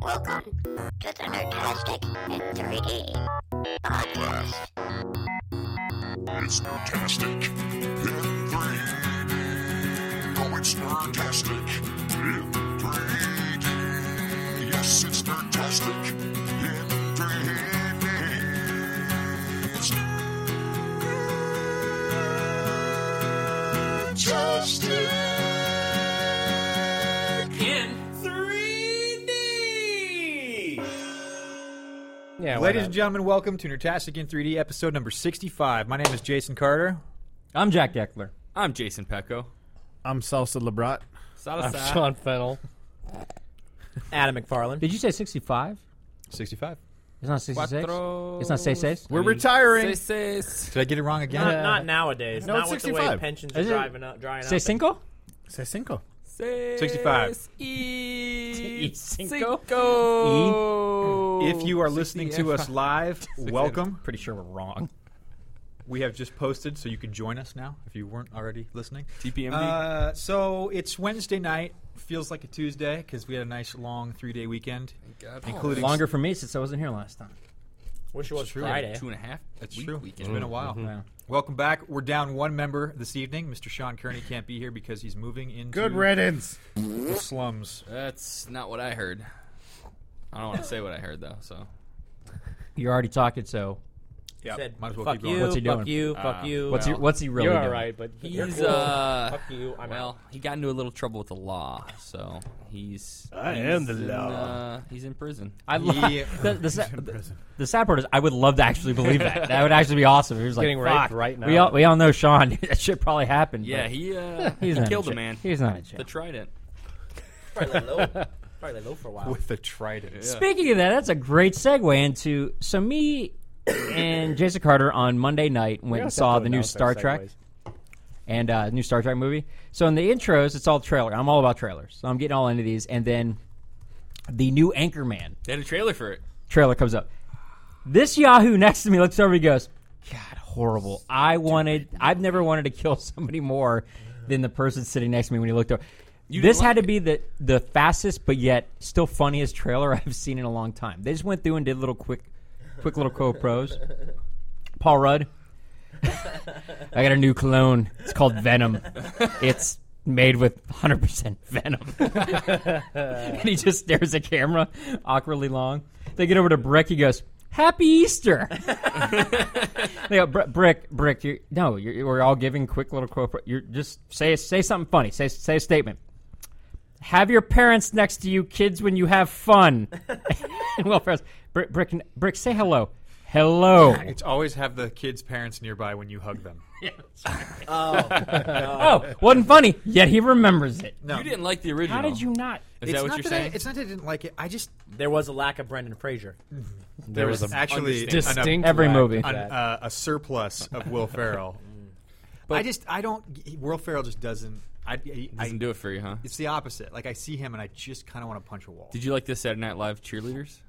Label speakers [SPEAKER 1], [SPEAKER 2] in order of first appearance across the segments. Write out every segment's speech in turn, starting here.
[SPEAKER 1] Welcome to the Nerdtastic in 3D podcast.
[SPEAKER 2] It's fantastic in 3D. Oh, it's fantastic in 3D. Yes, it's fantastic in 3D. It's fantastic.
[SPEAKER 3] in 3D.
[SPEAKER 4] Yeah, why
[SPEAKER 5] Ladies
[SPEAKER 4] not?
[SPEAKER 5] and gentlemen, welcome to Nerdtastic in 3D, episode number 65. My name is Jason Carter.
[SPEAKER 4] I'm Jack Eckler.
[SPEAKER 3] I'm Jason Pecco.
[SPEAKER 6] I'm Salsa Labrat.
[SPEAKER 4] I'm Sean Fennel.
[SPEAKER 7] Adam McFarland.
[SPEAKER 4] Did you say 65?
[SPEAKER 5] 65.
[SPEAKER 4] It's not 66.
[SPEAKER 3] Cuatro.
[SPEAKER 4] It's not 66.
[SPEAKER 6] We're retiring.
[SPEAKER 3] Says,
[SPEAKER 5] Did I get it wrong again?
[SPEAKER 4] No,
[SPEAKER 7] Not, not nowadays.
[SPEAKER 6] No,
[SPEAKER 7] not
[SPEAKER 6] it's
[SPEAKER 7] with the way
[SPEAKER 6] 65.
[SPEAKER 7] pensions are
[SPEAKER 4] Is it-
[SPEAKER 7] driving up, drying
[SPEAKER 4] Say
[SPEAKER 7] up.
[SPEAKER 4] cinco?
[SPEAKER 6] Say cinco.
[SPEAKER 3] says,
[SPEAKER 5] 65.
[SPEAKER 3] E-
[SPEAKER 4] Cinco?
[SPEAKER 3] Cinco.
[SPEAKER 5] If you are listening to us live, welcome.
[SPEAKER 4] Pretty sure we're wrong.
[SPEAKER 5] We have just posted, so you can join us now if you weren't already listening.
[SPEAKER 3] TPMD.
[SPEAKER 5] Uh, so it's Wednesday night. Feels like a Tuesday because we had a nice long three day weekend, including
[SPEAKER 4] Longer for me since I wasn't here last time.
[SPEAKER 7] Wish it was Friday.
[SPEAKER 3] Two and a half.
[SPEAKER 5] That's
[SPEAKER 3] week
[SPEAKER 5] true. Mm-hmm.
[SPEAKER 3] Weekend.
[SPEAKER 5] It's been a while.
[SPEAKER 4] Yeah.
[SPEAKER 5] Welcome back. We're down one member this evening. Mr. Sean Kearney can't be here because he's moving into
[SPEAKER 6] Good riddance.
[SPEAKER 5] the slums.
[SPEAKER 3] That's not what I heard. I don't want to say what I heard though. So
[SPEAKER 4] You're already talking, so
[SPEAKER 5] Yeah,
[SPEAKER 7] Said,
[SPEAKER 5] might as well
[SPEAKER 7] fuck
[SPEAKER 5] keep
[SPEAKER 7] you,
[SPEAKER 5] going.
[SPEAKER 4] What's he
[SPEAKER 7] fuck
[SPEAKER 4] doing?
[SPEAKER 7] you,
[SPEAKER 3] Ah,
[SPEAKER 7] fuck you.
[SPEAKER 4] what's,
[SPEAKER 3] Well,
[SPEAKER 4] he, what's he really
[SPEAKER 7] You're
[SPEAKER 4] doing?
[SPEAKER 7] all right, but you're
[SPEAKER 3] he's
[SPEAKER 7] cool.
[SPEAKER 3] uh.
[SPEAKER 7] fuck you. I'm
[SPEAKER 3] well,
[SPEAKER 7] out.
[SPEAKER 3] he got into a little trouble with the law, so he's.
[SPEAKER 6] I
[SPEAKER 3] he's
[SPEAKER 6] am the
[SPEAKER 3] in,
[SPEAKER 6] law.
[SPEAKER 3] Uh, he's in prison.
[SPEAKER 4] I lo-
[SPEAKER 5] Yeah.
[SPEAKER 4] the, the, sa- the, the sad part is I would love to actually believe that. That would actually be awesome. He was like,
[SPEAKER 7] Getting raped
[SPEAKER 4] "Fuck."
[SPEAKER 7] right
[SPEAKER 4] We
[SPEAKER 7] now.
[SPEAKER 4] all, we all know Sean. that shit probably happened.
[SPEAKER 3] Yeah,
[SPEAKER 4] but
[SPEAKER 3] he uh,
[SPEAKER 4] he's
[SPEAKER 3] he
[SPEAKER 4] not
[SPEAKER 3] killed
[SPEAKER 4] in
[SPEAKER 3] a
[SPEAKER 4] jail.
[SPEAKER 3] man.
[SPEAKER 4] He's not in jail.
[SPEAKER 3] The trident.
[SPEAKER 7] Probably low. Probably low for a while.
[SPEAKER 5] With the trident.
[SPEAKER 4] Speaking of that, that's a great segue into so me and Jason Carter on Monday night went and saw the new Star Trek and uh, new Star Trek movie. So in the intros, it's all trailer. I'm all about trailers, so I'm getting all into these. And then the new Anchorman
[SPEAKER 3] They had a trailer for it.
[SPEAKER 4] trailer comes up. This Yahoo next to me looks over and goes, "God, horrible! I wanted, I've never wanted to kill somebody more than the person sitting next to me when he looked over."
[SPEAKER 3] didn't
[SPEAKER 4] this had
[SPEAKER 3] like
[SPEAKER 4] to be the the fastest, but yet still funniest trailer I've seen in a long time. They just went through and did little quick, quick little quote pros. Paul Rudd. I got a new cologne. It's called Venom. It's made with 100% venom. and he just stares at camera awkwardly long. They get over to Brick. He goes, "Happy Easter." they go, "Br- "Brick, Brick, you no, you're, we're all giving quick little quote. You're just say say something funny. Say say a statement. Have your parents next to you, kids, when you have fun." and Will Ferrell's, Brick, Brick, Brick, say hello. Hello.
[SPEAKER 5] It's always have the kids' parents nearby when you hug them.
[SPEAKER 4] oh, wasn't funny. Yet he remembers it.
[SPEAKER 5] No,
[SPEAKER 3] You didn't like the original.
[SPEAKER 4] How did you not?
[SPEAKER 3] Is that what
[SPEAKER 5] not
[SPEAKER 3] you're
[SPEAKER 5] that I-
[SPEAKER 3] saying?
[SPEAKER 5] it's not that I didn't like it. I just
[SPEAKER 7] There was a lack of Brendan Fraser.
[SPEAKER 5] there, was, actually an-
[SPEAKER 6] distinct
[SPEAKER 4] Every movie.
[SPEAKER 5] an- uh, a surplus of Will Ferrell. I just I don't. he- Will Ferrell just doesn't. I, I,
[SPEAKER 3] I can
[SPEAKER 5] I
[SPEAKER 3] do it for you, huh?
[SPEAKER 5] it's the opposite. Like I see him and I just kind of want to punch a wall.
[SPEAKER 3] Did you like the Saturday Night Live cheerleaders?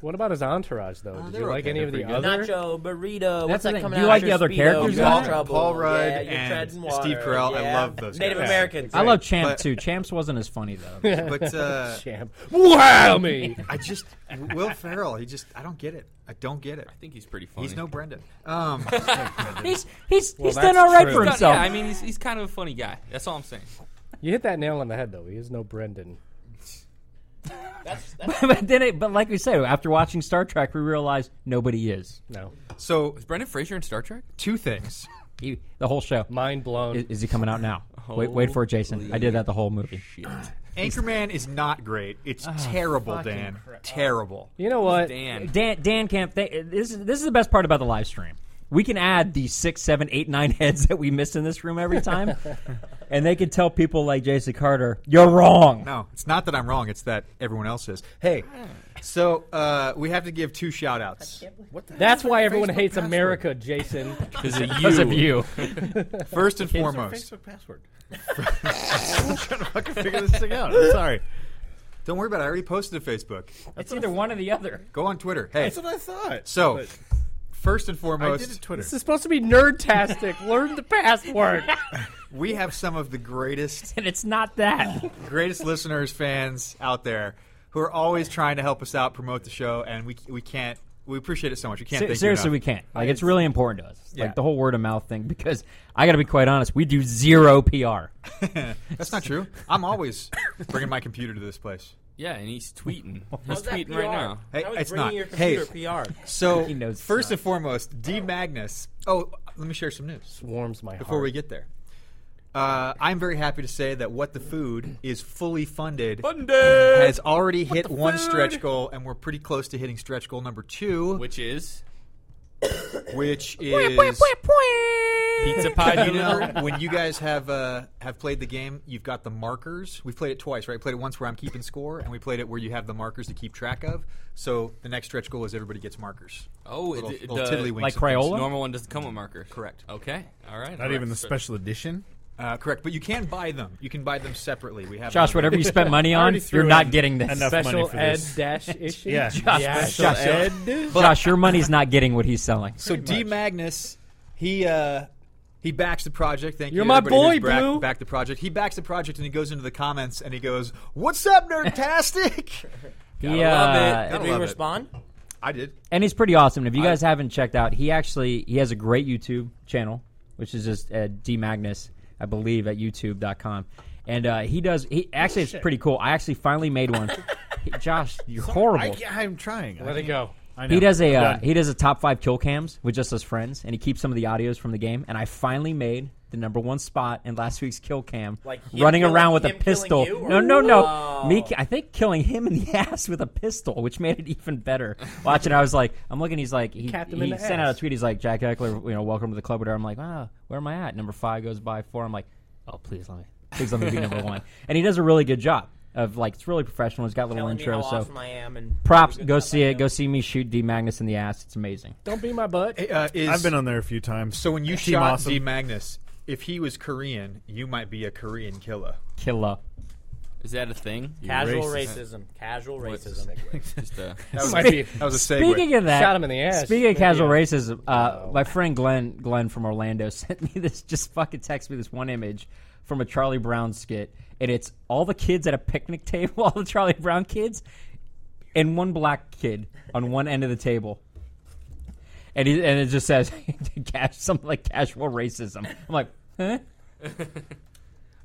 [SPEAKER 8] What about his entourage, though? Did
[SPEAKER 5] Ah, they're
[SPEAKER 8] you like
[SPEAKER 5] okay.
[SPEAKER 8] any of the
[SPEAKER 5] They're
[SPEAKER 8] other?
[SPEAKER 7] Nacho burrito.
[SPEAKER 4] That's
[SPEAKER 7] What's
[SPEAKER 4] the
[SPEAKER 7] that
[SPEAKER 4] thing.
[SPEAKER 7] coming
[SPEAKER 4] You
[SPEAKER 7] out?
[SPEAKER 4] like
[SPEAKER 7] Your
[SPEAKER 4] the other
[SPEAKER 7] speedo,
[SPEAKER 4] characters
[SPEAKER 7] you're
[SPEAKER 4] in
[SPEAKER 7] in
[SPEAKER 4] it?
[SPEAKER 7] trouble.
[SPEAKER 5] Paul Rudd
[SPEAKER 7] yeah, you're
[SPEAKER 5] and
[SPEAKER 7] treading water.
[SPEAKER 5] Steve Carell, I
[SPEAKER 7] Yeah.
[SPEAKER 5] love those
[SPEAKER 7] Native
[SPEAKER 5] guys.
[SPEAKER 7] Americans.
[SPEAKER 4] I love Champ
[SPEAKER 5] But-
[SPEAKER 4] too. Champs wasn't as funny though.
[SPEAKER 5] But uh,
[SPEAKER 8] Champ. Wow, me.
[SPEAKER 5] I just Will Ferrell. He just I don't get it. I don't get it.
[SPEAKER 3] I think he's pretty funny.
[SPEAKER 5] He's no Brendan. Um,
[SPEAKER 4] he's he's he's
[SPEAKER 8] that's
[SPEAKER 4] done all right
[SPEAKER 8] true.
[SPEAKER 4] for
[SPEAKER 3] No,
[SPEAKER 4] himself.
[SPEAKER 3] yeah, I mean, he's, he's kind of a funny guy. That's all I'm saying.
[SPEAKER 8] You hit that nail on the head, though. He is no Brendan.
[SPEAKER 4] but then, it, but like we said, after watching Star Trek, we realized nobody is.
[SPEAKER 8] No,
[SPEAKER 5] so
[SPEAKER 3] Is Brendan Fraser in Star Trek?
[SPEAKER 5] two things.
[SPEAKER 4] He, the whole show.
[SPEAKER 8] mind blown.
[SPEAKER 4] Is, is he coming out now? wait, wait for it, Jason. I did that the whole movie.
[SPEAKER 3] Shit.
[SPEAKER 5] Anchorman is not great. It's
[SPEAKER 6] Ah,
[SPEAKER 5] terrible, Dan. Terrible.
[SPEAKER 8] you know what?
[SPEAKER 3] Dan.
[SPEAKER 4] Dan Dan Camp. They, this is this is the best part about the live stream. We can add the six, seven, eight, nine heads that we miss in this room every time, and they can tell people like Jason Carter, "You're wrong."
[SPEAKER 5] No, it's not that I'm wrong. It's that everyone else is. Hey, so uh, we have to give two shout outs.
[SPEAKER 8] That's why everyone hates America, Jason.
[SPEAKER 3] Because of
[SPEAKER 4] Because of you.
[SPEAKER 5] First and foremost,
[SPEAKER 6] Facebook password. I'm trying to fucking figure this thing out. I'm sorry.
[SPEAKER 5] don't worry about it. I already posted to Facebook.
[SPEAKER 4] it's either one or the other.
[SPEAKER 5] Go on Twitter. Hey,
[SPEAKER 6] That's what I thought.
[SPEAKER 5] so
[SPEAKER 6] But
[SPEAKER 5] first and
[SPEAKER 6] I did
[SPEAKER 5] foremost,
[SPEAKER 6] it Twitter.
[SPEAKER 8] this is supposed to be nerdtastic. Learn the password.
[SPEAKER 5] we have some of the greatest,
[SPEAKER 4] And it's not that.
[SPEAKER 5] greatest listeners, fans out there. who are always trying to help us out, promote the show, and we we can't. We appreciate it so much. We can't.
[SPEAKER 4] Se-
[SPEAKER 5] thank you
[SPEAKER 4] seriously,
[SPEAKER 5] enough.
[SPEAKER 4] we can't. Like, it's really important to us.
[SPEAKER 5] Yeah.
[SPEAKER 4] Like the whole word of mouth thing. Because I got to be quite honest, we do zero PR.
[SPEAKER 5] That's not true. I'm always bringing my computer to this place.
[SPEAKER 3] Yeah, and he's tweeting.
[SPEAKER 7] How's
[SPEAKER 3] He's tweeting right now.
[SPEAKER 5] Hey,
[SPEAKER 7] How is
[SPEAKER 5] it's
[SPEAKER 7] bringing
[SPEAKER 5] not.
[SPEAKER 7] your
[SPEAKER 5] Hey.
[SPEAKER 7] computer PR?
[SPEAKER 5] So
[SPEAKER 4] He knows it's
[SPEAKER 5] first
[SPEAKER 4] not.
[SPEAKER 5] and foremost, D Magnus. Oh, let me share some news.
[SPEAKER 8] warms my heart.
[SPEAKER 5] before we get there. Uh, I'm very happy to say that What the Food is fully funded. Has already hit one stretch goal, and we're pretty close to hitting stretch goal number two, which,
[SPEAKER 3] Which is
[SPEAKER 5] is
[SPEAKER 3] pizza pie
[SPEAKER 5] you
[SPEAKER 3] delivery.
[SPEAKER 5] know when you guys have uh, have played the game, you've got the markers. We've played it twice, right? We played it once where I'm keeping score, and we played it where you have the markers to keep track of. So the next stretch goal is everybody gets markers.
[SPEAKER 3] Oh, it-
[SPEAKER 5] Little-
[SPEAKER 3] it-
[SPEAKER 5] little
[SPEAKER 3] the-
[SPEAKER 5] tiddlywinks
[SPEAKER 4] Like
[SPEAKER 5] and things.
[SPEAKER 4] Crayola?
[SPEAKER 3] normal one doesn't come with markers.
[SPEAKER 5] Correct.
[SPEAKER 3] Okay. All right.
[SPEAKER 9] Not even the special edition.
[SPEAKER 5] Uh, correct, but you can buy them. You can buy them separately. We have
[SPEAKER 4] Josh,
[SPEAKER 5] them.
[SPEAKER 4] whatever you spent money on,
[SPEAKER 9] already threw
[SPEAKER 4] you're not
[SPEAKER 9] in
[SPEAKER 4] getting this.
[SPEAKER 9] enough money
[SPEAKER 8] special
[SPEAKER 9] for
[SPEAKER 8] ed
[SPEAKER 9] this.
[SPEAKER 8] dash issue.
[SPEAKER 9] Yeah.
[SPEAKER 8] Yeah.
[SPEAKER 4] Josh, Josh, your money's not getting what he's selling.
[SPEAKER 5] So D Magnus, he uh, he backs the project. Thank you.
[SPEAKER 8] You're my
[SPEAKER 5] everybody who's
[SPEAKER 8] boy,
[SPEAKER 5] back,
[SPEAKER 8] Blue.
[SPEAKER 5] Back the project. He backs the project and he goes into the comments and he goes, "What's up, nerdtastic?"
[SPEAKER 4] He, uh,
[SPEAKER 7] Did we
[SPEAKER 5] love it.
[SPEAKER 7] respond?
[SPEAKER 5] I did.
[SPEAKER 4] and he's pretty awesome. If you guys haven't checked out, he actually he has a great YouTube channel, which is just uh, D Magnus, I believe, at YouTube.com. And uh, he does. He actually,
[SPEAKER 5] Oh,
[SPEAKER 4] it's pretty cool. I actually finally made one. He- Josh, you're horrible.
[SPEAKER 9] I, am trying.
[SPEAKER 8] Let it go.
[SPEAKER 9] I know.
[SPEAKER 4] He does a
[SPEAKER 9] I'm
[SPEAKER 4] uh,
[SPEAKER 9] done.
[SPEAKER 4] he does a top five kill cams with just his friends, and he keeps some of the audios from the game. And I finally made the number one spot in last week's kill cam,
[SPEAKER 7] Like him
[SPEAKER 4] running
[SPEAKER 7] killing-
[SPEAKER 4] around with a
[SPEAKER 7] him killing
[SPEAKER 4] pistol.
[SPEAKER 7] you, or-
[SPEAKER 4] No, no, no,
[SPEAKER 7] Oh.
[SPEAKER 4] me. ki- I think killing him in the ass with a pistol, which made it even better. Watching, I was like, I'm looking. He's like, he,
[SPEAKER 8] Capped him
[SPEAKER 4] he
[SPEAKER 8] in the
[SPEAKER 4] sent
[SPEAKER 8] ass.
[SPEAKER 4] out a tweet. He's like, Jack Eckler, you know, welcome to the club. Whatever. I'm like, ah, where am I at? Number five goes by four. I'm like, oh, please let me, please let me be number one. And he does a really good job of like, it's really professional. He's got little
[SPEAKER 7] Telling me
[SPEAKER 4] intro.
[SPEAKER 7] how
[SPEAKER 4] so
[SPEAKER 7] awesome I am and
[SPEAKER 4] props.
[SPEAKER 7] how good
[SPEAKER 4] Go
[SPEAKER 7] job
[SPEAKER 4] see
[SPEAKER 7] I
[SPEAKER 4] it.
[SPEAKER 7] do.
[SPEAKER 4] Go see me shoot D Magnus in the ass. It's amazing.
[SPEAKER 8] Don't be my butt.
[SPEAKER 5] Uh, is,
[SPEAKER 9] I've been on there a few times.
[SPEAKER 5] So when you
[SPEAKER 9] Team
[SPEAKER 5] shot
[SPEAKER 9] awesome.
[SPEAKER 5] D Magnus, if he was Korean, you might be a Korean killer.
[SPEAKER 4] Killer.
[SPEAKER 3] Is that a thing?
[SPEAKER 7] Casual
[SPEAKER 9] Racist.
[SPEAKER 7] racism. Casual racism.
[SPEAKER 3] Just uh,
[SPEAKER 5] That was,
[SPEAKER 8] Might be-
[SPEAKER 5] that was a segue.
[SPEAKER 4] Speaking of that,
[SPEAKER 8] Shot him in the ass. Oh,
[SPEAKER 4] Speaking of casual
[SPEAKER 8] Yeah.
[SPEAKER 4] racism, uh, my friend Glenn Glenn from Orlando sent me this. Just fucking text me this one image from a Charlie Brown skit, and it's all the kids at a picnic table, all the Charlie Brown kids, and one black kid on one end of the table. And, he, and it just says cash, something like casual racism. I'm like, huh?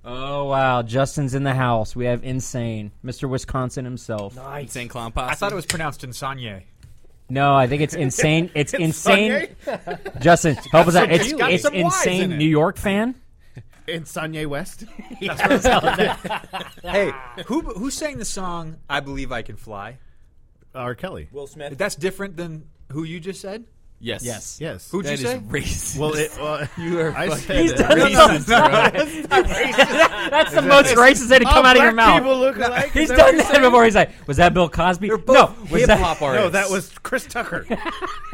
[SPEAKER 4] oh wow, Justin's in the house. We have insane Mr. Wisconsin himself.
[SPEAKER 3] insane clown posse.
[SPEAKER 5] I thought it was pronounced Insanye.
[SPEAKER 4] No, I think it's insane. It's insane. Justin, help us out. It's,
[SPEAKER 5] got
[SPEAKER 4] it's
[SPEAKER 5] some Ys in
[SPEAKER 4] insane
[SPEAKER 5] it.
[SPEAKER 4] New York fan.
[SPEAKER 9] in Sanye West.
[SPEAKER 4] Ah.
[SPEAKER 5] Hey, who who sang the song "I Believe I Can Fly"?
[SPEAKER 9] R. Kelly.
[SPEAKER 7] Will Smith.
[SPEAKER 5] That's different than who you just said.
[SPEAKER 3] yes.
[SPEAKER 4] Yes.
[SPEAKER 9] Yes.
[SPEAKER 5] Who'd
[SPEAKER 3] That
[SPEAKER 5] you
[SPEAKER 3] is
[SPEAKER 5] say?
[SPEAKER 3] racist.
[SPEAKER 9] Well, it, well you are. I said
[SPEAKER 4] He's
[SPEAKER 9] that
[SPEAKER 4] done it
[SPEAKER 9] racist-
[SPEAKER 4] That's the most racist thing to come
[SPEAKER 9] Oh,
[SPEAKER 4] out of your
[SPEAKER 9] black
[SPEAKER 4] mouth.
[SPEAKER 9] People look alike.
[SPEAKER 4] He's
[SPEAKER 9] Is that what
[SPEAKER 4] done
[SPEAKER 9] you're
[SPEAKER 4] that
[SPEAKER 9] saying?
[SPEAKER 4] before. He's like, was that Bill Cosby? no, was
[SPEAKER 5] hip
[SPEAKER 4] that
[SPEAKER 5] hop artists.
[SPEAKER 9] No, that was Chris Tucker.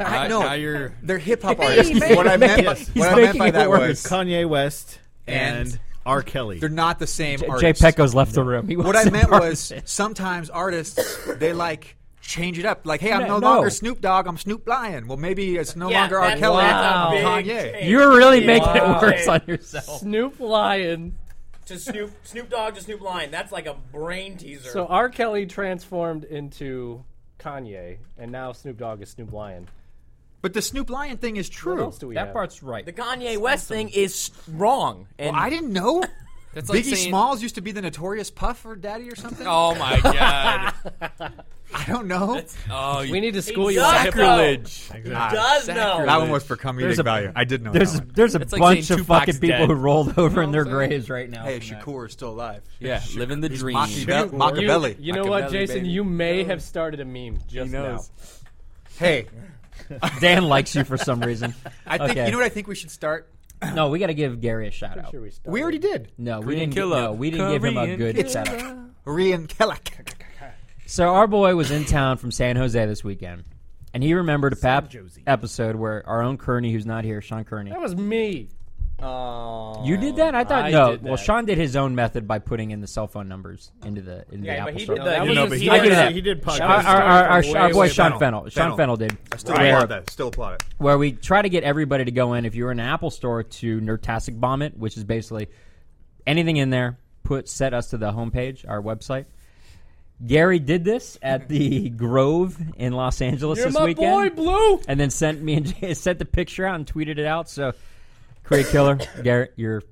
[SPEAKER 3] I
[SPEAKER 5] no.
[SPEAKER 3] Now you're
[SPEAKER 5] They're hip hop artists.
[SPEAKER 4] man,
[SPEAKER 5] what I meant,
[SPEAKER 4] man, he's
[SPEAKER 5] what I meant
[SPEAKER 4] making
[SPEAKER 5] by
[SPEAKER 4] it
[SPEAKER 5] that
[SPEAKER 4] worse.
[SPEAKER 5] was
[SPEAKER 9] Kanye West and,
[SPEAKER 5] And-
[SPEAKER 9] R. Kelly.
[SPEAKER 5] they're not the same
[SPEAKER 4] J- Jay
[SPEAKER 5] artists.
[SPEAKER 4] Pecos left the room. He
[SPEAKER 5] What I
[SPEAKER 4] wasn't
[SPEAKER 5] meant
[SPEAKER 4] part of
[SPEAKER 5] was
[SPEAKER 4] it.
[SPEAKER 5] sometimes artists they like change it up. Like, hey, I'm
[SPEAKER 4] No,
[SPEAKER 5] no,
[SPEAKER 4] no.
[SPEAKER 5] longer Snoop Dogg. I'm Snoop Lion. Well, maybe it's no
[SPEAKER 7] Yeah,
[SPEAKER 5] longer R.
[SPEAKER 7] that's-
[SPEAKER 5] Kelly.
[SPEAKER 7] that's a
[SPEAKER 5] I'm
[SPEAKER 7] big
[SPEAKER 5] Kanye.
[SPEAKER 7] change.
[SPEAKER 4] You're really making
[SPEAKER 7] Wow.
[SPEAKER 4] it worse on yourself.
[SPEAKER 8] Snoop Lion.
[SPEAKER 7] to Snoop Snoop Dogg to Snoop Lion. That's like a brain teaser.
[SPEAKER 8] So R. Kelly transformed into Kanye, and now Snoop Dogg is Snoop Lion.
[SPEAKER 5] But the Snoop Lion thing is
[SPEAKER 8] What
[SPEAKER 5] true.
[SPEAKER 8] else do we have?
[SPEAKER 4] right.
[SPEAKER 7] the Kanye West thing is wrong. And
[SPEAKER 5] I didn't know.
[SPEAKER 3] that's like
[SPEAKER 5] Biggie
[SPEAKER 3] saying-
[SPEAKER 5] Smalls used to be the notorious Puff or Daddy or something.
[SPEAKER 3] Oh my god.
[SPEAKER 5] I don't know.
[SPEAKER 3] Oh, you
[SPEAKER 8] We need to school
[SPEAKER 7] Exactly.
[SPEAKER 8] you.
[SPEAKER 3] privilege.
[SPEAKER 9] Exactly.
[SPEAKER 7] does
[SPEAKER 5] that
[SPEAKER 7] know.
[SPEAKER 5] one was for comedic
[SPEAKER 4] a-
[SPEAKER 5] value. I did know
[SPEAKER 4] There's
[SPEAKER 5] that
[SPEAKER 4] a,
[SPEAKER 5] one.
[SPEAKER 4] there's a
[SPEAKER 3] like
[SPEAKER 4] bunch
[SPEAKER 3] saying
[SPEAKER 4] of
[SPEAKER 3] Tupac's
[SPEAKER 4] fucking people
[SPEAKER 3] dead.
[SPEAKER 4] who rolled over in their
[SPEAKER 3] I'm saying?
[SPEAKER 4] graves right now.
[SPEAKER 5] Hey,
[SPEAKER 4] from that.
[SPEAKER 5] Shakur is still alive.
[SPEAKER 3] Yeah, living the dream.
[SPEAKER 5] Machiavelli-
[SPEAKER 8] You,
[SPEAKER 5] Machiavelli.
[SPEAKER 8] you know what,
[SPEAKER 3] Machiavelli,
[SPEAKER 8] Jason?
[SPEAKER 3] baby.
[SPEAKER 8] You may have started a meme just now.
[SPEAKER 3] knows.
[SPEAKER 5] Hey,
[SPEAKER 4] Dan likes you for some reason.
[SPEAKER 5] I think
[SPEAKER 4] Okay.
[SPEAKER 5] you know what I think we should start.
[SPEAKER 4] No, we got to give Gary a shout out.
[SPEAKER 8] Sure we started.
[SPEAKER 5] We already did.
[SPEAKER 4] No, we
[SPEAKER 3] Korean
[SPEAKER 4] didn't. gi-
[SPEAKER 3] killer.
[SPEAKER 4] No, we didn't give him a
[SPEAKER 3] Korean
[SPEAKER 4] good
[SPEAKER 3] killer.
[SPEAKER 4] shout out.
[SPEAKER 5] Rian Kelak.
[SPEAKER 4] So our boy was in town from San Jose this weekend, and he remembered a pap episode where our own Kearney, who's not here, Sean Kearney.
[SPEAKER 8] That was me.
[SPEAKER 5] Um,
[SPEAKER 4] You did that? I thought
[SPEAKER 8] Oh, I
[SPEAKER 4] no.
[SPEAKER 8] did
[SPEAKER 4] Well,
[SPEAKER 8] that.
[SPEAKER 4] Sean did his own method by putting in the cell phone numbers into the into the
[SPEAKER 7] Yeah,
[SPEAKER 4] Apple
[SPEAKER 7] but he
[SPEAKER 4] Store.
[SPEAKER 7] did
[SPEAKER 8] that
[SPEAKER 7] that.
[SPEAKER 8] was
[SPEAKER 9] No,
[SPEAKER 8] just-
[SPEAKER 9] but
[SPEAKER 8] he
[SPEAKER 9] he,
[SPEAKER 8] did
[SPEAKER 9] did,
[SPEAKER 8] that.
[SPEAKER 9] he did podcast.
[SPEAKER 4] Our, our, our, our,
[SPEAKER 8] Way
[SPEAKER 4] our boy
[SPEAKER 8] away.
[SPEAKER 4] Sean
[SPEAKER 5] Fennel.
[SPEAKER 4] Fennel. Sean
[SPEAKER 5] Fennel.
[SPEAKER 4] Fennel did.
[SPEAKER 5] Still
[SPEAKER 4] Where-
[SPEAKER 5] applaud that. Still applaud it.
[SPEAKER 4] where we try to get everybody to go in. If you're in an Apple store, to Nerdtastic Bomb It, which is basically anything in there, put set us to the homepage, our website. Gary did this at the Grove in Los Angeles
[SPEAKER 8] You're
[SPEAKER 4] this
[SPEAKER 8] my
[SPEAKER 4] weekend.
[SPEAKER 8] boy, Blue.
[SPEAKER 4] and then sent me and Jay- sent the picture out and tweeted it out. So, Craig Killer, Garrett, you're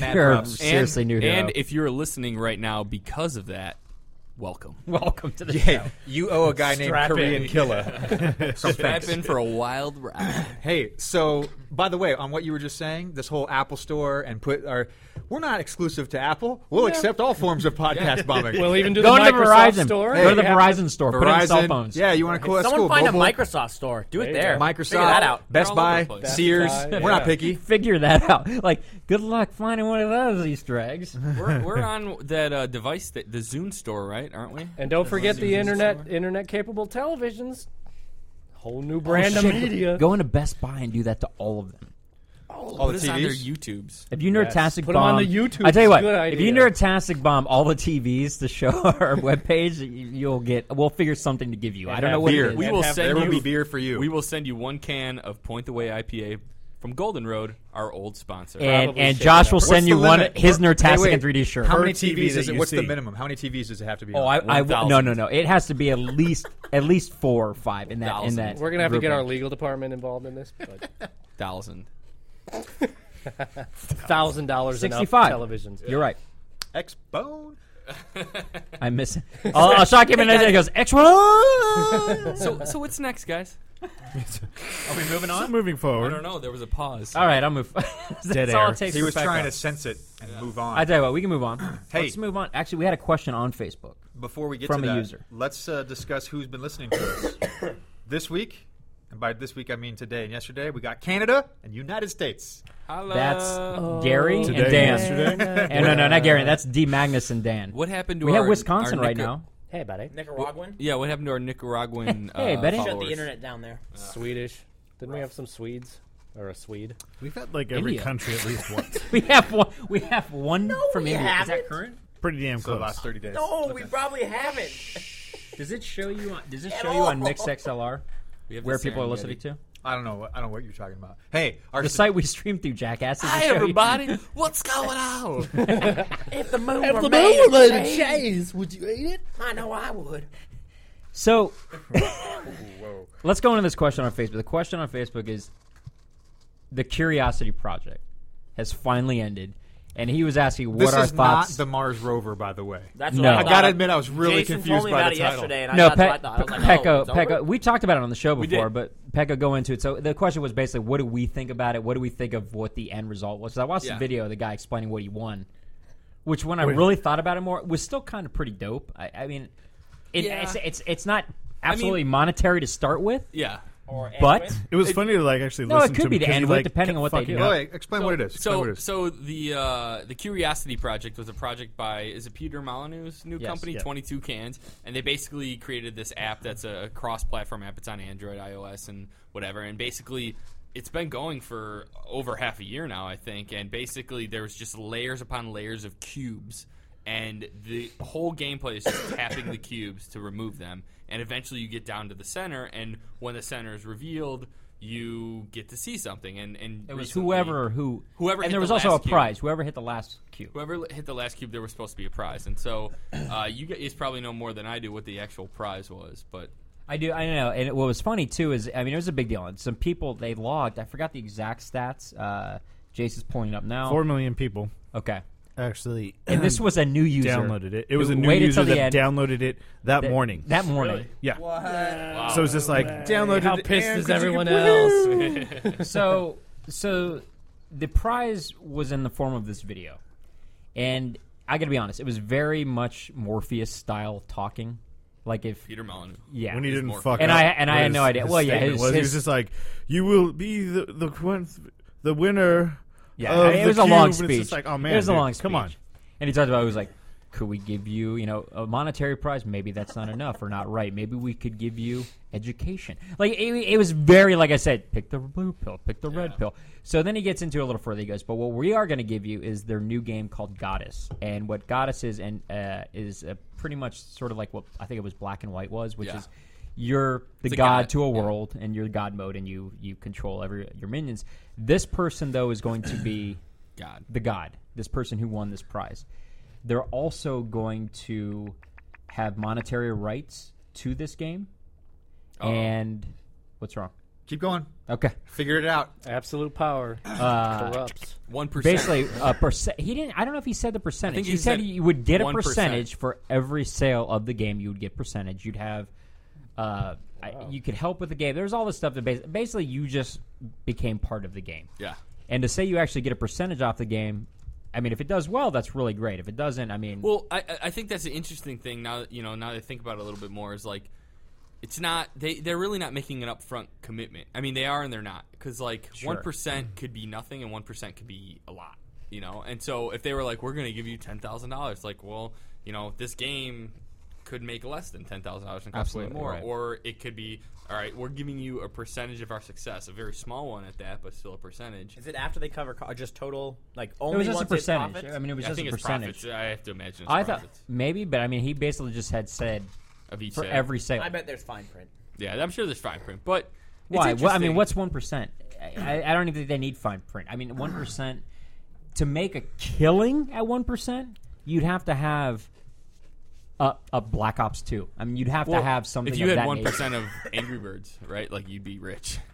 [SPEAKER 5] Mad
[SPEAKER 4] you're
[SPEAKER 5] props.
[SPEAKER 4] seriously
[SPEAKER 3] and,
[SPEAKER 4] new hero.
[SPEAKER 3] And if you're listening right now because of that, welcome.
[SPEAKER 4] Welcome to the show.
[SPEAKER 5] Hey, you owe a guy named
[SPEAKER 8] Strap in.
[SPEAKER 5] Korean Killer.
[SPEAKER 3] Strap in for a wild ride.
[SPEAKER 5] hey, so by the way, on what you were just saying, this whole Apple Store and put our, we're not exclusive to Apple. We'll accept all forms of podcast bombing.
[SPEAKER 8] We'll even do
[SPEAKER 4] Go
[SPEAKER 8] the
[SPEAKER 4] to the
[SPEAKER 8] Microsoft
[SPEAKER 4] Verizon
[SPEAKER 8] store.
[SPEAKER 4] Go to the
[SPEAKER 8] Hey,
[SPEAKER 4] Verizon store. Put in cell
[SPEAKER 5] Verizon,
[SPEAKER 4] phones.
[SPEAKER 5] Yeah, you want to cool? That's cool.
[SPEAKER 7] Someone find
[SPEAKER 5] Mobile,
[SPEAKER 7] a Microsoft store. Do it
[SPEAKER 8] There you
[SPEAKER 7] there.
[SPEAKER 8] go.
[SPEAKER 5] Microsoft,
[SPEAKER 7] Figure that out.
[SPEAKER 5] Best
[SPEAKER 3] They're all over
[SPEAKER 5] Buy,
[SPEAKER 3] the place.
[SPEAKER 5] Sears.
[SPEAKER 8] Best Buy,
[SPEAKER 5] We're not
[SPEAKER 8] yeah.
[SPEAKER 5] picky.
[SPEAKER 4] Figure that out. Like, good luck finding one of those Easter eggs.
[SPEAKER 3] We're, we're on that uh, device, that the Zune store, right? Aren't we?
[SPEAKER 8] And don't forget the internet internet capable televisions. Whole new brand of media.
[SPEAKER 4] Oh, Go into Best Buy and do that to all of them.
[SPEAKER 5] All
[SPEAKER 3] Put
[SPEAKER 5] the
[SPEAKER 3] us on their
[SPEAKER 5] TVs.
[SPEAKER 3] YouTubes.
[SPEAKER 4] If you
[SPEAKER 8] Yes.
[SPEAKER 4] nerdtastic
[SPEAKER 8] Put 'em
[SPEAKER 4] bomb
[SPEAKER 8] on the YouTube.
[SPEAKER 4] I tell you what.
[SPEAKER 8] Good
[SPEAKER 4] If you
[SPEAKER 8] idea.
[SPEAKER 4] nerdtastic bomb all the TVs to show our webpage, you- you'll get. We'll figure something to give you. I don't know what
[SPEAKER 5] beer.
[SPEAKER 4] it is.
[SPEAKER 3] We
[SPEAKER 8] And
[SPEAKER 3] will
[SPEAKER 8] have-
[SPEAKER 3] send
[SPEAKER 5] There will
[SPEAKER 3] you-
[SPEAKER 5] be beer for you.
[SPEAKER 3] We will send you one can of Point the Way IPA from Golden Road, our old sponsor.
[SPEAKER 4] and
[SPEAKER 8] probably
[SPEAKER 4] and
[SPEAKER 8] shake
[SPEAKER 4] Josh
[SPEAKER 8] it up.
[SPEAKER 4] will send
[SPEAKER 5] the
[SPEAKER 4] you one
[SPEAKER 5] limit?
[SPEAKER 4] his nerdtastic
[SPEAKER 5] Hey, wait.
[SPEAKER 4] and 3D shirt.
[SPEAKER 5] How
[SPEAKER 9] Per
[SPEAKER 5] many
[SPEAKER 9] TV
[SPEAKER 5] TVs
[SPEAKER 9] that
[SPEAKER 5] is it?
[SPEAKER 9] you
[SPEAKER 5] What's the
[SPEAKER 9] see.
[SPEAKER 5] minimum? How many TVs does it have to be?
[SPEAKER 4] Oh,
[SPEAKER 5] on?
[SPEAKER 4] I, I
[SPEAKER 3] 1,000.
[SPEAKER 4] no no no. It has to be at least at least four or five in that in that.
[SPEAKER 8] We're gonna have to get our
[SPEAKER 4] grouping.
[SPEAKER 8] legal department involved in this. but
[SPEAKER 3] Thousand.
[SPEAKER 8] Thousand dollars and up
[SPEAKER 4] 65.
[SPEAKER 8] televisions.
[SPEAKER 4] You're right.
[SPEAKER 5] X Bone.
[SPEAKER 4] I miss it. I'll, I'll shock him and then he goes extra. All
[SPEAKER 3] So, so what's next, guys?
[SPEAKER 5] Are we moving
[SPEAKER 9] So moving
[SPEAKER 3] I
[SPEAKER 9] forward.
[SPEAKER 3] don't know. There was a pause.
[SPEAKER 4] right, I'll move. That's
[SPEAKER 9] Dead
[SPEAKER 4] all
[SPEAKER 9] air.
[SPEAKER 4] it takes.
[SPEAKER 5] He
[SPEAKER 4] for
[SPEAKER 5] was
[SPEAKER 4] Pac-Man.
[SPEAKER 5] trying to sense it and move on.
[SPEAKER 4] I tell you what, we can move on.
[SPEAKER 5] Hey.
[SPEAKER 4] Let's move on. Actually, we had a question on Facebook.
[SPEAKER 5] Before we get
[SPEAKER 4] From
[SPEAKER 5] to
[SPEAKER 4] a
[SPEAKER 5] that,
[SPEAKER 4] user.
[SPEAKER 5] let's uh, discuss who's been listening to us this week. And by this week, I mean today and yesterday. We got Canada and United States.
[SPEAKER 3] Hello.
[SPEAKER 4] That's
[SPEAKER 3] uh,
[SPEAKER 4] Gary
[SPEAKER 9] Today,
[SPEAKER 4] and Dan.
[SPEAKER 9] yesterday.
[SPEAKER 4] And no, no, not Gary. That's D. Magnus and Dan.
[SPEAKER 3] what happened to
[SPEAKER 4] we
[SPEAKER 3] our,
[SPEAKER 4] have Wisconsin
[SPEAKER 3] our
[SPEAKER 4] right
[SPEAKER 3] Nicar-
[SPEAKER 4] now.
[SPEAKER 8] Hey, buddy.
[SPEAKER 7] Nicaraguan.
[SPEAKER 3] Yeah, what happened to our Nicaraguan
[SPEAKER 4] Hey,
[SPEAKER 3] uh,
[SPEAKER 4] buddy. Shut the
[SPEAKER 7] Shut
[SPEAKER 3] followers?
[SPEAKER 7] the internet down there.
[SPEAKER 8] Swedish. Didn't we have some Swedes or a Swede?
[SPEAKER 9] We've had like every
[SPEAKER 4] India.
[SPEAKER 9] country at least once.
[SPEAKER 4] We have one. We have one from
[SPEAKER 7] we
[SPEAKER 4] India. Is that
[SPEAKER 7] haven't.
[SPEAKER 4] current?
[SPEAKER 9] Pretty damn
[SPEAKER 5] So the
[SPEAKER 9] close.
[SPEAKER 5] last 30 days.
[SPEAKER 7] No, we probably haven't.
[SPEAKER 4] Does it show you on? Does it
[SPEAKER 7] At
[SPEAKER 4] show you on
[SPEAKER 7] all.
[SPEAKER 4] MixXLR
[SPEAKER 3] We have the
[SPEAKER 4] where people are
[SPEAKER 3] Serengeti.
[SPEAKER 4] listening to?
[SPEAKER 5] I don't know. what- I don't know what you're talking about. Hey, our
[SPEAKER 4] The site we stream through, Jackass. does it
[SPEAKER 3] Hi,
[SPEAKER 4] show you-
[SPEAKER 3] everybody. what's going on?
[SPEAKER 7] If the moon were made of
[SPEAKER 9] Hey.
[SPEAKER 7] change, I know I would.
[SPEAKER 4] So, let's go into this question on Facebook. The question on Facebook is: the Curiosity Project has finally ended, and he was asking what
[SPEAKER 5] this
[SPEAKER 4] our
[SPEAKER 5] is
[SPEAKER 4] thoughts.
[SPEAKER 5] not the Mars rover, by the way.
[SPEAKER 7] That's
[SPEAKER 4] No.
[SPEAKER 7] what I,
[SPEAKER 4] I
[SPEAKER 5] I
[SPEAKER 7] thought.
[SPEAKER 5] gotta admit, I was really
[SPEAKER 7] Jason
[SPEAKER 5] confused
[SPEAKER 7] told me
[SPEAKER 5] by
[SPEAKER 7] about
[SPEAKER 5] the
[SPEAKER 7] it
[SPEAKER 5] title.
[SPEAKER 7] yesterday, and I,
[SPEAKER 4] no,
[SPEAKER 7] that's what I
[SPEAKER 4] Pe-
[SPEAKER 7] thought. I was like, oh,
[SPEAKER 4] Pecco,
[SPEAKER 7] it's over?
[SPEAKER 4] Pecco, we talked about it on the show
[SPEAKER 3] did.
[SPEAKER 4] before, but Pecco go into it. So the question was basically, what do we think about it? What do we think of what the end result was? 'Cause I watched
[SPEAKER 3] Yeah.
[SPEAKER 4] the video of the guy explaining what he won, which when I
[SPEAKER 9] Wait.
[SPEAKER 4] really thought about it more, was still kind of pretty dope. I, I mean, it,
[SPEAKER 3] Yeah.
[SPEAKER 4] it's, it's it's not absolutely monetary to start with,
[SPEAKER 3] Yeah.
[SPEAKER 7] Or
[SPEAKER 4] but
[SPEAKER 7] anyway.
[SPEAKER 9] It was funny to like actually
[SPEAKER 4] No, it
[SPEAKER 9] listen
[SPEAKER 4] could
[SPEAKER 9] to him
[SPEAKER 4] be the
[SPEAKER 9] because he,
[SPEAKER 4] end with,
[SPEAKER 9] like,
[SPEAKER 4] depending
[SPEAKER 9] kept
[SPEAKER 4] on what they
[SPEAKER 9] fucking
[SPEAKER 4] do.
[SPEAKER 5] Oh,
[SPEAKER 9] up.
[SPEAKER 5] wait, explain what it is. Explain what
[SPEAKER 3] So,
[SPEAKER 5] it is.
[SPEAKER 3] so the uh, the Curiosity Project was a project by is it Peter Molyneux's new
[SPEAKER 4] Yes.
[SPEAKER 3] company,
[SPEAKER 9] Yeah.
[SPEAKER 3] Twenty Two Cans, and they basically created this app that's a cross-platform app. It's on Android, iOS, and whatever. And basically, it's been going for over half a year now, I think. And basically, there's just layers upon layers of cubes, and the whole gameplay is just tapping the cubes to remove them. And eventually, you get down to the center, and when the center is revealed. You get to see something, and and
[SPEAKER 4] It was
[SPEAKER 3] recently-
[SPEAKER 4] whoever who
[SPEAKER 3] Whoever
[SPEAKER 4] and
[SPEAKER 3] hit
[SPEAKER 4] there
[SPEAKER 3] the
[SPEAKER 4] was also a
[SPEAKER 3] last cube.
[SPEAKER 4] prize. Whoever hit the last cube.
[SPEAKER 3] Whoever li- hit the last cube, there was supposed to be a prize, and so uh, you guys probably know more than I do what the actual prize was. But
[SPEAKER 4] I do. I know. And what was funny too is, I mean, it was a big deal. And some people they logged. I forgot the exact stats. Uh, Jason's pulling it up now.
[SPEAKER 9] Four million people
[SPEAKER 4] Okay.
[SPEAKER 9] actually
[SPEAKER 4] And this was a new user.
[SPEAKER 9] downloaded it. It was a new
[SPEAKER 4] waited
[SPEAKER 9] user
[SPEAKER 4] till the end.
[SPEAKER 9] that downloaded it that morning.
[SPEAKER 4] That morning.
[SPEAKER 9] yeah. So it's just like downloaded.
[SPEAKER 8] How
[SPEAKER 9] it,
[SPEAKER 8] pissed
[SPEAKER 9] and
[SPEAKER 8] is
[SPEAKER 9] could you
[SPEAKER 8] everyone
[SPEAKER 9] get-
[SPEAKER 8] else?
[SPEAKER 4] so so the prize was in the form of this video. And I got to be honest, it was very much Morpheus style talking. Like if
[SPEAKER 3] Peter Molyneux,
[SPEAKER 4] yeah.
[SPEAKER 9] When he didn't
[SPEAKER 3] more-
[SPEAKER 9] fuck
[SPEAKER 4] And
[SPEAKER 9] up,
[SPEAKER 4] I- and I
[SPEAKER 9] what
[SPEAKER 4] had no
[SPEAKER 9] his-
[SPEAKER 4] idea.
[SPEAKER 9] his
[SPEAKER 4] Well, yeah,
[SPEAKER 9] statement
[SPEAKER 4] his-
[SPEAKER 9] was, he was
[SPEAKER 4] his-
[SPEAKER 9] just like, "You will be the the one, the winner."
[SPEAKER 4] Yeah,
[SPEAKER 9] of
[SPEAKER 4] I mean, it
[SPEAKER 9] the
[SPEAKER 4] was a
[SPEAKER 9] cube."
[SPEAKER 4] long
[SPEAKER 9] It's
[SPEAKER 4] speech.
[SPEAKER 9] just like, oh man,
[SPEAKER 4] it was
[SPEAKER 9] dude,
[SPEAKER 4] a long speech.
[SPEAKER 9] Come on,
[SPEAKER 4] And he talked about it was like, could we give you, you know, a monetary prize? Maybe that's not enough or not right. Maybe we could give you education. Like it, it was very, like I said, pick the blue pill, pick the red pill. So then he gets into it a little further. He goes, but what we are going to give you is their new game called Goddess, and what Goddess is and uh, is uh, pretty much sort of like what I think it was Black and White was, which
[SPEAKER 3] Yeah.
[SPEAKER 4] is you're the
[SPEAKER 3] It's a
[SPEAKER 4] god,
[SPEAKER 3] god,
[SPEAKER 4] to a
[SPEAKER 3] yeah.
[SPEAKER 4] world, and you're god mode, and you you control every your minions. This person though is going to be
[SPEAKER 3] God,
[SPEAKER 4] the god, this person who won this prize. They're also going to have monetary rights to this game.
[SPEAKER 3] Uh-oh.
[SPEAKER 4] And what's wrong?
[SPEAKER 5] Keep going.
[SPEAKER 4] Okay.
[SPEAKER 5] Figure it out.
[SPEAKER 8] Absolute power
[SPEAKER 4] Uh,
[SPEAKER 8] corrupts.
[SPEAKER 3] One percent.
[SPEAKER 4] Basically, a percent. He didn't. I don't know if he said the percentage.
[SPEAKER 3] think
[SPEAKER 4] he,
[SPEAKER 3] he
[SPEAKER 4] said,
[SPEAKER 3] said
[SPEAKER 4] you would get a
[SPEAKER 3] 1%.
[SPEAKER 4] percentage for every sale of the game. You would get percentage. You'd have. Uh, I- you could help with the game. There's all this stuff that bas- basically you just became part of the game.
[SPEAKER 3] yeah.
[SPEAKER 4] And to say you actually get a percentage off the game, I mean, if it does well, that's really great. If it doesn't, I mean,
[SPEAKER 3] Well, I, I- I think that's an interesting thing. Now that you know, now that I think about it a little bit more, is like it's not they they're really not making an upfront commitment. I mean, they are and they're not because like one
[SPEAKER 4] Mm-hmm.
[SPEAKER 3] could be nothing and one percent could be a lot. You know, and so if they were like, we're going to give you ten thousand dollars, like, well, you know, this game could make less than ten thousand dollars and cost way
[SPEAKER 4] Absolutely,
[SPEAKER 3] more,
[SPEAKER 4] right.
[SPEAKER 3] or it could be, all right, we're giving you a percentage of our success, a very small one at that, but still a percentage.
[SPEAKER 7] Is it after they cover co- just total like
[SPEAKER 4] it
[SPEAKER 7] only
[SPEAKER 4] was just a
[SPEAKER 7] once it's
[SPEAKER 4] percentage.
[SPEAKER 7] profits?
[SPEAKER 4] I mean, it was
[SPEAKER 3] I
[SPEAKER 4] just
[SPEAKER 3] think
[SPEAKER 4] a
[SPEAKER 3] it's
[SPEAKER 4] percentage.
[SPEAKER 3] profits. I have to imagine. It's
[SPEAKER 4] I thought
[SPEAKER 3] profits
[SPEAKER 4] maybe, but I mean, he basically just had said
[SPEAKER 3] of each
[SPEAKER 4] for
[SPEAKER 3] sale.
[SPEAKER 4] every sale.
[SPEAKER 7] I bet there's fine print.
[SPEAKER 3] Yeah, I'm sure there's fine print, but it's
[SPEAKER 4] Why? Well, I mean,
[SPEAKER 3] interesting.
[SPEAKER 4] what's one percent? I, I don't even think they need fine print. I mean, one percent to make a killing at one percent, you'd have to have a, a Black Ops two. I mean, you'd have
[SPEAKER 3] Well,
[SPEAKER 4] to have something.
[SPEAKER 3] If you
[SPEAKER 4] of
[SPEAKER 3] had
[SPEAKER 4] that
[SPEAKER 3] one
[SPEAKER 4] nature.
[SPEAKER 3] percent of Angry Birds, right? Like you'd be rich.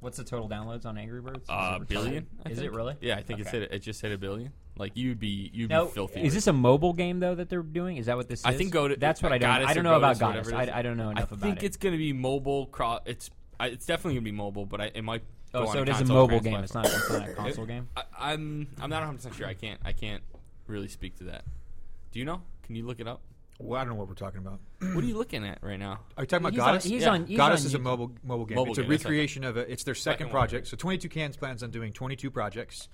[SPEAKER 4] what's the total downloads on Angry Birds? Is
[SPEAKER 3] Uh,
[SPEAKER 4] it
[SPEAKER 3] billion? I
[SPEAKER 4] Is it
[SPEAKER 3] think.
[SPEAKER 4] really?
[SPEAKER 3] Yeah, I think it's
[SPEAKER 4] Okay.
[SPEAKER 3] hit. It just hit a billion. Like you'd be you'd
[SPEAKER 4] No,
[SPEAKER 3] be filthy.
[SPEAKER 4] is this a mobile game though that they're doing? Is that what this is?
[SPEAKER 3] I think go to.
[SPEAKER 4] That's what I don't.
[SPEAKER 3] Goddess
[SPEAKER 4] I
[SPEAKER 3] or
[SPEAKER 4] don't know about
[SPEAKER 3] Goddess, whatever
[SPEAKER 4] Goddess.
[SPEAKER 3] it is.
[SPEAKER 4] I, I don't know enough
[SPEAKER 3] I
[SPEAKER 4] about
[SPEAKER 3] think
[SPEAKER 4] it.
[SPEAKER 3] it's going to be mobile. Cross. It's I, it's definitely going to be mobile, but I, it might.
[SPEAKER 4] oh,
[SPEAKER 3] go
[SPEAKER 4] so it
[SPEAKER 3] on
[SPEAKER 4] is a
[SPEAKER 3] console
[SPEAKER 4] mobile
[SPEAKER 3] trans-
[SPEAKER 4] game. It's not, it's not a console game.
[SPEAKER 3] I, I'm I'm not 100 percent sure. I can't I can't really speak to that. Do you know? Can you look it up?
[SPEAKER 5] Well, I don't know what we're talking about.
[SPEAKER 3] What are you looking at right now?
[SPEAKER 5] Are you talking about
[SPEAKER 4] He's
[SPEAKER 5] Goddess?
[SPEAKER 4] on. He's
[SPEAKER 3] Yeah.
[SPEAKER 4] on he's
[SPEAKER 5] Goddess
[SPEAKER 4] on
[SPEAKER 5] is a
[SPEAKER 4] YouTube.
[SPEAKER 5] mobile mobile game.
[SPEAKER 3] Mobile
[SPEAKER 5] it's a
[SPEAKER 3] game, that's right.
[SPEAKER 5] recreation of a. It's their second,
[SPEAKER 3] Second one.
[SPEAKER 5] project. So 22 Cans plans on doing 22 projects,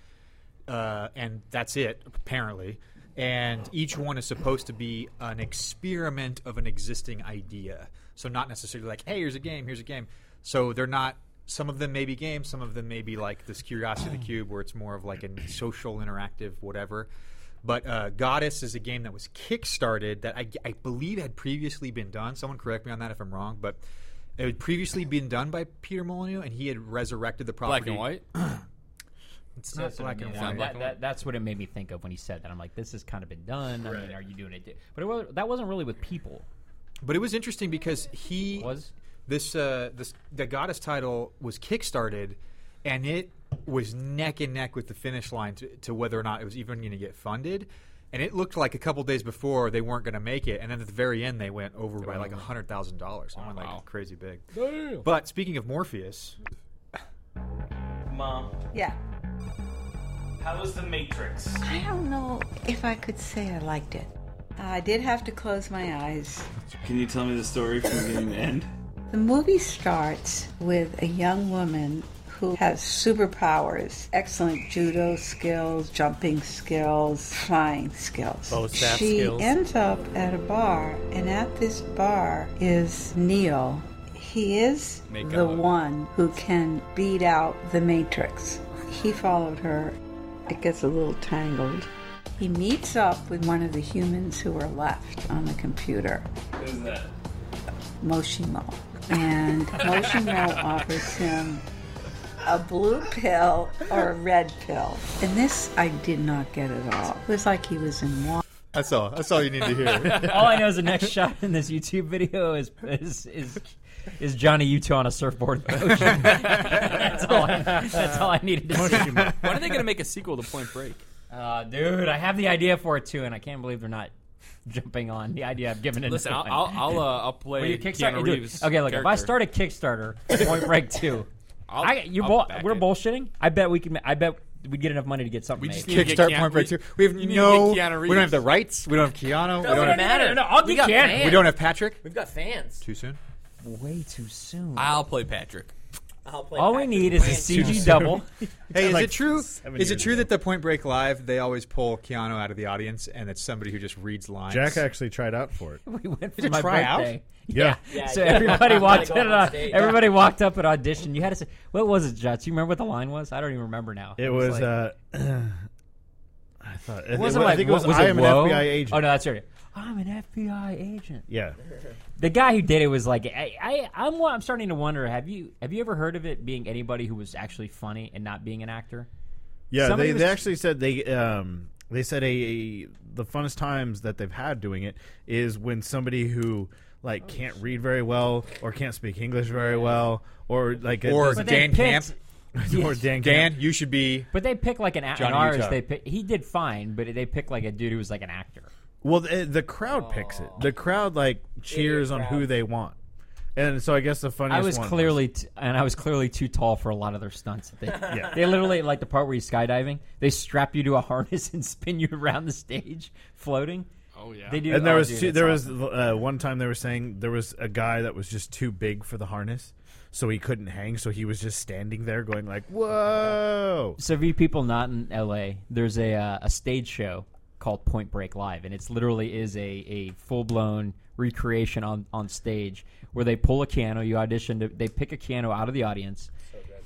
[SPEAKER 5] uh, and that's it apparently. And each one is supposed to be an experiment of an existing idea. So not necessarily like, hey, here's a game, here's a game. So they're not. Some of them may be games. Some of them may be like this Curiosity the Cube, where it's more of like a social interactive whatever. But uh, Goddess is a game that was kickstarted that I, I believe had previously been done. Someone correct me on that if I'm wrong, but it had previously been done by Peter Molyneux, and he had resurrected the property.
[SPEAKER 3] Black and white.
[SPEAKER 5] It's not black and
[SPEAKER 4] Yeah,
[SPEAKER 5] white.
[SPEAKER 3] black
[SPEAKER 4] that,
[SPEAKER 3] and
[SPEAKER 4] that, that's what it made me think of when he said that. I'm like, this has kind of been done. I mean, are you doing it? di- But it was, that wasn't really with people.
[SPEAKER 5] But it was interesting because he
[SPEAKER 4] Was?
[SPEAKER 5] this uh, this the goddess title was kickstarted, and it was neck and neck with the finish line to, to whether or not it was even going to get funded. And it looked like a couple days before they weren't going to make it, and then at the very end they went over by like hundred thousand dollars. I went
[SPEAKER 3] Wow.
[SPEAKER 5] like crazy big. But speaking of Morpheus,
[SPEAKER 10] Mom,
[SPEAKER 2] Yeah.
[SPEAKER 10] how was The Matrix?
[SPEAKER 2] I don't know if I could say I liked it. I did have to close my eyes.
[SPEAKER 10] Can you tell me the story from beginning to end?
[SPEAKER 2] The movie starts with a young woman who has superpowers excellent judo skills, jumping skills, flying skills.
[SPEAKER 7] Both Oh, staff
[SPEAKER 2] she
[SPEAKER 7] skills.
[SPEAKER 2] ends up at a bar, and at this bar is Neo. He is
[SPEAKER 3] Make
[SPEAKER 2] the
[SPEAKER 3] out.
[SPEAKER 2] one who can beat out the Matrix. He followed her. It gets a little tangled. He meets up with one of the humans who are left on the computer.
[SPEAKER 10] Who's that?
[SPEAKER 2] Moshimo. And Moshimo offers him a blue pill or a red pill. And this I did not get at all. It was like he was in water.
[SPEAKER 5] that's all. That's all you need to hear.
[SPEAKER 4] All I know is the next shot in this YouTube video is is is, is Johnny Utah on a surfboard. in the ocean. that's, all I, that's all I needed to see.
[SPEAKER 3] When are they going to make a sequel to Point Break?
[SPEAKER 4] Uh, dude, I have the idea for it too, and I can't believe they're not jumping on the idea I've given it.
[SPEAKER 3] Listen,
[SPEAKER 4] to
[SPEAKER 3] I'll
[SPEAKER 4] one.
[SPEAKER 3] I'll, I'll, uh, I'll play
[SPEAKER 4] Will you
[SPEAKER 3] Keanu
[SPEAKER 4] Kickstarter? dude,
[SPEAKER 3] Reeves.
[SPEAKER 4] okay, look. If I
[SPEAKER 3] character.
[SPEAKER 4] start a Kickstarter, Point Break two,
[SPEAKER 3] I'll-
[SPEAKER 4] I, you
[SPEAKER 3] I'll
[SPEAKER 4] bull,
[SPEAKER 3] back
[SPEAKER 4] we're
[SPEAKER 3] it.
[SPEAKER 4] bullshitting. I bet we can. I bet we'd get enough money to get something.
[SPEAKER 3] We
[SPEAKER 4] made.
[SPEAKER 3] just need to get
[SPEAKER 5] Kickstart
[SPEAKER 3] Keanu-
[SPEAKER 5] Point Break
[SPEAKER 3] we-
[SPEAKER 5] Two. We have
[SPEAKER 3] you need to
[SPEAKER 5] no.
[SPEAKER 3] get Keanu
[SPEAKER 5] We don't have
[SPEAKER 3] Reeves.
[SPEAKER 5] the rights. We don't have Keano. We don't
[SPEAKER 7] Doesn't
[SPEAKER 5] have.
[SPEAKER 7] matter.
[SPEAKER 4] no, no, I'll
[SPEAKER 7] we
[SPEAKER 4] get
[SPEAKER 7] got
[SPEAKER 4] Ken.
[SPEAKER 7] fans.
[SPEAKER 5] We don't have Patrick.
[SPEAKER 7] We've got fans.
[SPEAKER 5] Too soon.
[SPEAKER 4] Way too soon.
[SPEAKER 3] I'll play Patrick.
[SPEAKER 7] I'll play
[SPEAKER 4] All we
[SPEAKER 7] Patrick
[SPEAKER 4] need is a
[SPEAKER 7] Wayne.
[SPEAKER 4] CG double.
[SPEAKER 5] Hey, is
[SPEAKER 9] like
[SPEAKER 5] it true?
[SPEAKER 9] seven
[SPEAKER 5] Is it
[SPEAKER 9] years
[SPEAKER 5] true
[SPEAKER 9] ago.
[SPEAKER 5] that the Point Break Live they always pull Keanu out of the audience, and it's somebody who just reads lines?
[SPEAKER 9] Jack actually tried out for it.
[SPEAKER 4] we went for
[SPEAKER 5] Did it
[SPEAKER 4] my
[SPEAKER 5] try out?
[SPEAKER 4] birthday.
[SPEAKER 9] Yeah.
[SPEAKER 7] Yeah,
[SPEAKER 4] so
[SPEAKER 7] yeah.
[SPEAKER 4] everybody
[SPEAKER 7] You gotta
[SPEAKER 4] walked
[SPEAKER 7] go
[SPEAKER 4] in.
[SPEAKER 7] on
[SPEAKER 4] uh,
[SPEAKER 7] stage.
[SPEAKER 4] everybody walked up at audition. You had to say, "What was it, Jets? You remember what the line was? I don't even remember now."
[SPEAKER 9] It was.
[SPEAKER 4] like-
[SPEAKER 9] uh, I thought. It
[SPEAKER 4] wasn't
[SPEAKER 9] I
[SPEAKER 4] like,
[SPEAKER 9] think it was.
[SPEAKER 4] what- was
[SPEAKER 9] I
[SPEAKER 4] it
[SPEAKER 9] am
[SPEAKER 4] whoa?
[SPEAKER 9] an FBI agent.
[SPEAKER 4] Oh no, that's right. I'm an FBI agent.
[SPEAKER 9] Yeah.
[SPEAKER 4] The guy who did it was like, I, I, I'm, wa- I'm starting to wonder. Have you, have you ever heard of it being anybody who was actually funny and not being an actor?
[SPEAKER 9] Yeah.
[SPEAKER 4] Somebody
[SPEAKER 9] They,
[SPEAKER 4] was-
[SPEAKER 9] they actually said they um they said a, a the funnest times that they've had doing it is when somebody who like
[SPEAKER 4] Oh,
[SPEAKER 9] can't read very well or can't speak English very well or like
[SPEAKER 5] Or
[SPEAKER 4] But
[SPEAKER 9] doesn't-
[SPEAKER 4] they
[SPEAKER 5] Dan
[SPEAKER 4] picked-
[SPEAKER 5] Camp.
[SPEAKER 9] or
[SPEAKER 5] Dan,
[SPEAKER 9] Dan Camp.
[SPEAKER 5] you should be.
[SPEAKER 4] But they pick like an, an
[SPEAKER 5] Johnny
[SPEAKER 4] artist.
[SPEAKER 5] Utah.
[SPEAKER 4] They pick, he did fine, but they pick like a dude who was like an actor.
[SPEAKER 9] Well, the, the crowd picks it. The crowd like cheers on who they want, and so I guess the
[SPEAKER 4] I
[SPEAKER 9] funniest.
[SPEAKER 4] was
[SPEAKER 9] one
[SPEAKER 4] clearly t- and I was clearly too tall for a lot of their stunts. That they,
[SPEAKER 9] Yeah.
[SPEAKER 4] they literally like the part where you're skydiving. They strap you to a harness and spin you around the stage, floating.
[SPEAKER 3] Oh yeah.
[SPEAKER 4] They do.
[SPEAKER 9] and there
[SPEAKER 4] oh,
[SPEAKER 9] was
[SPEAKER 4] dude,
[SPEAKER 9] two,
[SPEAKER 4] it's
[SPEAKER 9] there
[SPEAKER 4] awesome.
[SPEAKER 9] was uh, one time they were saying there was a guy that was just too big for the harness, so he couldn't hang. So he was just standing there going like, "Whoa!"
[SPEAKER 4] So, for you people not in LA, there's a uh, a stage show called Point Break Live, and it's literally is a, a full blown recreation on, on stage where they pull a piano, you audition, to, they pick a piano out of the audience,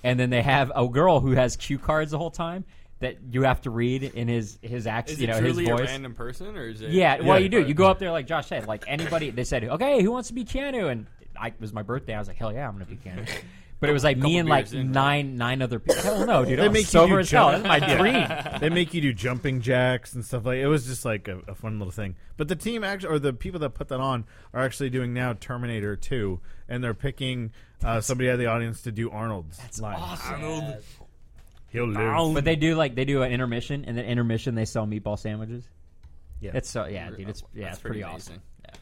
[SPEAKER 4] and then they have a girl who has cue cards the whole time that you have to read in his his accent,
[SPEAKER 3] Is
[SPEAKER 4] you
[SPEAKER 3] it
[SPEAKER 4] know, his
[SPEAKER 3] truly a
[SPEAKER 4] voice.
[SPEAKER 3] random person or is it?
[SPEAKER 4] Yeah, well,
[SPEAKER 9] Yeah.
[SPEAKER 4] you do. You go up there like Josh said, like anybody. They said, "Okay, who wants to be Keanu?" And I, it was my birthday. I was like, "Hell yeah, I'm gonna be Keanu." But it was like me and like
[SPEAKER 3] beers in.
[SPEAKER 4] nine nine other people. Hell no, dude.
[SPEAKER 9] They
[SPEAKER 4] I'm
[SPEAKER 9] make you
[SPEAKER 4] sober
[SPEAKER 9] do
[SPEAKER 4] as hell. That's
[SPEAKER 9] jump.
[SPEAKER 4] my dream.
[SPEAKER 9] they make you do jumping jacks and stuff like. It was just like a, a fun little thing. But the team actually, or the people that put that on, are actually doing now Terminator Two, and they're picking uh, somebody out of the audience to do Arnold's. That's He'll live.
[SPEAKER 4] But they do like they do an intermission, and then intermission they sell meatball sandwiches. Yeah, it's so yeah, dude. It's yeah,
[SPEAKER 3] That's
[SPEAKER 4] it's pretty,
[SPEAKER 3] pretty
[SPEAKER 4] awesome.
[SPEAKER 3] amazing.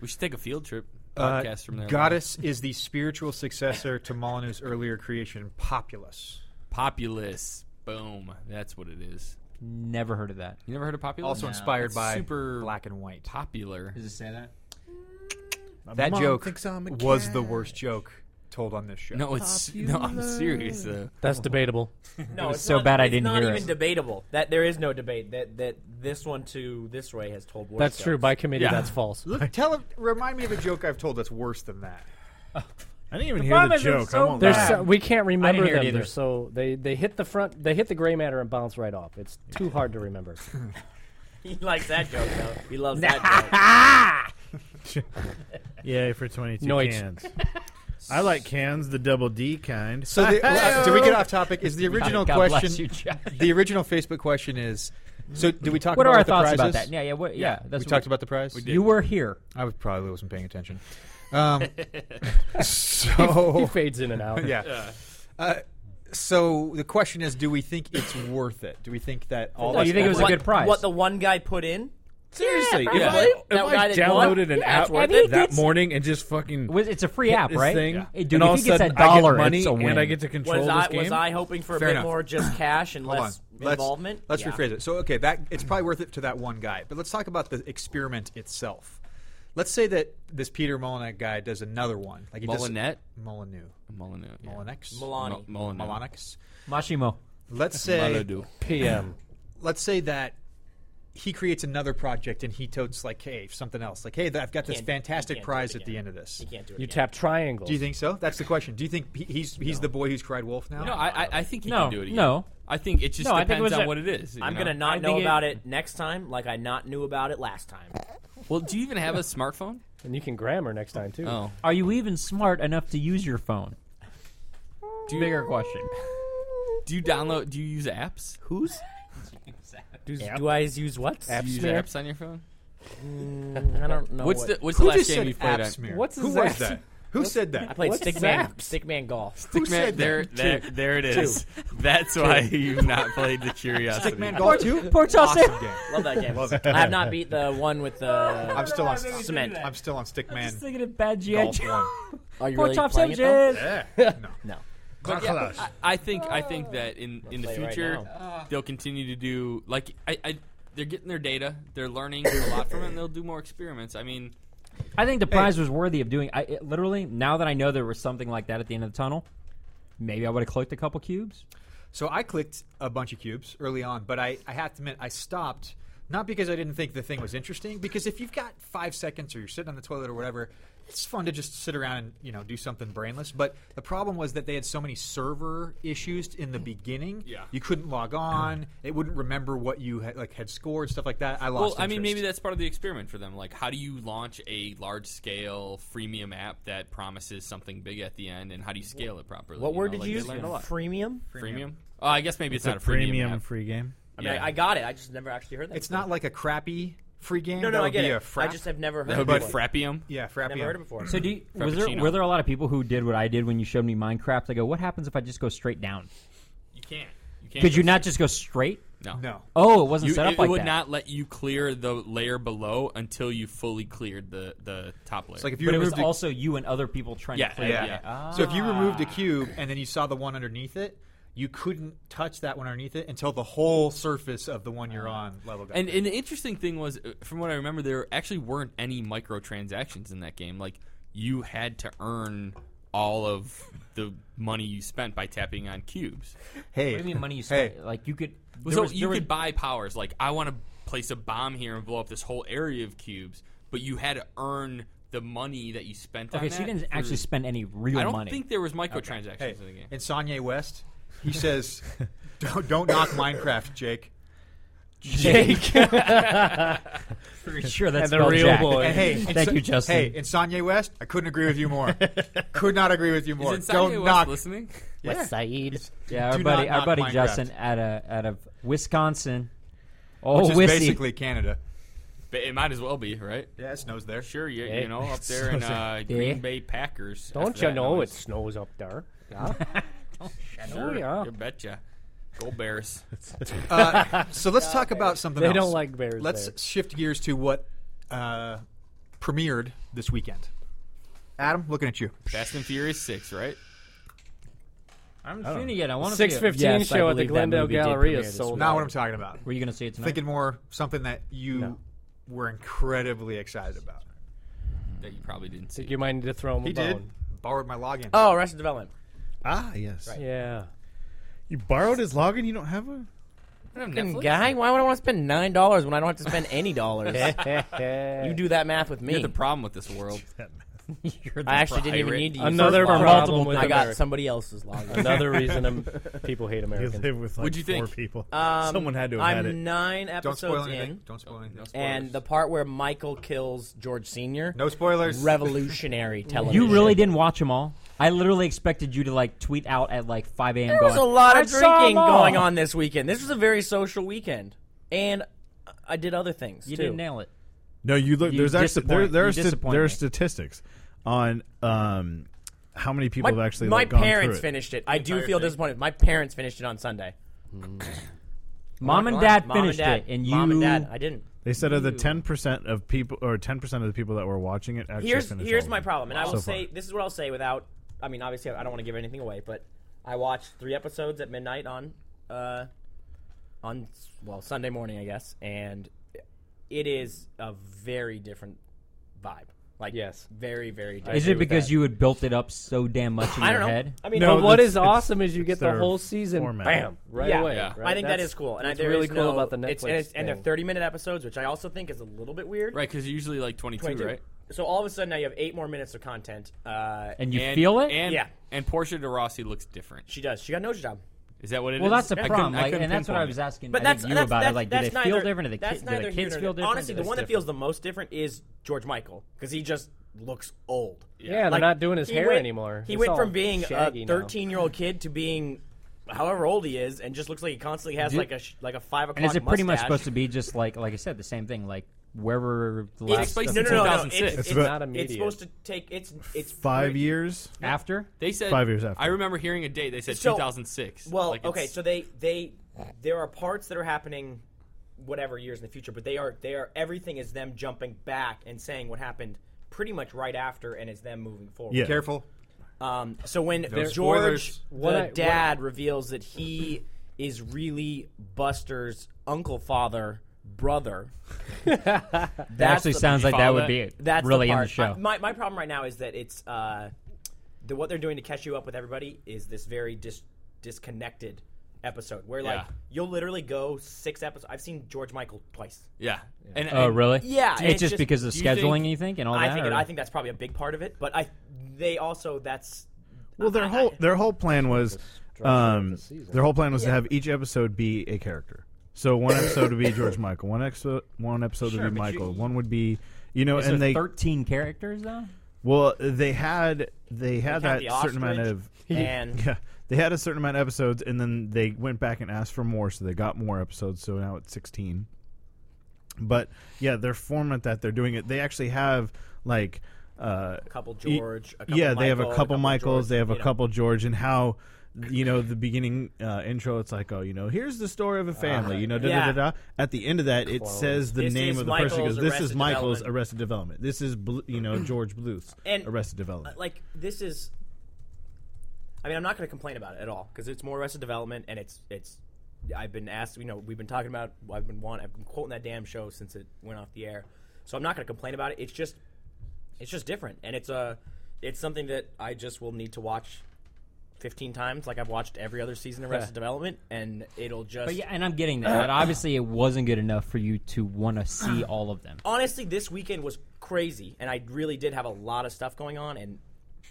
[SPEAKER 3] We should take a field trip
[SPEAKER 5] Uh,
[SPEAKER 3] podcast from there.
[SPEAKER 5] Goddess is the spiritual successor to Molyneux's earlier creation, Populous.
[SPEAKER 3] Populous. Boom. That's what it is.
[SPEAKER 4] Never heard of that.
[SPEAKER 3] You never heard of Populous?
[SPEAKER 5] Also inspired
[SPEAKER 3] It's
[SPEAKER 5] by
[SPEAKER 3] super
[SPEAKER 5] black and white.
[SPEAKER 3] popular.
[SPEAKER 4] Does it say that?
[SPEAKER 5] That
[SPEAKER 9] Mom
[SPEAKER 5] joke
[SPEAKER 9] thinks I'm a
[SPEAKER 5] was
[SPEAKER 9] cat.
[SPEAKER 5] the worst joke told on this show.
[SPEAKER 3] No, it's no. I'm serious. though.
[SPEAKER 11] That's debatable.
[SPEAKER 7] No, it's
[SPEAKER 4] so
[SPEAKER 7] not,
[SPEAKER 4] bad I
[SPEAKER 7] it's
[SPEAKER 4] didn't
[SPEAKER 7] not
[SPEAKER 4] hear
[SPEAKER 7] even
[SPEAKER 4] it.
[SPEAKER 7] debatable. That there is no debate that that this one to this way has told. Worse
[SPEAKER 11] That's true.
[SPEAKER 7] jokes.
[SPEAKER 11] By committee,
[SPEAKER 3] Yeah.
[SPEAKER 11] that's false.
[SPEAKER 5] Look, tell remind me of a joke I've told that's worse than that.
[SPEAKER 9] I didn't even hear
[SPEAKER 4] problem
[SPEAKER 9] the
[SPEAKER 4] is it's
[SPEAKER 9] joke. I
[SPEAKER 4] so
[SPEAKER 9] won't
[SPEAKER 11] There's
[SPEAKER 9] laugh.
[SPEAKER 11] so, we can't remember
[SPEAKER 4] hear it
[SPEAKER 11] them.
[SPEAKER 4] either.
[SPEAKER 11] They're so they they hit the front, they hit the gray matter and bounce right off. It's too hard to remember.
[SPEAKER 7] He likes that joke though. He loves that
[SPEAKER 9] Yay for 22
[SPEAKER 11] Noit.
[SPEAKER 9] cans. I like cans, the double D kind.
[SPEAKER 5] So, the, uh, did we get off topic? Is the original
[SPEAKER 4] God bless
[SPEAKER 5] question
[SPEAKER 4] you, Jack.
[SPEAKER 5] the original Facebook question is? So, did we talk
[SPEAKER 4] What
[SPEAKER 5] about
[SPEAKER 4] are our
[SPEAKER 5] what the
[SPEAKER 4] thoughts
[SPEAKER 5] prize
[SPEAKER 4] about
[SPEAKER 5] is?
[SPEAKER 4] that? Yeah, yeah, what, yeah.
[SPEAKER 5] we
[SPEAKER 4] That's what-
[SPEAKER 5] talked about the prize.
[SPEAKER 4] You were here.
[SPEAKER 5] I was probably wasn't paying attention. Um, so
[SPEAKER 11] he fades in and out.
[SPEAKER 5] yeah. Uh, so the question is, do we think it's worth it? Do we think that all?
[SPEAKER 4] Oh,
[SPEAKER 5] this
[SPEAKER 4] you think it was a
[SPEAKER 7] joke.
[SPEAKER 4] good prize?
[SPEAKER 7] What the one guy put in?
[SPEAKER 9] Seriously,
[SPEAKER 7] Yeah, probably.
[SPEAKER 9] if I,
[SPEAKER 7] That
[SPEAKER 9] if
[SPEAKER 7] guy
[SPEAKER 9] I
[SPEAKER 7] that
[SPEAKER 9] downloaded
[SPEAKER 7] won,
[SPEAKER 9] an
[SPEAKER 7] yeah,
[SPEAKER 9] app
[SPEAKER 7] it's worth
[SPEAKER 4] it.
[SPEAKER 9] that morning and just fucking
[SPEAKER 4] Was- it's a free
[SPEAKER 9] hit
[SPEAKER 4] app,
[SPEAKER 9] this
[SPEAKER 4] right?
[SPEAKER 9] thing,
[SPEAKER 4] Yeah. Hey, dude,
[SPEAKER 9] and
[SPEAKER 4] if
[SPEAKER 9] all
[SPEAKER 4] he
[SPEAKER 9] of
[SPEAKER 4] gets
[SPEAKER 9] a
[SPEAKER 4] a
[SPEAKER 9] sudden
[SPEAKER 4] dollar,
[SPEAKER 9] I get money
[SPEAKER 4] it's a win.
[SPEAKER 9] and I get to control
[SPEAKER 7] Was
[SPEAKER 9] this
[SPEAKER 7] I
[SPEAKER 9] game.
[SPEAKER 7] was I hoping for a
[SPEAKER 5] Fair
[SPEAKER 7] bit
[SPEAKER 5] enough.
[SPEAKER 7] more just cash and
[SPEAKER 5] Hold
[SPEAKER 7] less
[SPEAKER 5] on. Let's,
[SPEAKER 7] involvement?
[SPEAKER 5] Let's
[SPEAKER 7] Yeah.
[SPEAKER 5] rephrase it. So, okay, that it's probably worth it to that one guy. But let's talk about the experiment itself. Let's say that this Peter Molinek guy does another one, like he
[SPEAKER 3] Molinet?
[SPEAKER 5] does Molyneux,
[SPEAKER 3] Molyneux. Yeah.
[SPEAKER 5] Molineux,
[SPEAKER 7] Milani.
[SPEAKER 3] Mo- Molyneux.
[SPEAKER 5] Molonix.
[SPEAKER 4] Mashimo.
[SPEAKER 5] Let's say
[SPEAKER 3] Molyneux.
[SPEAKER 11] PM.
[SPEAKER 5] let's say that he creates another project and he totes like, hey, something else. Like, hey, I've got this
[SPEAKER 7] Can't-
[SPEAKER 5] fantastic
[SPEAKER 7] can't do
[SPEAKER 5] prize
[SPEAKER 7] it
[SPEAKER 5] at the
[SPEAKER 7] again.
[SPEAKER 5] end of this.
[SPEAKER 7] You can't do it.
[SPEAKER 11] You
[SPEAKER 7] again.
[SPEAKER 11] tap triangle.
[SPEAKER 5] Do you think so? That's the question. Do you think he- he's he's the boy who's cried wolf now?
[SPEAKER 3] No, I, I, I think he
[SPEAKER 4] No,
[SPEAKER 3] can do it. Again.
[SPEAKER 4] no.
[SPEAKER 3] I think it just
[SPEAKER 4] No, I think it
[SPEAKER 3] depends
[SPEAKER 4] was
[SPEAKER 3] on
[SPEAKER 4] a-
[SPEAKER 3] what it is. you
[SPEAKER 7] I'm
[SPEAKER 3] know?
[SPEAKER 7] gonna not
[SPEAKER 4] I
[SPEAKER 7] know
[SPEAKER 4] think it-
[SPEAKER 7] about it next time, like I not knew about it last time.
[SPEAKER 3] Well, do you even have a smartphone?
[SPEAKER 11] And you can grammar next time too.
[SPEAKER 3] Oh,
[SPEAKER 4] Are you even smart enough to use your phone? Bigger question.
[SPEAKER 3] do you download? Do you use apps?
[SPEAKER 7] Who's? Do, do I use what?
[SPEAKER 3] Do you use
[SPEAKER 11] smear?
[SPEAKER 3] apps on your phone?
[SPEAKER 7] I don't know.
[SPEAKER 3] What's
[SPEAKER 7] what-
[SPEAKER 3] the What's
[SPEAKER 5] Who
[SPEAKER 3] the last
[SPEAKER 5] just
[SPEAKER 3] game
[SPEAKER 5] said
[SPEAKER 3] you played?
[SPEAKER 5] app
[SPEAKER 3] on?
[SPEAKER 5] smear?
[SPEAKER 11] What's
[SPEAKER 5] Who
[SPEAKER 11] his
[SPEAKER 5] was
[SPEAKER 11] apps?
[SPEAKER 5] that? Who said that?
[SPEAKER 7] I played
[SPEAKER 11] What's
[SPEAKER 7] Stickman.
[SPEAKER 11] Zaps?
[SPEAKER 7] Stickman golf.
[SPEAKER 5] Who
[SPEAKER 3] Stickman-
[SPEAKER 5] said
[SPEAKER 3] there,
[SPEAKER 5] that?
[SPEAKER 3] there, there it is. That's why you've not played the curiosity.
[SPEAKER 5] Stickman Golf 2?
[SPEAKER 4] Poor Chelsea.
[SPEAKER 5] Awesome game.
[SPEAKER 7] Love that game.
[SPEAKER 5] Love it.
[SPEAKER 7] I have not beat the one with the.
[SPEAKER 5] I'm still on
[SPEAKER 7] Cement.
[SPEAKER 5] I'm still on
[SPEAKER 4] Just
[SPEAKER 5] Stickman
[SPEAKER 4] thinking of bad GI
[SPEAKER 5] Golf
[SPEAKER 4] Joe.
[SPEAKER 5] 1.
[SPEAKER 7] Are you
[SPEAKER 4] Pork
[SPEAKER 7] really
[SPEAKER 4] chop
[SPEAKER 7] playing it, though?
[SPEAKER 4] sandwiches.
[SPEAKER 5] Yeah. No.
[SPEAKER 3] But yeah, I, I think I think that in in the
[SPEAKER 7] play right
[SPEAKER 3] future they'll continue to do like I, I they're getting their data, they're learning a lot from it, and they'll do more experiments. I mean,
[SPEAKER 4] I think the prize was worthy of doing. I it, literally now that I know there was something like that at the end of the tunnel, maybe I would have clicked a couple cubes.
[SPEAKER 5] So I clicked a bunch of cubes early on, but I, I have to admit, I stopped. Not because I didn't think the thing was interesting, because if you've got five seconds or you're sitting on the toilet or whatever, it's fun to just sit around and you know do something brainless. But the problem was that they had so many server issues in the beginning.
[SPEAKER 3] Yeah.
[SPEAKER 5] you couldn't log on. It wouldn't remember what you had, like had scored stuff like that. I
[SPEAKER 3] well,
[SPEAKER 5] lost.
[SPEAKER 3] I mean,
[SPEAKER 5] interest.
[SPEAKER 3] maybe that's part of the experiment for them. Like, how do you launch a large scale freemium app that promises something big at the end, and how do you scale it properly?
[SPEAKER 7] What
[SPEAKER 3] you
[SPEAKER 7] word
[SPEAKER 3] know?
[SPEAKER 7] did
[SPEAKER 3] Like,
[SPEAKER 7] you
[SPEAKER 3] they
[SPEAKER 7] use?
[SPEAKER 3] learn a lot.
[SPEAKER 7] Freemium.
[SPEAKER 3] Freemium. Oh, I guess maybe it's,
[SPEAKER 9] It's
[SPEAKER 3] not a freemium. app.
[SPEAKER 9] free game.
[SPEAKER 7] I mean, I, I got it. I just never actually heard that.
[SPEAKER 5] It's not like a crappy free game.
[SPEAKER 7] No, no,
[SPEAKER 5] that
[SPEAKER 7] I
[SPEAKER 5] would
[SPEAKER 7] get
[SPEAKER 5] be
[SPEAKER 7] it.
[SPEAKER 5] a frap.
[SPEAKER 7] I just have never heard
[SPEAKER 5] That would
[SPEAKER 7] of
[SPEAKER 5] be
[SPEAKER 7] it.
[SPEAKER 3] Frappium?
[SPEAKER 5] Yeah, Frappium.
[SPEAKER 7] Never heard it before.
[SPEAKER 4] So do you, was there were there a lot of people who did what I did when you showed me Minecraft? I go, what happens if I just go straight down?
[SPEAKER 3] You can't. You can't
[SPEAKER 4] Could you
[SPEAKER 3] go
[SPEAKER 4] not just go straight?
[SPEAKER 3] No. No.
[SPEAKER 4] Oh, it wasn't
[SPEAKER 3] You-
[SPEAKER 4] set up
[SPEAKER 3] it,
[SPEAKER 4] like
[SPEAKER 3] would
[SPEAKER 4] that.
[SPEAKER 3] not let you clear the layer below until you fully cleared the, the top layer.
[SPEAKER 4] but it was also you and other people trying
[SPEAKER 3] Yeah,
[SPEAKER 4] to play.
[SPEAKER 3] yeah,
[SPEAKER 4] it.
[SPEAKER 3] yeah.
[SPEAKER 5] So if you removed a
[SPEAKER 4] Ah.
[SPEAKER 5] cube and then you saw the one underneath it, you couldn't touch that one underneath it until the whole surface of the one
[SPEAKER 4] Ah.
[SPEAKER 5] you're on level got.
[SPEAKER 3] And, and the interesting thing was, uh, from what I remember, there actually weren't any microtransactions in that game. Like you had to earn all of the money you spent by tapping on cubes.
[SPEAKER 5] Hey,
[SPEAKER 4] What do you mean money you spent? Like you could. there
[SPEAKER 3] so
[SPEAKER 4] was-
[SPEAKER 3] you
[SPEAKER 4] there was-
[SPEAKER 3] could buy powers. Like I want to place a bomb here and blow up this whole area of cubes, but you had to earn the money that you spent.
[SPEAKER 4] Okay,
[SPEAKER 3] on
[SPEAKER 4] so you
[SPEAKER 3] that
[SPEAKER 4] didn't
[SPEAKER 3] for-
[SPEAKER 4] actually spend any real
[SPEAKER 3] I don't
[SPEAKER 4] money.
[SPEAKER 3] think there was microtransactions
[SPEAKER 5] Hey,
[SPEAKER 3] in the game.
[SPEAKER 5] and Sonya West, he says, don't, don't knock Minecraft, Jake.
[SPEAKER 4] Jake. Pretty sure that's And the spelled real Jack. boy.
[SPEAKER 5] And hey, and
[SPEAKER 4] Oh, Thank
[SPEAKER 5] so-
[SPEAKER 4] you, Justin.
[SPEAKER 5] Hey, and Sonya West, I couldn't agree with you more. Could not agree with you more.
[SPEAKER 3] Is
[SPEAKER 5] don't
[SPEAKER 3] Insomnia West
[SPEAKER 5] knock.
[SPEAKER 3] listening?
[SPEAKER 5] Yeah.
[SPEAKER 4] Yeah, our buddy,
[SPEAKER 5] Do not
[SPEAKER 4] our
[SPEAKER 5] knock
[SPEAKER 4] buddy
[SPEAKER 5] Minecraft.
[SPEAKER 4] Justin out of out of Wisconsin. Oh,
[SPEAKER 5] Which is
[SPEAKER 4] Wissy.
[SPEAKER 5] basically Canada.
[SPEAKER 3] But it might as well be, right.
[SPEAKER 5] Yeah, it snows there.
[SPEAKER 3] Sure, you,
[SPEAKER 5] Yeah.
[SPEAKER 3] you know up there in
[SPEAKER 5] Snows there.
[SPEAKER 3] uh,
[SPEAKER 5] Yeah.
[SPEAKER 3] Green Bay Packers.
[SPEAKER 8] Don't
[SPEAKER 3] after
[SPEAKER 8] you
[SPEAKER 3] that
[SPEAKER 8] know
[SPEAKER 3] noise.
[SPEAKER 8] it snows up there?
[SPEAKER 4] Don't you
[SPEAKER 3] Sure,
[SPEAKER 8] know? yeah.
[SPEAKER 3] you betcha. Go Bears.
[SPEAKER 5] Uh, so let's talk about something
[SPEAKER 8] They
[SPEAKER 5] else.
[SPEAKER 8] don't like bears
[SPEAKER 5] Let's
[SPEAKER 8] there.
[SPEAKER 5] shift gears to what uh, premiered this weekend. Adam, looking at you.
[SPEAKER 3] Fast and Furious Six, right?
[SPEAKER 4] I haven't
[SPEAKER 3] I don't
[SPEAKER 4] seen
[SPEAKER 3] know.
[SPEAKER 4] it yet. I want to
[SPEAKER 8] Six
[SPEAKER 4] see it.
[SPEAKER 8] fifteen
[SPEAKER 4] Yes, I
[SPEAKER 8] show at the
[SPEAKER 4] believe that
[SPEAKER 8] Glendale
[SPEAKER 4] movie did
[SPEAKER 8] Galleria
[SPEAKER 4] premiere this
[SPEAKER 8] sold
[SPEAKER 4] week.
[SPEAKER 5] Not what I'm talking about.
[SPEAKER 4] Were you going to see it tonight?
[SPEAKER 5] Thinking more something that you were incredibly excited about.
[SPEAKER 3] That you probably didn't see.
[SPEAKER 8] Think you might need to throw him
[SPEAKER 5] He
[SPEAKER 8] a
[SPEAKER 5] did.
[SPEAKER 8] bone.
[SPEAKER 5] Borrowed my login.
[SPEAKER 7] Oh, Arrested Development.
[SPEAKER 9] Ah, yes.
[SPEAKER 8] Yeah.
[SPEAKER 9] You borrowed his login. You don't have a.
[SPEAKER 7] Fucking guy, why would I want to spend nine dollars when I don't have to spend any dollars? you do that math with me.
[SPEAKER 3] You're the problem with this world.
[SPEAKER 7] I actually didn't even need to use
[SPEAKER 8] Another
[SPEAKER 7] first login.
[SPEAKER 8] problem with
[SPEAKER 7] I got
[SPEAKER 8] America.
[SPEAKER 7] somebody else's login.
[SPEAKER 8] Another reason um, people hate Americans.
[SPEAKER 9] You live with like
[SPEAKER 3] What'd you
[SPEAKER 9] four
[SPEAKER 3] think?
[SPEAKER 9] people.
[SPEAKER 7] Um,
[SPEAKER 9] Someone had to have
[SPEAKER 7] I'm
[SPEAKER 9] had it.
[SPEAKER 7] nine
[SPEAKER 5] Don't
[SPEAKER 7] episodes
[SPEAKER 5] spoil anything.
[SPEAKER 7] in,
[SPEAKER 5] Don't spoil anything.
[SPEAKER 7] and the part where Michael kills George Senior.
[SPEAKER 5] No spoilers.
[SPEAKER 7] Revolutionary television.
[SPEAKER 4] You really didn't watch them all. I literally expected you to like tweet out at like 5 a.m.
[SPEAKER 7] There was a
[SPEAKER 4] going,
[SPEAKER 7] lot
[SPEAKER 4] "I
[SPEAKER 7] of
[SPEAKER 4] saw 'em
[SPEAKER 7] drinking
[SPEAKER 4] all."
[SPEAKER 7] going on this weekend. This was a very social weekend, and I did other things.
[SPEAKER 4] You
[SPEAKER 7] too.
[SPEAKER 4] didn't nail it.
[SPEAKER 9] No, you look.
[SPEAKER 4] You
[SPEAKER 9] there's actually
[SPEAKER 4] disappoint-
[SPEAKER 9] there, there
[SPEAKER 4] you
[SPEAKER 9] are sta-
[SPEAKER 4] disappoint
[SPEAKER 9] there are
[SPEAKER 4] me.
[SPEAKER 9] statistics on um, how many people
[SPEAKER 7] My,
[SPEAKER 9] have actually
[SPEAKER 7] my
[SPEAKER 9] like, gone
[SPEAKER 7] parents
[SPEAKER 9] through it.
[SPEAKER 7] finished it. I do
[SPEAKER 3] entire
[SPEAKER 7] feel
[SPEAKER 3] thing?
[SPEAKER 7] disappointed. My parents finished it on Sunday.
[SPEAKER 4] Mom and dad
[SPEAKER 7] Mom
[SPEAKER 4] finished
[SPEAKER 7] and dad.
[SPEAKER 4] it, and you.
[SPEAKER 7] Mom and dad. I didn't.
[SPEAKER 9] They said of the ten percent of people, or ten percent of the people that were watching it, actually
[SPEAKER 7] here's
[SPEAKER 9] finished all
[SPEAKER 7] here's
[SPEAKER 9] of
[SPEAKER 7] my
[SPEAKER 9] them
[SPEAKER 7] problem, and I
[SPEAKER 9] so
[SPEAKER 7] will
[SPEAKER 9] far.
[SPEAKER 7] say this is what I'll say without. I mean, obviously, I don't want to give anything away, but I watched three episodes at midnight on, uh, on well Sunday morning, I guess, and it is a very different vibe. Like
[SPEAKER 8] Yes.
[SPEAKER 7] very very. different.
[SPEAKER 4] Is it because you had built it up so damn much in
[SPEAKER 7] I
[SPEAKER 4] your
[SPEAKER 7] don't know.
[SPEAKER 4] head?
[SPEAKER 7] I mean, but
[SPEAKER 9] No,
[SPEAKER 8] but what
[SPEAKER 9] that's-
[SPEAKER 8] is
[SPEAKER 9] it's-
[SPEAKER 8] awesome is you
[SPEAKER 9] it's
[SPEAKER 8] get the
[SPEAKER 9] their
[SPEAKER 8] whole season,
[SPEAKER 9] format.
[SPEAKER 8] bam, right
[SPEAKER 7] yeah,
[SPEAKER 8] away.
[SPEAKER 7] yeah.
[SPEAKER 8] right?
[SPEAKER 7] I think that
[SPEAKER 8] That's-
[SPEAKER 7] is cool, and I
[SPEAKER 8] that's
[SPEAKER 7] there
[SPEAKER 8] really
[SPEAKER 7] is
[SPEAKER 8] cool
[SPEAKER 7] no-
[SPEAKER 8] about the Netflix
[SPEAKER 7] it's, and, it's,
[SPEAKER 8] thing.
[SPEAKER 7] and they're thirty minute episodes, which I also think is a little bit weird.
[SPEAKER 3] Right, because usually like 22,
[SPEAKER 7] 22.
[SPEAKER 3] right?
[SPEAKER 7] So all of a sudden now you have eight more minutes of content. Uh,
[SPEAKER 4] and you feel it.
[SPEAKER 3] And,
[SPEAKER 7] Yeah.
[SPEAKER 3] And Portia de Rossi looks different.
[SPEAKER 7] she does. She got no job.
[SPEAKER 3] Is that what it is?
[SPEAKER 4] well, that's the
[SPEAKER 3] I couldn't-
[SPEAKER 4] problem,
[SPEAKER 3] I
[SPEAKER 4] like,
[SPEAKER 3] couldn't
[SPEAKER 4] and that's what I
[SPEAKER 3] pinpoint
[SPEAKER 4] was
[SPEAKER 3] it.
[SPEAKER 4] asking. I think you about it. Like, do they feel different? Do the,
[SPEAKER 7] that's
[SPEAKER 4] ki- do
[SPEAKER 7] neither
[SPEAKER 4] the
[SPEAKER 7] here
[SPEAKER 4] kids
[SPEAKER 7] nor
[SPEAKER 4] feel
[SPEAKER 7] there.
[SPEAKER 4] different?
[SPEAKER 7] Honestly, the
[SPEAKER 4] Is
[SPEAKER 7] one that
[SPEAKER 4] this
[SPEAKER 7] feels the most different is George Michael because he just looks old.
[SPEAKER 8] Yeah, they're not doing his
[SPEAKER 7] he
[SPEAKER 8] hair
[SPEAKER 7] went-
[SPEAKER 8] anymore.
[SPEAKER 7] He
[SPEAKER 8] It's
[SPEAKER 7] went
[SPEAKER 8] all
[SPEAKER 7] from being
[SPEAKER 8] shaggy
[SPEAKER 7] a
[SPEAKER 8] now.
[SPEAKER 7] 13 year old kid to being however old he is, and just looks like he constantly has
[SPEAKER 4] Did-
[SPEAKER 7] like a sh- like a five o'clock.
[SPEAKER 4] And is it pretty much
[SPEAKER 7] mustache.
[SPEAKER 4] supposed to be just like, like I said, the same thing? Like wherever the last
[SPEAKER 3] placed
[SPEAKER 4] stuff
[SPEAKER 7] no, no,
[SPEAKER 3] in
[SPEAKER 4] is
[SPEAKER 7] no, no, no.
[SPEAKER 3] 2006.
[SPEAKER 7] It's,
[SPEAKER 9] It's
[SPEAKER 7] it's,
[SPEAKER 9] about-
[SPEAKER 8] Not immediate.
[SPEAKER 7] it's supposed to take. It's it's
[SPEAKER 9] five
[SPEAKER 7] pretty-
[SPEAKER 9] years.
[SPEAKER 4] after.
[SPEAKER 3] They said
[SPEAKER 9] Five years after.
[SPEAKER 3] I remember hearing a date. They said
[SPEAKER 7] So-
[SPEAKER 3] 2006.
[SPEAKER 7] Well,
[SPEAKER 3] Like, it's-
[SPEAKER 7] okay, so they they there are parts that are happening whatever years in the future, but they are they are everything is them jumping back and saying what happened pretty much right after and is them moving forward.
[SPEAKER 9] Yeah.
[SPEAKER 5] Careful.
[SPEAKER 7] Um, so when George
[SPEAKER 5] spoilers.
[SPEAKER 8] What
[SPEAKER 7] the
[SPEAKER 8] I- what-
[SPEAKER 7] dad reveals that he is really Buster's uncle father brother.
[SPEAKER 4] That actually
[SPEAKER 7] the-
[SPEAKER 4] sounds like that would be
[SPEAKER 7] that's
[SPEAKER 4] really
[SPEAKER 7] the
[SPEAKER 4] in
[SPEAKER 7] part.
[SPEAKER 4] the show.
[SPEAKER 7] I- my, my problem right now is that it's uh, the, what they're doing to catch you up with everybody is this very dis- disconnected episode where like
[SPEAKER 3] Yeah.
[SPEAKER 7] you'll literally go six episodes. I've seen George Michael twice.
[SPEAKER 3] yeah. And,
[SPEAKER 4] Oh,
[SPEAKER 3] and-
[SPEAKER 4] really?
[SPEAKER 7] Yeah,
[SPEAKER 4] It's,
[SPEAKER 7] and it's
[SPEAKER 4] just,
[SPEAKER 7] just-
[SPEAKER 4] because of
[SPEAKER 3] do you
[SPEAKER 4] scheduling,
[SPEAKER 3] think-
[SPEAKER 4] you think, and all
[SPEAKER 7] I
[SPEAKER 4] that.
[SPEAKER 7] think it,
[SPEAKER 4] or-
[SPEAKER 7] I think that's probably a big part of it, but I they also that's
[SPEAKER 9] Well, their whole their whole plan was, um, their whole plan was to
[SPEAKER 7] Yeah.
[SPEAKER 9] have each episode be a character. So one episode would be George Michael. One episode, one episode would be Michael. one would be, you know,
[SPEAKER 4] Is
[SPEAKER 9] and
[SPEAKER 4] there
[SPEAKER 9] they
[SPEAKER 4] thirteen characters though.
[SPEAKER 9] well they had they had
[SPEAKER 7] count
[SPEAKER 9] that
[SPEAKER 7] the
[SPEAKER 9] certain amount
[SPEAKER 7] ostrich
[SPEAKER 9] of
[SPEAKER 7] and-
[SPEAKER 9] yeah They had a certain amount of episodes, and then they went back and asked for more, so they got more episodes. So now it's sixteen. But yeah, their format that they're doing it, they actually have like uh, a
[SPEAKER 7] couple George, a couple
[SPEAKER 9] yeah, they have a
[SPEAKER 7] Michael,
[SPEAKER 9] couple,
[SPEAKER 7] a couple
[SPEAKER 9] Michaels,
[SPEAKER 7] George,
[SPEAKER 9] they have a
[SPEAKER 7] you know.
[SPEAKER 9] couple George, and how you know the beginning uh, intro. It's like, oh, you know, here's the story of a family. you know, da da
[SPEAKER 7] Ah, Yeah.
[SPEAKER 9] da da. At the end of that, it
[SPEAKER 7] Clone.
[SPEAKER 9] says the
[SPEAKER 7] This
[SPEAKER 9] name
[SPEAKER 7] is
[SPEAKER 9] of the person.
[SPEAKER 7] Michael's
[SPEAKER 9] Because this is
[SPEAKER 7] Arrested
[SPEAKER 9] Michael's
[SPEAKER 7] Development."
[SPEAKER 9] Arrested Development. This is Blu- you know George Bluth
[SPEAKER 7] and
[SPEAKER 9] Arrested Development.
[SPEAKER 7] uh, Like this is, I mean, I'm not going to complain about it at all because it's more Arrested Development, and it's it's. I've been asked, you know, we've been talking about. I've been want. I've been quoting that damn show since it went off the air, so I'm not going to complain about it. It's just, it's just different, and it's uh it's something that I just will need to watch. 15 times like I've watched every other season of Arrested Development and it'll just
[SPEAKER 4] But yeah, and I'm getting that.
[SPEAKER 7] Uh,
[SPEAKER 4] But obviously, it wasn't good enough for you to want to see all of them.
[SPEAKER 7] honestly, this weekend was crazy, and I really did have a lot of stuff going on, and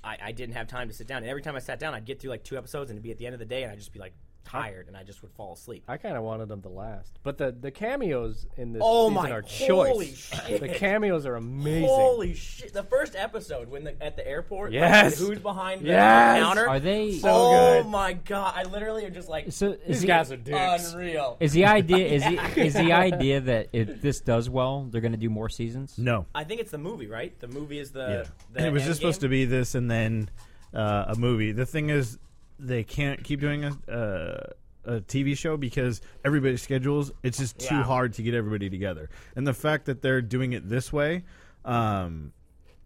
[SPEAKER 7] I, I didn't have time to sit down. And every time I sat down, I'd get through like two episodes, and it'd be at the end of the day, and I'd just be like tired, and I just would fall asleep.
[SPEAKER 11] I kind of wanted them to last, but the the cameos in this
[SPEAKER 7] Oh
[SPEAKER 11] season
[SPEAKER 7] my-
[SPEAKER 11] are
[SPEAKER 7] holy
[SPEAKER 11] choice.
[SPEAKER 7] shit.
[SPEAKER 11] The cameos are amazing.
[SPEAKER 7] Holy shit! The first episode when the, at the airport, like,
[SPEAKER 11] Yes.
[SPEAKER 7] who's behind the
[SPEAKER 11] Yes.
[SPEAKER 7] counter?
[SPEAKER 11] Are they- So
[SPEAKER 7] Oh
[SPEAKER 11] good.
[SPEAKER 7] my god! I literally am just like
[SPEAKER 4] So is These he- guys are dicks.
[SPEAKER 7] Unreal.
[SPEAKER 4] Is the idea is the,
[SPEAKER 7] Yeah.
[SPEAKER 4] is the idea that if this does well, they're going to do more seasons?
[SPEAKER 9] No.
[SPEAKER 7] I think it's the movie, right? The movie is the. the
[SPEAKER 9] it was
[SPEAKER 7] end
[SPEAKER 9] just supposed to be this and then uh, a movie. The thing is, they can't keep doing a, uh, a TV show because everybody's schedules. It's just too
[SPEAKER 12] Yeah.
[SPEAKER 9] hard to get everybody together. And the fact that they're doing it this way, um,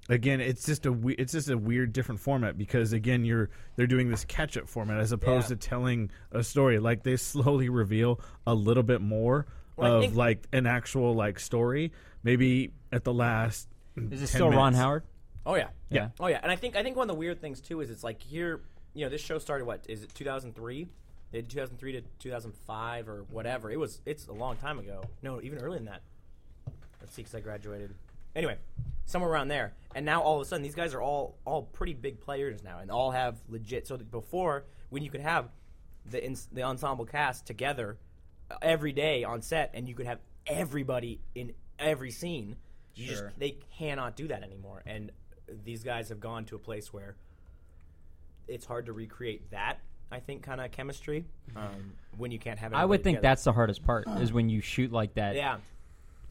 [SPEAKER 9] again, it's just a we- it's just a weird different format because again, you're they're doing this catch up format as opposed to telling a story. Like they slowly reveal a little bit more.
[SPEAKER 4] Well, I
[SPEAKER 9] of
[SPEAKER 4] think-
[SPEAKER 9] like an actual like story, maybe at the last.
[SPEAKER 4] Is it
[SPEAKER 9] 10
[SPEAKER 4] still Ron
[SPEAKER 9] minutes.
[SPEAKER 4] Howard?
[SPEAKER 7] Oh yeah.
[SPEAKER 9] Yeah.
[SPEAKER 7] Oh yeah. And I think I think one of the weird things too is it's like here, you know, this show started what is it 2003? They did 2003 to 2005 or whatever. It was it's a long time ago. No, even earlier than that. Let's see, because I graduated. Anyway, somewhere around there. And now all of a sudden, these guys are all all pretty big players now, and all have legit. So that before, when you could have the ins the ensemble cast together uh, every day on set, and you could have everybody in every scene. You
[SPEAKER 13] Sure.
[SPEAKER 7] just they cannot do that anymore, and these guys have gone to a place where it's hard to recreate that. I think kind of chemistry um, when you can't have.
[SPEAKER 4] I would
[SPEAKER 7] everybody
[SPEAKER 4] think
[SPEAKER 7] together.
[SPEAKER 4] that's the hardest part is when you shoot like that.
[SPEAKER 7] Yeah.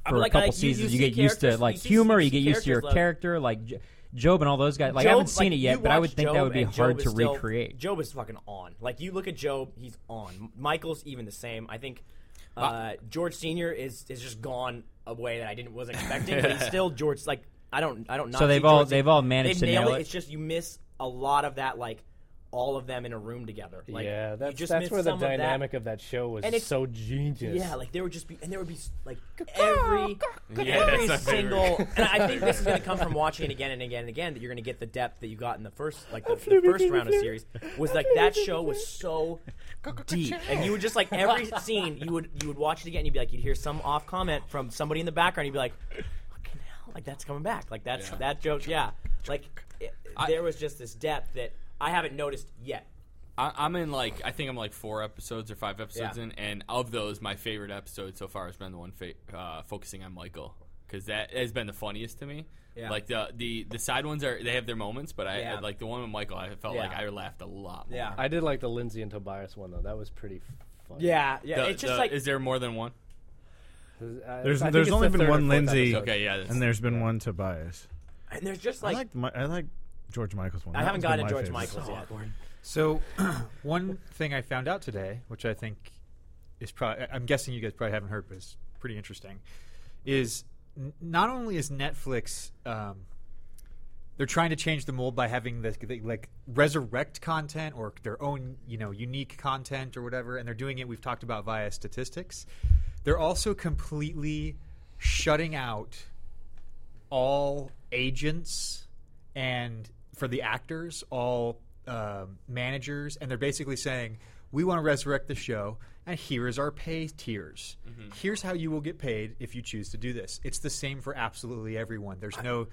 [SPEAKER 7] I
[SPEAKER 4] For
[SPEAKER 7] mean,
[SPEAKER 4] a
[SPEAKER 7] like-
[SPEAKER 4] couple
[SPEAKER 7] like, you- you
[SPEAKER 4] seasons, you,
[SPEAKER 7] see
[SPEAKER 4] get used to
[SPEAKER 7] characters-
[SPEAKER 4] like
[SPEAKER 7] you see-
[SPEAKER 4] humor.
[SPEAKER 7] you
[SPEAKER 4] You
[SPEAKER 7] see
[SPEAKER 4] get used to your
[SPEAKER 7] characters like-
[SPEAKER 4] character, like J- Job and all those guys. Like I
[SPEAKER 7] Job,
[SPEAKER 4] haven't seen it
[SPEAKER 7] like,
[SPEAKER 4] yet,
[SPEAKER 7] you
[SPEAKER 4] but I
[SPEAKER 7] watch
[SPEAKER 4] would think that
[SPEAKER 7] Job
[SPEAKER 4] would be
[SPEAKER 7] and
[SPEAKER 4] hard
[SPEAKER 7] Job
[SPEAKER 4] to
[SPEAKER 7] is still-
[SPEAKER 4] recreate.
[SPEAKER 7] Job is fucking on. Like you look at Job, he's on. Michael's even the same. I think uh, George Senior is is just gone away that I didn't wasn't expecting, but he's still George. Like I don't I don't. Not
[SPEAKER 4] So they've
[SPEAKER 7] see
[SPEAKER 4] all-
[SPEAKER 7] George Senior.
[SPEAKER 4] they've all managed
[SPEAKER 7] they
[SPEAKER 4] to
[SPEAKER 7] nail
[SPEAKER 4] nail it.
[SPEAKER 7] It's just you miss a lot of that like. All of them in a room together. Like,
[SPEAKER 11] yeah,
[SPEAKER 7] you
[SPEAKER 11] that's,
[SPEAKER 7] just
[SPEAKER 11] that's
[SPEAKER 7] miss
[SPEAKER 11] where the
[SPEAKER 7] some of that.
[SPEAKER 11] dynamic of that, show was
[SPEAKER 7] And it's-
[SPEAKER 11] so genius.
[SPEAKER 7] Yeah, like there would just be, and there would be like every
[SPEAKER 11] Yeah,
[SPEAKER 7] every
[SPEAKER 11] that's my favorite.
[SPEAKER 7] single. And I think this is going to come from watching it again and again and again that you're going to get the depth that you got in the first like the, the first round of series was like that show was so deep, and you would just like every scene you would you would watch it again, and you'd be like you'd hear some off comment from somebody in the background, you'd be like, fucking hell, like that's coming back, like that's that joke, yeah, like it, there was just this depth that I haven't noticed yet.
[SPEAKER 3] I, I'm in like I think I'm like four episodes or five episodes
[SPEAKER 7] Yeah.
[SPEAKER 3] in, and of those, my favorite episode so far has been the one fa- uh, focusing on Michael because that has been the funniest to me.
[SPEAKER 7] Yeah.
[SPEAKER 3] Like the, the the side ones are they have their moments, but I
[SPEAKER 7] Yeah.
[SPEAKER 3] like the one with Michael. I felt like
[SPEAKER 7] Yeah.
[SPEAKER 3] I laughed a lot. More.
[SPEAKER 7] Yeah.
[SPEAKER 11] I did like the Lindsay and Tobias one though. That was pretty funny.
[SPEAKER 7] Yeah, yeah,
[SPEAKER 3] The-
[SPEAKER 7] it's just
[SPEAKER 3] the-
[SPEAKER 7] like-
[SPEAKER 3] is there more than one?
[SPEAKER 9] There's there's only been one Lindsay,
[SPEAKER 3] Okay, yeah,
[SPEAKER 9] and there's been one Tobias.
[SPEAKER 7] And there's just
[SPEAKER 9] I
[SPEAKER 7] like
[SPEAKER 9] like my, I like George Michael's one.
[SPEAKER 7] I
[SPEAKER 9] That
[SPEAKER 7] haven't
[SPEAKER 9] one's been
[SPEAKER 7] gotten
[SPEAKER 9] my
[SPEAKER 7] to George
[SPEAKER 9] favorite.
[SPEAKER 7] Michael's yet.
[SPEAKER 5] So, one thing I found out today, which I think is probably, I'm guessing you guys probably haven't heard, but it's pretty interesting, is n- not only is Netflix, um, they're trying to change the mold by having this they, like resurrect content or their own, you know, unique content or whatever, and they're doing it. We've talked about via statistics. They're also completely shutting out all agents and for the actors, all um, managers, and they're basically saying, "We want to resurrect the show, and here is our pay tiers.
[SPEAKER 3] Mm-hmm.
[SPEAKER 5] Here's how you will get paid if you choose to do this." It's the same for absolutely everyone. There's no,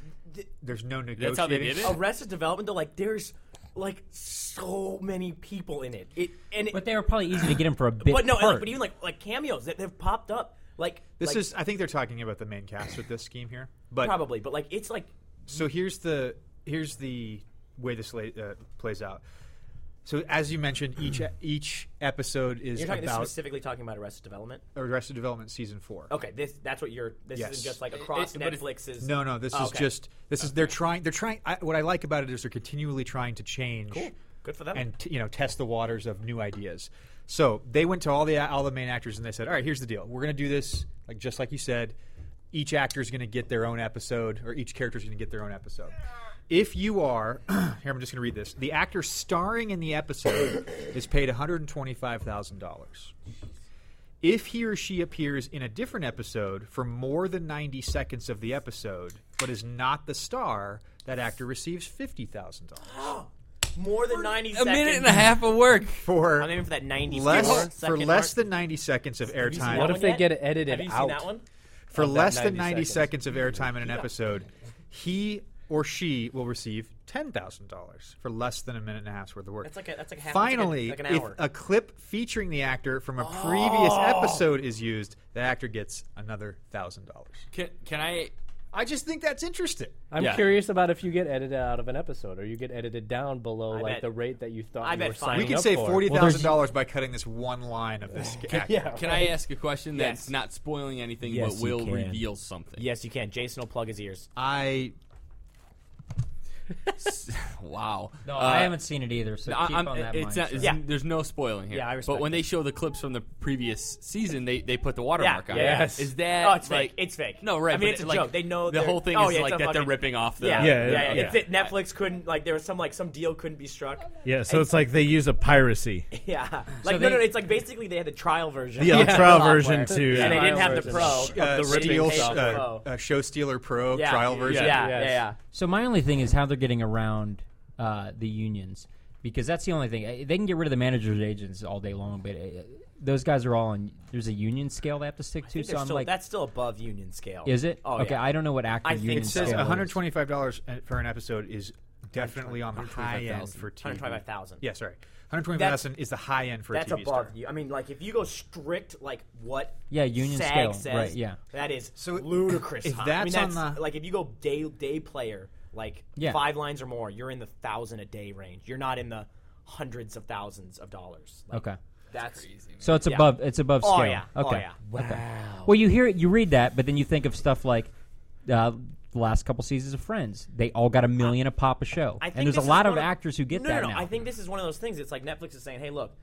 [SPEAKER 5] there's no negotiating. Oh,
[SPEAKER 3] That's how they did it?
[SPEAKER 7] Arrested Development, though, like there's like so many people in it. It and it,
[SPEAKER 4] But they were probably easy to get him for a bit.
[SPEAKER 7] but no, and,
[SPEAKER 4] part.
[SPEAKER 7] like, but even like like cameos that have popped up. Like
[SPEAKER 5] This
[SPEAKER 7] like,
[SPEAKER 5] is, I think they're talking about the main cast with this scheme here, but
[SPEAKER 7] probably, but like it's like
[SPEAKER 5] So here's the here's the way this la- uh, plays out. So as you mentioned, each each episode is
[SPEAKER 7] Hmm. You're talking this is
[SPEAKER 5] about
[SPEAKER 7] specifically talking about Arrested Development.
[SPEAKER 5] Arrested Development season four.
[SPEAKER 7] Okay, this that's what you're. This
[SPEAKER 5] Yes.
[SPEAKER 7] isn't just like across
[SPEAKER 3] It- it- but it's-
[SPEAKER 7] Netflix's.
[SPEAKER 5] No, no. This
[SPEAKER 7] Oh,
[SPEAKER 5] is
[SPEAKER 7] okay.
[SPEAKER 5] just this is they're trying they're trying. I, what I like about it is they're continually trying to change.
[SPEAKER 7] Cool. Good for them.
[SPEAKER 5] And t- you know, test the waters of new ideas. So they went to all the all the main actors and they said, "All right, here's the deal. We're going to do this like just like you said. Each actor is going to get their own episode, or each character is going to get their own episode. If you are here, I'm just going to read this. The actor starring in the episode is paid 125 thousand dollars. If he or she appears in a different episode for more than 90 seconds of the episode, but is not the star, that actor receives $50,000.
[SPEAKER 7] more than ninety seconds.
[SPEAKER 3] of work
[SPEAKER 5] for
[SPEAKER 7] I'm aiming for that ninety
[SPEAKER 5] Less,
[SPEAKER 7] second
[SPEAKER 5] for
[SPEAKER 7] mark.
[SPEAKER 5] less than 90 seconds of
[SPEAKER 7] Have you seen
[SPEAKER 5] airtime.
[SPEAKER 7] that one yet? Have you Seen that one?
[SPEAKER 5] For
[SPEAKER 7] Of that
[SPEAKER 5] less than 90
[SPEAKER 7] 90
[SPEAKER 5] seconds, of airtime in an episode, he or she will receive $10,000 for less than a minute and a half's worth of work.
[SPEAKER 7] That's like a- that's like half- that's like a-
[SPEAKER 5] Finally,
[SPEAKER 7] like an
[SPEAKER 5] if
[SPEAKER 7] hour. Oh.
[SPEAKER 5] a clip featuring the actor from a previous episode is used, the actor gets another $1,000.
[SPEAKER 3] Can, can I?
[SPEAKER 5] I just think that's interesting.
[SPEAKER 11] I'm
[SPEAKER 5] Yeah.
[SPEAKER 11] curious about if you get edited out of an episode or you get edited down below
[SPEAKER 5] I
[SPEAKER 11] like
[SPEAKER 5] bet-
[SPEAKER 11] the rate that you thought
[SPEAKER 5] I
[SPEAKER 11] you
[SPEAKER 5] bet
[SPEAKER 11] were
[SPEAKER 5] fine.
[SPEAKER 11] signing
[SPEAKER 5] We could
[SPEAKER 11] up
[SPEAKER 5] save
[SPEAKER 11] for.
[SPEAKER 5] $40,000 $40,000 by cutting this one line of this
[SPEAKER 3] Can,
[SPEAKER 5] actor.
[SPEAKER 3] can I ask a question that's
[SPEAKER 7] Yes.
[SPEAKER 3] not spoiling anything
[SPEAKER 7] Yes,
[SPEAKER 3] but
[SPEAKER 7] you
[SPEAKER 3] will
[SPEAKER 7] can.
[SPEAKER 3] reveal something?
[SPEAKER 7] Yes, you can. Jason will plug his ears.
[SPEAKER 5] I.
[SPEAKER 3] wow. Uh,
[SPEAKER 4] No,
[SPEAKER 7] Uh,
[SPEAKER 4] I haven't seen it either, so
[SPEAKER 3] no, I-
[SPEAKER 4] keep
[SPEAKER 3] I'm-
[SPEAKER 4] on that
[SPEAKER 3] it's
[SPEAKER 4] mindset.
[SPEAKER 3] not-
[SPEAKER 4] Yeah.
[SPEAKER 3] There's no spoiling here.
[SPEAKER 4] Yeah, I
[SPEAKER 3] But
[SPEAKER 4] respect
[SPEAKER 3] when they show the clips from the previous season, they, they put the watermark on.
[SPEAKER 7] yeah.
[SPEAKER 3] It. Is that
[SPEAKER 7] Oh, it's
[SPEAKER 3] like,
[SPEAKER 7] fake. It's fake.
[SPEAKER 3] No, right.
[SPEAKER 7] I mean,
[SPEAKER 3] but
[SPEAKER 7] it's a
[SPEAKER 3] like,
[SPEAKER 7] joke. They know
[SPEAKER 3] the
[SPEAKER 7] they're-
[SPEAKER 3] whole thing
[SPEAKER 7] oh,
[SPEAKER 3] is
[SPEAKER 7] yeah, it's
[SPEAKER 3] like
[SPEAKER 7] a
[SPEAKER 3] that they're
[SPEAKER 7] fucking-
[SPEAKER 3] ripping off the.
[SPEAKER 7] Yeah, yeah, yeah.
[SPEAKER 9] yeah.
[SPEAKER 7] It's that Netflix couldn't like there was some like some deal couldn't be struck.
[SPEAKER 9] Yeah, so it's like they use a piracy.
[SPEAKER 7] Yeah,
[SPEAKER 9] So
[SPEAKER 7] like
[SPEAKER 9] they-
[SPEAKER 7] no, no, it's like basically they had the trial version.
[SPEAKER 9] Yeah, the trial version
[SPEAKER 7] too.
[SPEAKER 9] too.
[SPEAKER 7] and they didn't have the
[SPEAKER 9] Trial
[SPEAKER 7] pro.
[SPEAKER 9] version.
[SPEAKER 7] of
[SPEAKER 5] Uh,
[SPEAKER 7] the ripping
[SPEAKER 5] Steel's,
[SPEAKER 7] tape.
[SPEAKER 5] uh, uh, show stealer pro
[SPEAKER 7] Yeah.
[SPEAKER 5] trial
[SPEAKER 7] Yeah.
[SPEAKER 5] version.
[SPEAKER 7] Yeah, yeah, yeah.
[SPEAKER 4] So my only thing is how they're getting around uh, the unions because that's the only thing Uh, they can get rid of the managers' agents all day long, but uh, those guys are all on. There's a union scale they have to stick
[SPEAKER 7] I
[SPEAKER 4] to.
[SPEAKER 7] think
[SPEAKER 4] So
[SPEAKER 7] they're
[SPEAKER 4] I'm
[SPEAKER 7] still,
[SPEAKER 4] like,
[SPEAKER 7] that's still above union scale.
[SPEAKER 4] Is it?
[SPEAKER 7] Oh,
[SPEAKER 4] Okay,
[SPEAKER 7] yeah.
[SPEAKER 4] I don't know what active
[SPEAKER 7] I think
[SPEAKER 4] union
[SPEAKER 5] It says
[SPEAKER 4] scale is.
[SPEAKER 5] $125 for an episode is definitely on the high end
[SPEAKER 7] 125,000.
[SPEAKER 5] for TV.
[SPEAKER 7] 125,000.
[SPEAKER 5] Yeah, sorry. 125,000 is the high end for
[SPEAKER 7] that's
[SPEAKER 5] a TV
[SPEAKER 7] above
[SPEAKER 5] star.
[SPEAKER 7] you. I mean, like if you go strict, like what?
[SPEAKER 4] Yeah, union
[SPEAKER 7] SAG
[SPEAKER 4] scale,
[SPEAKER 7] says,
[SPEAKER 4] right, yeah.
[SPEAKER 7] that is ludicrous.
[SPEAKER 5] if
[SPEAKER 7] high.
[SPEAKER 5] that's
[SPEAKER 7] I
[SPEAKER 5] on
[SPEAKER 7] mean,
[SPEAKER 5] the-
[SPEAKER 7] like if you go day day player, like
[SPEAKER 4] Yeah.
[SPEAKER 7] five lines or more, you're in the thousand a day range. You're not in the hundreds of thousands of dollars. Like,
[SPEAKER 4] Okay.
[SPEAKER 7] that's
[SPEAKER 4] So it's
[SPEAKER 7] Yeah.
[SPEAKER 4] above it's above
[SPEAKER 7] Oh,
[SPEAKER 4] scale.
[SPEAKER 7] yeah. Oh,
[SPEAKER 4] Okay.
[SPEAKER 7] yeah.
[SPEAKER 4] Okay. Well, you hear you read that, but then you think of stuff like uh, the last couple seasons of Friends. They all got a million a pop a show,
[SPEAKER 7] I think
[SPEAKER 4] and there's a
[SPEAKER 7] this is
[SPEAKER 4] lot
[SPEAKER 7] one
[SPEAKER 4] of, actors who get
[SPEAKER 7] no,
[SPEAKER 4] that
[SPEAKER 7] No, no,
[SPEAKER 4] now.
[SPEAKER 7] I think this is one of those things. It's like Netflix is saying, "Hey, look,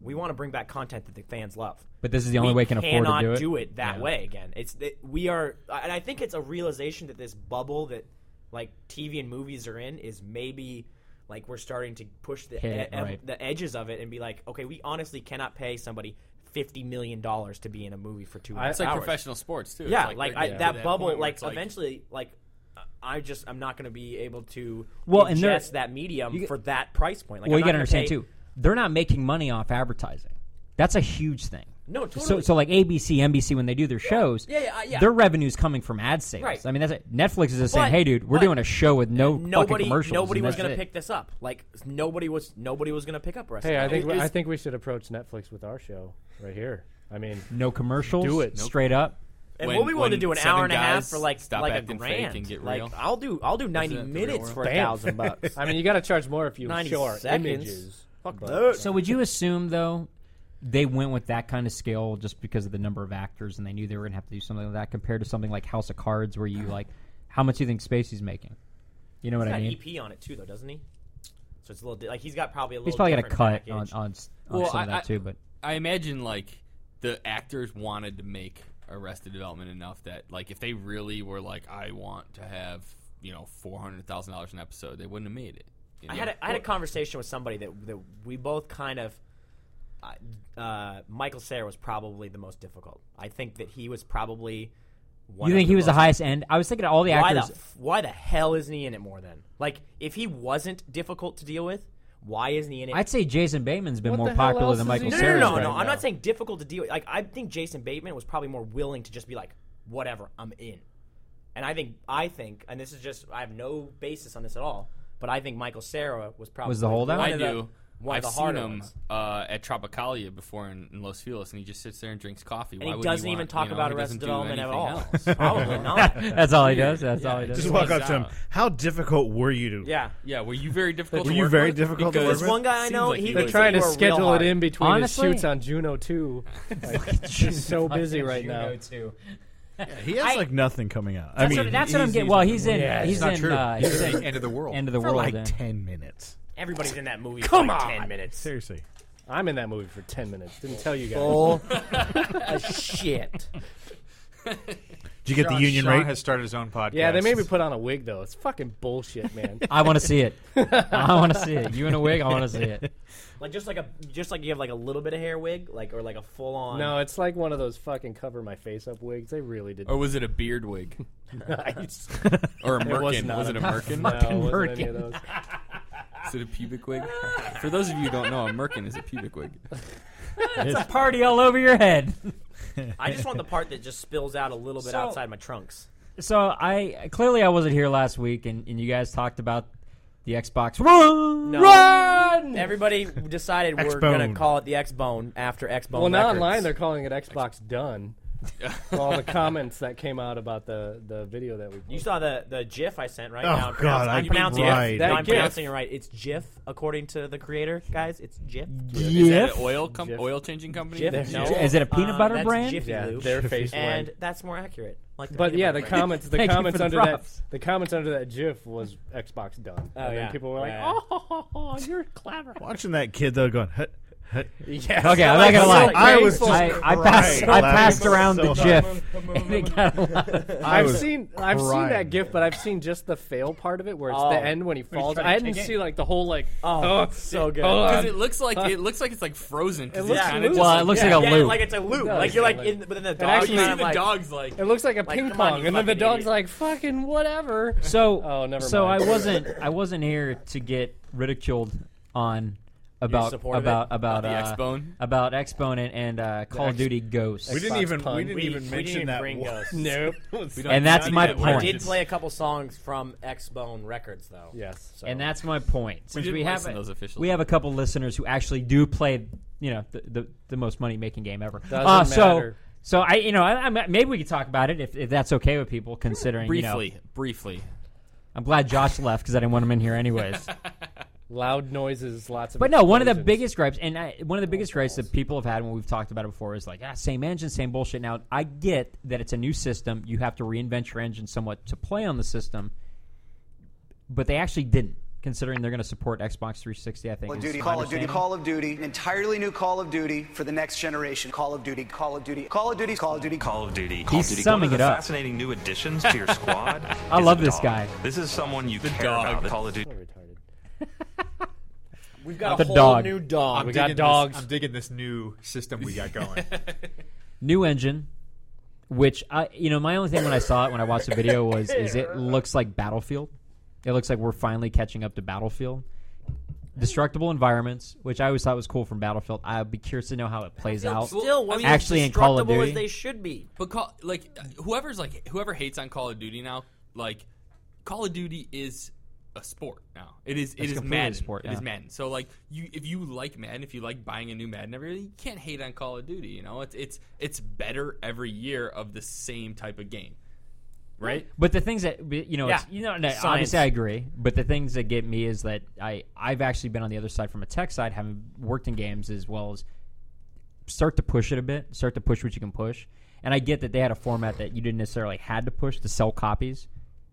[SPEAKER 7] we want to bring back content that the fans love."
[SPEAKER 4] But this is the only
[SPEAKER 7] We
[SPEAKER 4] way we can afford to
[SPEAKER 7] cannot
[SPEAKER 4] do it.
[SPEAKER 7] that
[SPEAKER 4] Yeah.
[SPEAKER 7] way again. It's that we are, and I think it's a realization that this bubble that like TV and movies are in is maybe like we're starting to push the
[SPEAKER 4] Hit it,
[SPEAKER 7] e- em-
[SPEAKER 4] right.
[SPEAKER 7] the edges of it and be like, okay, we honestly cannot pay somebody. Fifty million dollars to be in a movie for two. and a half
[SPEAKER 3] It's like
[SPEAKER 7] hours.
[SPEAKER 3] professional sports, too. It's
[SPEAKER 7] Yeah,
[SPEAKER 3] like
[SPEAKER 7] like,
[SPEAKER 3] they're
[SPEAKER 7] I,
[SPEAKER 3] getting to
[SPEAKER 7] that,
[SPEAKER 3] that
[SPEAKER 7] bubble.
[SPEAKER 3] point where
[SPEAKER 7] Like,
[SPEAKER 3] it's like-
[SPEAKER 7] eventually, like I just I'm not going to be able to
[SPEAKER 4] Well, and they're-
[SPEAKER 7] ingest that medium
[SPEAKER 4] you-
[SPEAKER 7] for that price point. Like,
[SPEAKER 4] well,
[SPEAKER 7] I'm
[SPEAKER 4] you
[SPEAKER 7] got
[SPEAKER 4] got to understand too. They're not making money off advertising. That's a huge thing.
[SPEAKER 7] No,
[SPEAKER 4] So,
[SPEAKER 7] totally.
[SPEAKER 4] so like ABC, NBC, when they do their shows,
[SPEAKER 7] Yeah, yeah, uh, yeah.
[SPEAKER 4] their revenue's coming from ad sales.
[SPEAKER 7] Right.
[SPEAKER 4] I mean, that's it. Netflix is just saying,
[SPEAKER 7] But-
[SPEAKER 4] "Hey, dude, we're
[SPEAKER 7] but
[SPEAKER 4] doing a show with no fucking
[SPEAKER 7] Nobody,
[SPEAKER 4] commercials."
[SPEAKER 7] nobody
[SPEAKER 4] and
[SPEAKER 7] was
[SPEAKER 4] that's
[SPEAKER 7] going to
[SPEAKER 4] it.
[SPEAKER 7] pick this up. Like nobody was, nobody was going to pick up. Wrestling.
[SPEAKER 11] Hey, I think
[SPEAKER 7] It's-
[SPEAKER 11] I think we should approach Netflix with our show right here. I mean,
[SPEAKER 4] no commercials.
[SPEAKER 11] Do it
[SPEAKER 4] straight up.
[SPEAKER 7] and we'll be willing to
[SPEAKER 11] when
[SPEAKER 7] do an
[SPEAKER 11] seven
[SPEAKER 7] hour and a half
[SPEAKER 11] guys
[SPEAKER 7] for like
[SPEAKER 11] stop
[SPEAKER 7] like a
[SPEAKER 11] acting fake
[SPEAKER 7] grand.
[SPEAKER 11] and get
[SPEAKER 7] like
[SPEAKER 11] real.
[SPEAKER 7] I'll do, I'll do ninety
[SPEAKER 11] Isn't that the real
[SPEAKER 7] minutes
[SPEAKER 11] world?
[SPEAKER 7] for a
[SPEAKER 11] Damn.
[SPEAKER 7] thousand bucks.
[SPEAKER 11] I mean, you got to charge more if you
[SPEAKER 7] 90
[SPEAKER 11] show our
[SPEAKER 7] seconds.
[SPEAKER 11] images.
[SPEAKER 7] Fuck
[SPEAKER 11] But-
[SPEAKER 7] that.
[SPEAKER 4] So would you assume though they went with that kind of scale just because of the number of actors and they knew they were going to have to do something like that compared to something like House of Cards where you like how much do you think Spacey's making? You know
[SPEAKER 7] He's
[SPEAKER 4] what I
[SPEAKER 7] got
[SPEAKER 4] mean?
[SPEAKER 7] EP E on it too, though, doesn't he? So it's a little di- like he's got probably a little.
[SPEAKER 4] He's probably got a
[SPEAKER 7] different
[SPEAKER 4] cut
[SPEAKER 7] package.
[SPEAKER 4] on, on s- on some of that too, but
[SPEAKER 3] I imagine like the actors wanted to make Arrested Development enough that like if they really were like, I want to have you know four hundred thousand dollars an episode, they wouldn't have made it. you
[SPEAKER 7] I
[SPEAKER 3] know?
[SPEAKER 7] had a, I had a conversation with somebody that that we both kind of. uh, Uh, Michael Sayer was probably the most difficult. I think that he was probably. One
[SPEAKER 4] you
[SPEAKER 7] of
[SPEAKER 4] think he was the
[SPEAKER 7] most-
[SPEAKER 4] highest end? I was thinking of all the
[SPEAKER 7] why
[SPEAKER 4] actors.
[SPEAKER 7] The, f- why the hell isn't he in it more then? Like, if he wasn't difficult to deal with, why isn't he in it?
[SPEAKER 4] I'd say Jason Bateman's been
[SPEAKER 7] What
[SPEAKER 4] more
[SPEAKER 7] the hell
[SPEAKER 4] popular
[SPEAKER 7] else
[SPEAKER 4] than
[SPEAKER 7] is
[SPEAKER 4] Michael
[SPEAKER 7] he- no,
[SPEAKER 4] Cera's
[SPEAKER 7] No, no, no,
[SPEAKER 4] right
[SPEAKER 7] no. I'm
[SPEAKER 4] now.
[SPEAKER 7] not saying difficult to deal with. Like, I think Jason Bateman was probably more willing to just be like, whatever, I'm in. And I think, I think, and this is just, I have no basis on this at all, but I think Michael Sarah was probably
[SPEAKER 4] Was the holdout?
[SPEAKER 7] one
[SPEAKER 3] I
[SPEAKER 7] of the-
[SPEAKER 3] do.
[SPEAKER 7] One of
[SPEAKER 3] I've
[SPEAKER 7] the
[SPEAKER 3] seen
[SPEAKER 7] harder
[SPEAKER 3] him
[SPEAKER 7] ones.
[SPEAKER 3] uh, at Tropicalia before in, in Los Feliz, and he just sits there and drinks coffee.
[SPEAKER 7] And
[SPEAKER 3] Why
[SPEAKER 7] he
[SPEAKER 3] would
[SPEAKER 7] doesn't
[SPEAKER 3] want-
[SPEAKER 7] even talk
[SPEAKER 3] you know,
[SPEAKER 7] about
[SPEAKER 3] he
[SPEAKER 7] Arrested
[SPEAKER 3] doesn't do
[SPEAKER 7] Development at
[SPEAKER 3] anything
[SPEAKER 7] all.
[SPEAKER 3] else.
[SPEAKER 7] Probably not.
[SPEAKER 4] That's all he does. That's all he does.
[SPEAKER 9] Just walk up to him. How difficult were you to?
[SPEAKER 7] Yeah.
[SPEAKER 3] Yeah. Were you very difficult?
[SPEAKER 9] Were
[SPEAKER 3] to
[SPEAKER 9] you
[SPEAKER 3] work
[SPEAKER 9] very
[SPEAKER 3] with?
[SPEAKER 9] difficult to
[SPEAKER 3] Because
[SPEAKER 9] work with?
[SPEAKER 7] one guy I
[SPEAKER 3] seems
[SPEAKER 7] know,
[SPEAKER 3] like
[SPEAKER 7] he-
[SPEAKER 3] he
[SPEAKER 8] They're
[SPEAKER 3] was.
[SPEAKER 8] trying to
[SPEAKER 7] were real
[SPEAKER 8] schedule
[SPEAKER 7] hard.
[SPEAKER 8] it in between
[SPEAKER 4] Honestly?
[SPEAKER 8] his shoots on Juno 2. Like, he's so busy right now.
[SPEAKER 9] He has like nothing coming out. I
[SPEAKER 4] That's
[SPEAKER 9] mean,
[SPEAKER 4] what- that's what I'm
[SPEAKER 9] he's-
[SPEAKER 4] getting- well, he's in-
[SPEAKER 9] Yeah,
[SPEAKER 4] he's
[SPEAKER 9] it's not
[SPEAKER 4] in,
[SPEAKER 9] true.
[SPEAKER 4] uh, he's in-
[SPEAKER 9] end of the world.
[SPEAKER 4] End of the
[SPEAKER 9] For
[SPEAKER 4] World,
[SPEAKER 9] Like
[SPEAKER 4] yeah.
[SPEAKER 9] ten minutes.
[SPEAKER 7] Everybody's in that movie
[SPEAKER 8] Come
[SPEAKER 7] for like
[SPEAKER 8] on!
[SPEAKER 7] 10 minutes.
[SPEAKER 9] Seriously.
[SPEAKER 8] I'm in that movie for 10 minutes. Didn't tell you guys.
[SPEAKER 7] Bull of shit.
[SPEAKER 9] Did you get
[SPEAKER 5] John
[SPEAKER 9] the union
[SPEAKER 5] Sean
[SPEAKER 9] rate?
[SPEAKER 5] has started his own podcast.
[SPEAKER 8] Yeah, they made me put on a wig, though. It's fucking bullshit, man.
[SPEAKER 4] I want to see it. I want to see it. You in a wig? I want to see it.
[SPEAKER 7] Like just like a just like you have like a little bit of hair wig, like or like a full on.
[SPEAKER 8] no, it's like one of those fucking cover my face up wigs. They really did
[SPEAKER 7] Oh,
[SPEAKER 3] Or was it a beard wig?
[SPEAKER 8] nice.
[SPEAKER 3] Or a
[SPEAKER 8] It was
[SPEAKER 3] merkin?
[SPEAKER 8] not
[SPEAKER 3] Was it a merkin?
[SPEAKER 8] No, it wasn't
[SPEAKER 4] merkin.
[SPEAKER 8] any of those.
[SPEAKER 3] Is it a pubic wig? For those of you who don't know, a merkin is a pubic wig.
[SPEAKER 4] It's a party all over your head.
[SPEAKER 7] I just want the part that just spills out a little bit
[SPEAKER 4] So-
[SPEAKER 7] outside my trunks.
[SPEAKER 4] So I clearly I wasn't here last week, and, and you guys talked about the Xbox Run.
[SPEAKER 7] No.
[SPEAKER 8] Hmm.
[SPEAKER 4] Run!
[SPEAKER 7] Everybody decided we're
[SPEAKER 9] X-Bone.
[SPEAKER 7] gonna call it the X Bone after X Bone.
[SPEAKER 8] Well, now
[SPEAKER 7] Records.
[SPEAKER 8] online they're calling it Xbox Done. All the comments that came out about the, the video that we
[SPEAKER 7] You
[SPEAKER 8] posted.
[SPEAKER 7] saw the the GIF I sent, right?
[SPEAKER 9] Oh,
[SPEAKER 7] now, I'm
[SPEAKER 9] God,
[SPEAKER 7] pronouncing-
[SPEAKER 9] I
[SPEAKER 7] I'm
[SPEAKER 9] mean,
[SPEAKER 7] pronouncing
[SPEAKER 9] right.
[SPEAKER 7] it.
[SPEAKER 8] That
[SPEAKER 7] No, I'm
[SPEAKER 8] GIF.
[SPEAKER 7] pronouncing it right. It's GIF according to the creator, guys. It's GIF.
[SPEAKER 3] Is that
[SPEAKER 4] Yep.
[SPEAKER 3] an oil com-
[SPEAKER 8] Jif.
[SPEAKER 3] oil changing company?
[SPEAKER 7] GIF. No.
[SPEAKER 4] Is it a peanut
[SPEAKER 7] Um,
[SPEAKER 4] butter
[SPEAKER 7] that's
[SPEAKER 4] brand?
[SPEAKER 7] Jiffy
[SPEAKER 8] Yeah,
[SPEAKER 7] Lube.
[SPEAKER 8] their face
[SPEAKER 7] and
[SPEAKER 8] went.
[SPEAKER 7] that's more accurate. Like, the
[SPEAKER 8] But
[SPEAKER 7] peanut
[SPEAKER 8] yeah,
[SPEAKER 7] butter
[SPEAKER 8] the
[SPEAKER 7] brand.
[SPEAKER 8] comments, the
[SPEAKER 4] Thank you for
[SPEAKER 8] comments
[SPEAKER 4] the
[SPEAKER 8] under
[SPEAKER 4] props.
[SPEAKER 8] that, the comments under that GIF was Xbox Done.
[SPEAKER 7] Oh,
[SPEAKER 8] and
[SPEAKER 7] yeah.
[SPEAKER 8] then people were like,
[SPEAKER 7] Yeah.
[SPEAKER 8] "Oh, you're clever."
[SPEAKER 9] Watching that kid though, going. Hut, hut.
[SPEAKER 8] Yeah.
[SPEAKER 4] Okay, I'm
[SPEAKER 7] like
[SPEAKER 4] not gonna lie.
[SPEAKER 7] so I was
[SPEAKER 4] I,
[SPEAKER 9] just
[SPEAKER 4] I passed.
[SPEAKER 9] crying
[SPEAKER 4] I
[SPEAKER 9] laughing
[SPEAKER 4] passed around
[SPEAKER 9] so
[SPEAKER 4] the
[SPEAKER 9] hard.
[SPEAKER 4] GIF, and it got a lot. of-
[SPEAKER 9] I
[SPEAKER 8] I've
[SPEAKER 9] was
[SPEAKER 8] seen I've seen
[SPEAKER 9] crying.
[SPEAKER 8] that GIF, but I've seen just the fail part of it where it's
[SPEAKER 7] Oh.
[SPEAKER 8] the end when he falls.
[SPEAKER 4] trying
[SPEAKER 8] I
[SPEAKER 4] to
[SPEAKER 8] didn't
[SPEAKER 4] kick
[SPEAKER 8] see like the whole like
[SPEAKER 7] Oh, it's so good.
[SPEAKER 8] hold
[SPEAKER 3] Because
[SPEAKER 8] on.
[SPEAKER 3] it looks like it looks like it's like frozen. 'cause
[SPEAKER 8] It
[SPEAKER 3] it's
[SPEAKER 8] looks
[SPEAKER 3] kinda
[SPEAKER 8] loose.
[SPEAKER 3] just-
[SPEAKER 4] Well, it looks
[SPEAKER 8] Yeah.
[SPEAKER 4] like a
[SPEAKER 7] yeah,
[SPEAKER 4] loop.
[SPEAKER 7] like it's a loop.
[SPEAKER 8] No,
[SPEAKER 7] like
[SPEAKER 8] it's
[SPEAKER 7] you're
[SPEAKER 8] not
[SPEAKER 7] like
[SPEAKER 8] like-
[SPEAKER 7] in, but then the dog.
[SPEAKER 8] actually-
[SPEAKER 3] you see
[SPEAKER 7] kinda
[SPEAKER 3] the
[SPEAKER 7] like,
[SPEAKER 3] dogs like.
[SPEAKER 8] It looks like a
[SPEAKER 7] Like,
[SPEAKER 8] ping
[SPEAKER 7] come on,
[SPEAKER 8] pong,
[SPEAKER 7] you
[SPEAKER 8] and then the
[SPEAKER 7] fucking
[SPEAKER 8] dog's
[SPEAKER 7] idiot.
[SPEAKER 8] like, "Fucking whatever."
[SPEAKER 4] So,
[SPEAKER 8] Oh, never
[SPEAKER 4] so
[SPEAKER 8] mind.
[SPEAKER 4] I wasn't I wasn't here to get ridiculed on about
[SPEAKER 7] support of
[SPEAKER 4] about
[SPEAKER 7] it?
[SPEAKER 4] about
[SPEAKER 3] About the
[SPEAKER 4] uh,
[SPEAKER 3] Xbone?
[SPEAKER 4] about Xbone and, and uh, Call of
[SPEAKER 8] X-
[SPEAKER 4] Duty Ghost.
[SPEAKER 9] We didn't
[SPEAKER 8] Xbox
[SPEAKER 9] even. We
[SPEAKER 8] pun.
[SPEAKER 9] didn't
[SPEAKER 7] We-
[SPEAKER 9] even
[SPEAKER 7] we
[SPEAKER 9] mention
[SPEAKER 7] didn't
[SPEAKER 9] that.
[SPEAKER 7] bring
[SPEAKER 9] once.
[SPEAKER 7] those.
[SPEAKER 8] Nope.
[SPEAKER 3] We don't-
[SPEAKER 4] and
[SPEAKER 3] we
[SPEAKER 4] that's
[SPEAKER 3] don't
[SPEAKER 4] my
[SPEAKER 3] need that.
[SPEAKER 7] I
[SPEAKER 4] point.
[SPEAKER 7] did play a couple songs from X Bone Records though.
[SPEAKER 8] Yes.
[SPEAKER 7] So.
[SPEAKER 4] and that's my point. Since
[SPEAKER 3] didn't
[SPEAKER 4] we have
[SPEAKER 3] listen to those officials.
[SPEAKER 4] we have a couple listeners who actually do play, you know, the the, the most money making game ever.
[SPEAKER 8] Doesn't
[SPEAKER 4] uh, so
[SPEAKER 8] matter.
[SPEAKER 4] so I you know I, I, maybe we could talk about it if, if that's okay with people considering
[SPEAKER 3] Briefly,
[SPEAKER 4] You know,
[SPEAKER 3] briefly.
[SPEAKER 4] I'm glad Josh left because I didn't want him in here anyways.
[SPEAKER 8] Loud noises, lots of.
[SPEAKER 4] But no, one of the
[SPEAKER 8] explosions.
[SPEAKER 4] biggest gripes, and I, one of the biggest gripes that people have had when we've talked about it before is like, ah, same engine, same bullshit. Now, I get that it's a new system. You have to reinvent your engine somewhat to play on the system, but they actually didn't, considering they're going to support Xbox 360, I think.
[SPEAKER 12] Call of
[SPEAKER 4] is
[SPEAKER 12] Duty,
[SPEAKER 4] my
[SPEAKER 12] Call of Duty,
[SPEAKER 4] understanding.
[SPEAKER 12] Call of Duty, an entirely new Call of Duty for the next generation. Call of Duty, Call of Duty, Call of Duty, Call of Duty.
[SPEAKER 13] Call of Duty.
[SPEAKER 4] Call of Duty. summing
[SPEAKER 13] One of
[SPEAKER 4] it
[SPEAKER 13] the
[SPEAKER 4] up.
[SPEAKER 13] Fascinating new additions to your squad.
[SPEAKER 4] I
[SPEAKER 13] is
[SPEAKER 4] love
[SPEAKER 13] a
[SPEAKER 4] this
[SPEAKER 13] dog.
[SPEAKER 4] guy.
[SPEAKER 13] This is someone you care
[SPEAKER 3] dog.
[SPEAKER 13] about. Call of Duty.
[SPEAKER 7] We've got
[SPEAKER 4] The
[SPEAKER 7] a whole
[SPEAKER 4] dog.
[SPEAKER 7] new dog.
[SPEAKER 5] I'm
[SPEAKER 8] We got
[SPEAKER 5] digging this-
[SPEAKER 8] dogs.
[SPEAKER 5] I'm digging this new system we got going.
[SPEAKER 4] New engine, which, I, you know, my only thing when I saw it, when I watched the video, was is it looks like Battlefield. It looks like we're finally catching up to Battlefield. Destructible environments, which I always thought was cool from Battleeld. I'd be curious to know how it plays
[SPEAKER 7] Still-
[SPEAKER 4] out.
[SPEAKER 7] Still, wasn't
[SPEAKER 4] Actually,
[SPEAKER 7] as
[SPEAKER 4] in Call of
[SPEAKER 7] destructible
[SPEAKER 4] Duty-
[SPEAKER 7] as they should be.
[SPEAKER 3] But call, like whoever's like whoever hates on Call of Duty now, like Call of Duty is a sport now. It is it
[SPEAKER 4] It's
[SPEAKER 3] is
[SPEAKER 4] completely a
[SPEAKER 3] Madden.
[SPEAKER 4] sport,
[SPEAKER 3] It is
[SPEAKER 4] yeah.
[SPEAKER 3] Madden. So like you if you like Madden, if you like buying a new Madden every year, you can't hate on Call of Duty. You know it's it's it's better every year of the same type of game, right?
[SPEAKER 4] But the things that you know, it's,
[SPEAKER 7] Yeah.
[SPEAKER 4] you know, no,
[SPEAKER 7] Science.
[SPEAKER 4] obviously I agree. But the things that get me is that I I've actually been on the other side from a tech side, having worked in games as well as start to push it a bit, start to push what you can push. And I get that they had a format that you didn't necessarily had to push to sell copies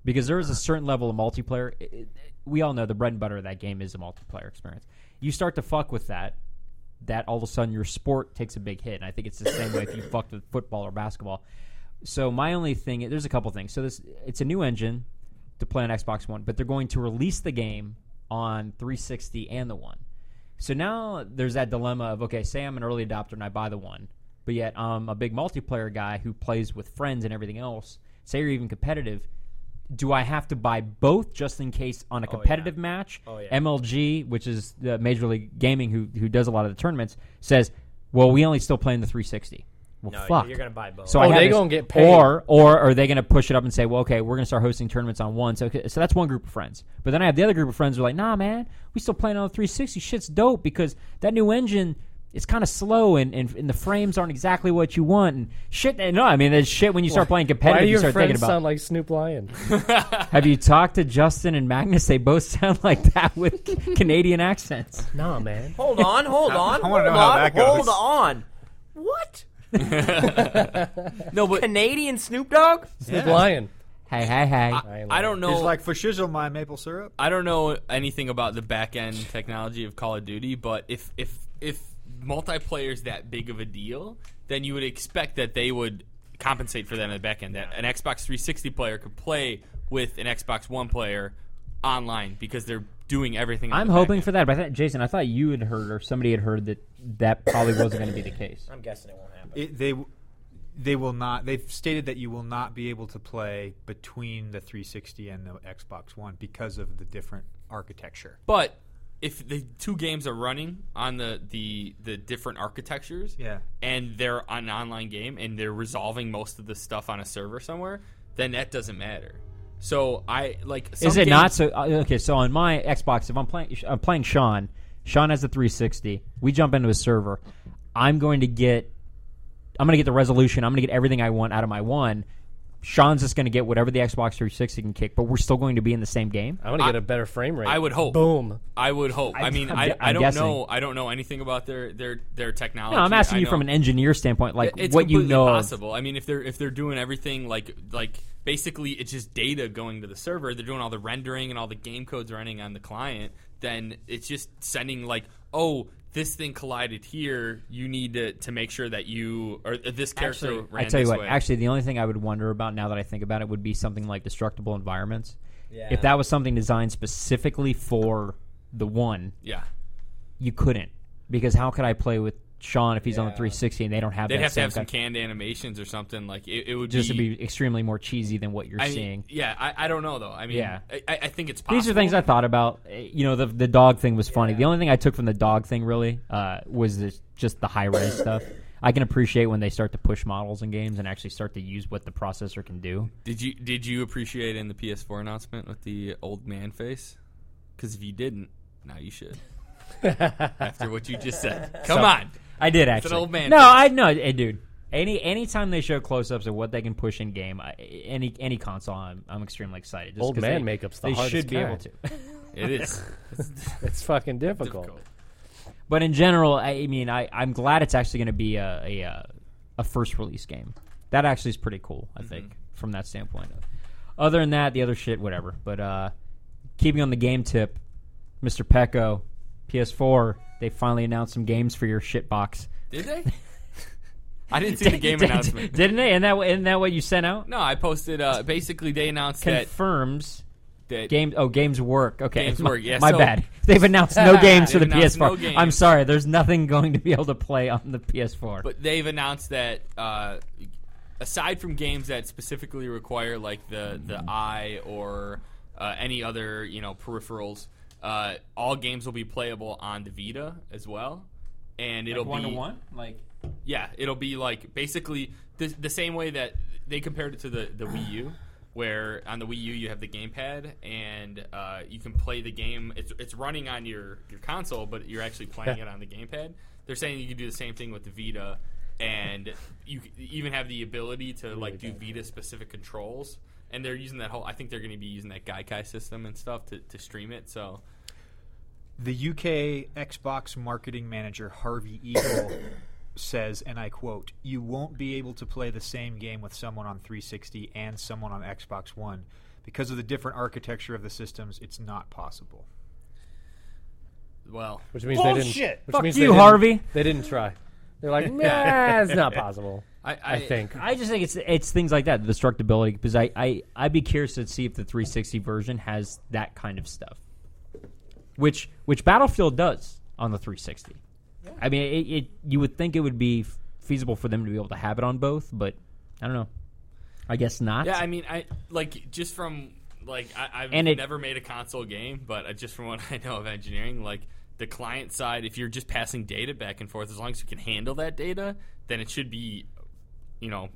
[SPEAKER 4] because there is a certain level of multiplayer. It- it- we all know the bread and butter of that game is a multiplayer experience. You start to fuck with that, that all of a sudden your sport takes a big hit. And I think it's the same way if you fucked with football or basketball. So my only thing, there's a couple things. So this, it's a new engine to play on Xbox One, but they're going to release the game on 360 and the One. So now there's that dilemma of okay, say I'm an early adopter and I buy the One, but yet I'm a big multiplayer guy who plays with friends and everything else. Say you're even competitive. Do I have to buy both just in case
[SPEAKER 7] Oh,
[SPEAKER 4] on a competitive match? MLG, which is the Major League Gaming, who who does a lot of the tournaments, says, "Well, we only still play in the 360." Well,
[SPEAKER 7] No,
[SPEAKER 4] fuck.
[SPEAKER 7] you're gonna buy both.
[SPEAKER 4] So
[SPEAKER 7] Oh,
[SPEAKER 4] I had
[SPEAKER 7] they
[SPEAKER 4] to-
[SPEAKER 7] gonna get paid.
[SPEAKER 4] Or or are they going to push it up and say, well, okay, we're going to start hosting tournaments on one. So, so that's one group of friends. But then I have the other group of friends who are like, nah, man, we still playing on the 360. Shit's dope because that new engine. It's kind of slow, and, and, and the frames aren't exactly what you want, and shit. No, I mean, it's shit when you start playing competitive.
[SPEAKER 11] Why do
[SPEAKER 4] you
[SPEAKER 11] your
[SPEAKER 4] start
[SPEAKER 11] friends
[SPEAKER 4] thinking about.
[SPEAKER 11] sound like Snoop Lion?
[SPEAKER 4] Have you talked to Justin and Magnus? They both sound like that with Canadian accents.
[SPEAKER 11] nah, man.
[SPEAKER 7] Hold on, hold
[SPEAKER 4] I-
[SPEAKER 7] on,
[SPEAKER 4] I
[SPEAKER 7] hold
[SPEAKER 4] wanna know how
[SPEAKER 7] on,
[SPEAKER 4] that goes.
[SPEAKER 7] hold on. What? no, but Canadian Snoop Dogg,
[SPEAKER 3] Snoop
[SPEAKER 11] Lion.
[SPEAKER 4] Hey, hey, hey.
[SPEAKER 3] I don't know.
[SPEAKER 5] He's like for shizzle my maple syrup.
[SPEAKER 3] I don't know anything about the back end technology of Call of Duty, but if if if multiplayer is that big of a deal, then you would expect that they would compensate for that in the back end. That an Xbox 360 player could play with an Xbox One player online because they're doing everything. on
[SPEAKER 4] I'm
[SPEAKER 3] the back
[SPEAKER 4] hoping for that, but I thought, Jason, I thought you had heard or somebody had heard that that probably wasn't going to be the case.
[SPEAKER 7] I'm guessing it won't happen.
[SPEAKER 5] It, they w- they will not. They've stated that you will not be able to play between the 360 and the Xbox One because of the different architecture.
[SPEAKER 3] But if the two games are running on the the, the different architectures,
[SPEAKER 5] Yeah.
[SPEAKER 3] and they're on an online game and they're resolving most of the stuff on a server somewhere, then that doesn't matter. So I like. some
[SPEAKER 4] Is it not
[SPEAKER 3] games-
[SPEAKER 4] so? uh, Okay, so on my Xbox, if I'm playing, I'm playing Sean. Sean has the 360. We jump into his server. I'm going to get, I'm going to get the resolution. I'm going to get everything I want out of my one. Sean's just going to get whatever the Xbox 360 can kick, but we're still going to be in the same game.
[SPEAKER 3] Oh,
[SPEAKER 11] I'm gonna get a better frame rate.
[SPEAKER 3] I would hope.
[SPEAKER 11] Boom.
[SPEAKER 3] I would hope. I,
[SPEAKER 11] I'm-
[SPEAKER 3] mean,
[SPEAKER 11] I'm
[SPEAKER 3] I,
[SPEAKER 11] gu-
[SPEAKER 3] I
[SPEAKER 4] I'm
[SPEAKER 3] don't
[SPEAKER 4] guessing.
[SPEAKER 3] know. I don't know anything about their their their technology.
[SPEAKER 4] No, I'm asking
[SPEAKER 3] I
[SPEAKER 4] you from an
[SPEAKER 3] know-
[SPEAKER 4] engineer standpoint, like
[SPEAKER 3] it's
[SPEAKER 4] what you
[SPEAKER 3] completely
[SPEAKER 4] know. of-
[SPEAKER 3] Possible. I mean, if they're if they're doing everything like like basically it's just data going to the server. They're doing all the rendering and all the game codes running on the client. Then it's just sending like, oh, this thing collided here. You need to, to make sure that you or uh, this character
[SPEAKER 4] Actually,
[SPEAKER 3] ran
[SPEAKER 4] I tell you
[SPEAKER 3] this
[SPEAKER 4] what.
[SPEAKER 3] way.
[SPEAKER 4] Actually, the only thing I would wonder about now that I think about it would be something like destructible environments.
[SPEAKER 3] Yeah.
[SPEAKER 4] If that was something designed specifically for the one,
[SPEAKER 3] Yeah.
[SPEAKER 4] you couldn't because how could I play with Sean if he's on the
[SPEAKER 3] Yeah.
[SPEAKER 4] 360 and they don't have
[SPEAKER 3] they'd
[SPEAKER 4] that
[SPEAKER 3] have to
[SPEAKER 4] same
[SPEAKER 3] have some
[SPEAKER 4] kind-
[SPEAKER 3] canned animations or something. Like it, it would
[SPEAKER 4] just
[SPEAKER 3] be,
[SPEAKER 4] to be extremely more cheesy than what you're
[SPEAKER 3] I mean,
[SPEAKER 4] seeing.
[SPEAKER 3] yeah, I, I don't know though. I mean,
[SPEAKER 4] Yeah.
[SPEAKER 3] I, I I think it's possible.
[SPEAKER 4] These are things I thought about. Uh, You know, the the dog thing was funny. The only thing I took from the dog thing really uh, was this, just the high res stuff. I can appreciate when they start to push models in games and actually start to use what the processor can do.
[SPEAKER 3] Did you did you appreciate in the PS4 announcement with the old man face? Because if you didn't, now you should. After what you just said, come
[SPEAKER 4] So-
[SPEAKER 3] on.
[SPEAKER 4] I did
[SPEAKER 3] It's
[SPEAKER 4] actually.
[SPEAKER 3] an old man.
[SPEAKER 4] No,
[SPEAKER 3] face.
[SPEAKER 4] I no, eh, dude. Any anytime they show close ups of what they can push in game, I, any any console, I'm, I'm extremely excited. just
[SPEAKER 11] Old
[SPEAKER 4] 'cause
[SPEAKER 11] man
[SPEAKER 4] they,
[SPEAKER 11] makeup's the
[SPEAKER 4] they
[SPEAKER 11] hardest
[SPEAKER 4] should be able
[SPEAKER 11] kind.
[SPEAKER 4] to.
[SPEAKER 3] It is.
[SPEAKER 11] it's fucking difficult.
[SPEAKER 4] But in general, I I mean, I, I'm glad it's actually going to be a, a uh, a first release game. That actually is pretty cool.
[SPEAKER 3] Mm-hmm.
[SPEAKER 4] I think from that standpoint. Other than that, the other shit, whatever. But uh, keeping on the game tip, Mr. Pecco, PS4, they finally announced some games for your shit box.
[SPEAKER 3] Did they? I didn't see the game
[SPEAKER 4] Did-
[SPEAKER 3] announcement.
[SPEAKER 4] didn't they? And that isn't that what you sent out?
[SPEAKER 3] No, I posted. Uh, basically, they announced that
[SPEAKER 4] Confirms.
[SPEAKER 3] that
[SPEAKER 4] Games, oh, games work. Okay,
[SPEAKER 3] Games
[SPEAKER 4] my,
[SPEAKER 3] work, yeah,
[SPEAKER 4] my
[SPEAKER 3] so-
[SPEAKER 4] bad. They've announced no games for the
[SPEAKER 3] They've announced
[SPEAKER 4] PS4.
[SPEAKER 3] no games.
[SPEAKER 4] I'm sorry. There's nothing going to be able to play on the PS4.
[SPEAKER 3] But they've announced that uh, aside from games that specifically require like the the eye or uh, any other you know peripherals, uh, all games will be playable on the Vita as well, and it'll be
[SPEAKER 4] one-to-one? like
[SPEAKER 3] yeah, it'll be like basically the, the same way that they compared it to the the Wii U. Where on the Wii U you have the gamepad and uh, you can play the game. It's, it's running on your, your console, but you're actually playing it on the gamepad. They're saying you can do the same thing with the Vita, and you c- even have the ability to like do Vita specific controls. And they're using that whole. I think they're going to be using that Gaikai system and stuff to, to stream it. So
[SPEAKER 5] The UK Xbox marketing manager Harvey Eagle says, and I quote, You won't be able to play the same game with someone on 360 and someone on Xbox One. Because of the different architecture of the systems, it's not possible.
[SPEAKER 3] well,
[SPEAKER 11] Which means they didn't. Which
[SPEAKER 4] Fuck
[SPEAKER 11] means
[SPEAKER 4] you,
[SPEAKER 11] they didn't-
[SPEAKER 4] Harvey.
[SPEAKER 11] They didn't try. They're like, nah, it's not possible. I, think.
[SPEAKER 4] I just think it's it's things like that, the destructibility. Because I I I'd be curious to see if the 360 version has that kind of stuff, which which Battlefield does on the 360. I mean, it, it you would think it would be f- feasible for them to be able to have it on both, but I don't know. I guess not.
[SPEAKER 3] Yeah, I mean, I like just from like I, I've
[SPEAKER 4] And it-
[SPEAKER 3] never made a console game, but uh, just from what I know of engineering, like the client side, if you're just passing data back and forth, as long as you can handle that data, then it should be you know,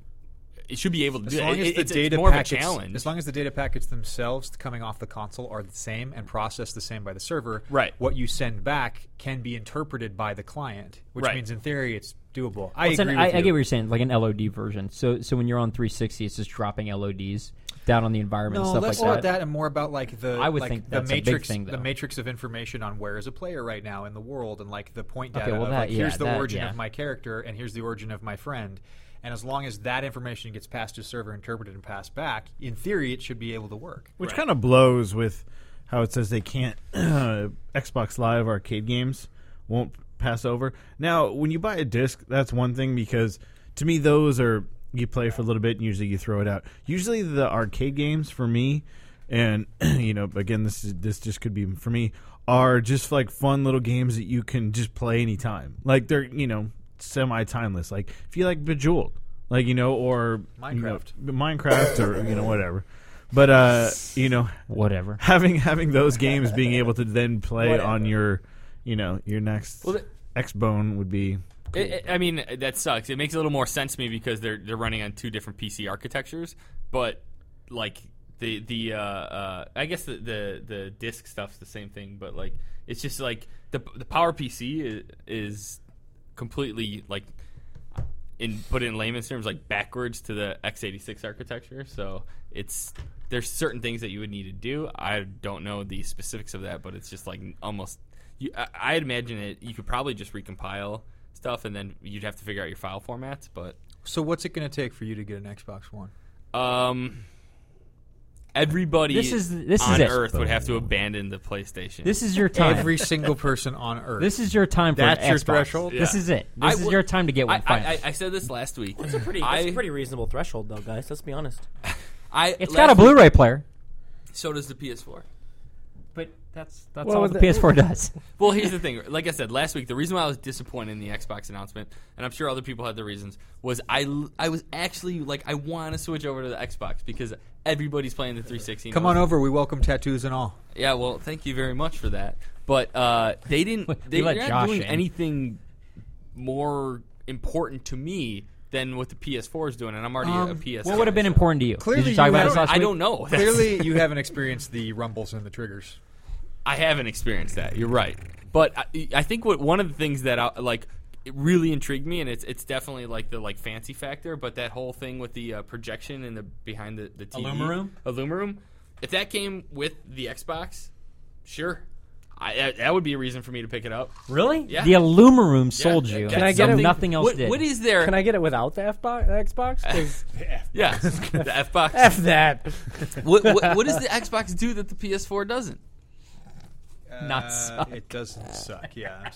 [SPEAKER 3] it should be able to
[SPEAKER 5] As
[SPEAKER 3] do that.
[SPEAKER 5] long
[SPEAKER 3] It-
[SPEAKER 5] as the
[SPEAKER 3] it's,
[SPEAKER 5] data
[SPEAKER 3] it's more
[SPEAKER 5] packets,
[SPEAKER 3] of a challenge.
[SPEAKER 5] As long as the data packets themselves coming off the console are the same and processed the same by the server,
[SPEAKER 3] Right.
[SPEAKER 5] what you send back can be interpreted by the client, which
[SPEAKER 3] Right.
[SPEAKER 5] means in theory it's doable. I
[SPEAKER 4] Well, it's
[SPEAKER 5] agree
[SPEAKER 4] an-
[SPEAKER 5] with
[SPEAKER 4] I,
[SPEAKER 5] you.
[SPEAKER 4] get what you're saying, like an LOD version. So so when you're on 360, it's just dropping LODs down on the environment
[SPEAKER 5] no,
[SPEAKER 4] and stuff
[SPEAKER 5] less
[SPEAKER 4] like
[SPEAKER 5] about that. and more about like the
[SPEAKER 4] I would
[SPEAKER 5] like,
[SPEAKER 4] think
[SPEAKER 5] the
[SPEAKER 4] that's a big
[SPEAKER 5] matrix
[SPEAKER 4] thing,
[SPEAKER 5] the
[SPEAKER 4] though.
[SPEAKER 5] matrix of information on where is a player right now in the world and like the point
[SPEAKER 4] Okay,
[SPEAKER 5] data
[SPEAKER 4] well,
[SPEAKER 5] of
[SPEAKER 4] that-
[SPEAKER 5] like
[SPEAKER 4] yeah,
[SPEAKER 5] here's the
[SPEAKER 4] that-
[SPEAKER 5] origin
[SPEAKER 4] yeah.
[SPEAKER 5] of my character and here's the origin of my friend. And as long as that information gets passed to server, interpreted, and passed back, in theory, it should be able to work.
[SPEAKER 9] Which kind of blows with how it says they can't Xbox Live arcade games won't pass over. Now, when you buy a disc, that's one thing because to me those are you play for a little bit and usually you throw it out. Usually the arcade games for me and you know again this is this just could be for me are just like fun little games that you can just play anytime. Like they're, you know, semi timeless. Like if you like Bejeweled, like you know or you know, Minecraft or you know whatever. But uh, you know,
[SPEAKER 4] whatever.
[SPEAKER 9] Having having those games being able to then play
[SPEAKER 3] Whatever.
[SPEAKER 9] on your, you know, your next
[SPEAKER 3] Well, the-
[SPEAKER 9] X Bone would be
[SPEAKER 3] It, I I mean, that sucks. It makes a little more sense to me because they're they're running on two different PC architectures. But like the the uh, uh, I guess the, the the disk stuff's the same thing. But like it's just like the the Power PC is, is completely like in put in layman's terms like backwards to the x86 architecture. So it's there's certain things that you would need to do. I don't know the specifics of that, but it's just like almost. You, I, I'd imagine it. You could probably just recompile stuff, and then you'd have to figure out your file formats. But
[SPEAKER 5] So what's it going to take for you to get an Xbox One?
[SPEAKER 3] um, everybody
[SPEAKER 5] This is- this
[SPEAKER 3] on
[SPEAKER 5] is it.
[SPEAKER 3] Earth would have to abandon the PlayStation.
[SPEAKER 4] This is your time.
[SPEAKER 5] Every single person on Earth.
[SPEAKER 4] This is your time for an
[SPEAKER 5] That's your
[SPEAKER 4] Xbox.
[SPEAKER 5] threshold?
[SPEAKER 4] This
[SPEAKER 5] Yeah.
[SPEAKER 4] is it. This
[SPEAKER 5] I
[SPEAKER 4] is
[SPEAKER 5] would-
[SPEAKER 4] your time to get one.
[SPEAKER 3] I, I,
[SPEAKER 4] finally.
[SPEAKER 3] I- I said this last week.
[SPEAKER 7] That's a pretty,
[SPEAKER 3] I-
[SPEAKER 7] that's a pretty reasonable threshold, though, guys. Let's be honest.
[SPEAKER 3] I
[SPEAKER 4] it's
[SPEAKER 3] last
[SPEAKER 4] got a
[SPEAKER 3] week-
[SPEAKER 4] Blu-ray player.
[SPEAKER 3] So does the PS4.
[SPEAKER 4] But that's that's
[SPEAKER 3] Well,
[SPEAKER 4] all
[SPEAKER 3] the-
[SPEAKER 4] the PS4 does.
[SPEAKER 3] Well, here's the thing. Like I said last week, the reason why I was disappointed in the Xbox announcement, and I'm sure other people had their reasons, was I l- I was actually like I want to switch over to the Xbox because everybody's playing the 360.
[SPEAKER 5] Come
[SPEAKER 3] now.
[SPEAKER 5] on over. We welcome tattoos and all.
[SPEAKER 3] Yeah, well, thank you very much for that. But uh, they didn't. They,
[SPEAKER 5] let
[SPEAKER 3] they're not
[SPEAKER 5] Josh
[SPEAKER 3] doing
[SPEAKER 5] in.
[SPEAKER 3] anything more important to me than what the PS4 is doing, and I'm already a
[SPEAKER 5] Um,
[SPEAKER 3] PS.
[SPEAKER 4] what would have been important to you?
[SPEAKER 5] Clearly,
[SPEAKER 4] Did you talk
[SPEAKER 5] you
[SPEAKER 4] about
[SPEAKER 5] haven't-
[SPEAKER 4] this last
[SPEAKER 3] I
[SPEAKER 4] week?
[SPEAKER 3] don't know.
[SPEAKER 5] Clearly, you haven't experienced the rumbles and the triggers.
[SPEAKER 3] I haven't experienced that. You're right, but I, I think what one of the things that I, like it really intrigued me, and it's it's definitely like the like fancy factor, but that whole thing with the uh, projection and the behind the the TV,
[SPEAKER 4] Illumaroom?
[SPEAKER 3] Illumaroom. If that came with the Xbox, sure, I, that, that would be a reason for me to pick it up.
[SPEAKER 4] Really?
[SPEAKER 3] Yeah.
[SPEAKER 4] The Illumaroom sold you.
[SPEAKER 3] Can I get
[SPEAKER 4] something
[SPEAKER 3] it-
[SPEAKER 4] Nothing else
[SPEAKER 3] what-
[SPEAKER 4] did.
[SPEAKER 3] what is there-
[SPEAKER 11] Can I get it without the F box? Xbox? 'Cause-
[SPEAKER 3] Yeah, the F box.
[SPEAKER 11] F that.
[SPEAKER 3] what, what, what does the Xbox do that the PS4 doesn't?
[SPEAKER 4] Not suck.
[SPEAKER 5] Uh, It doesn't suck. Yeah.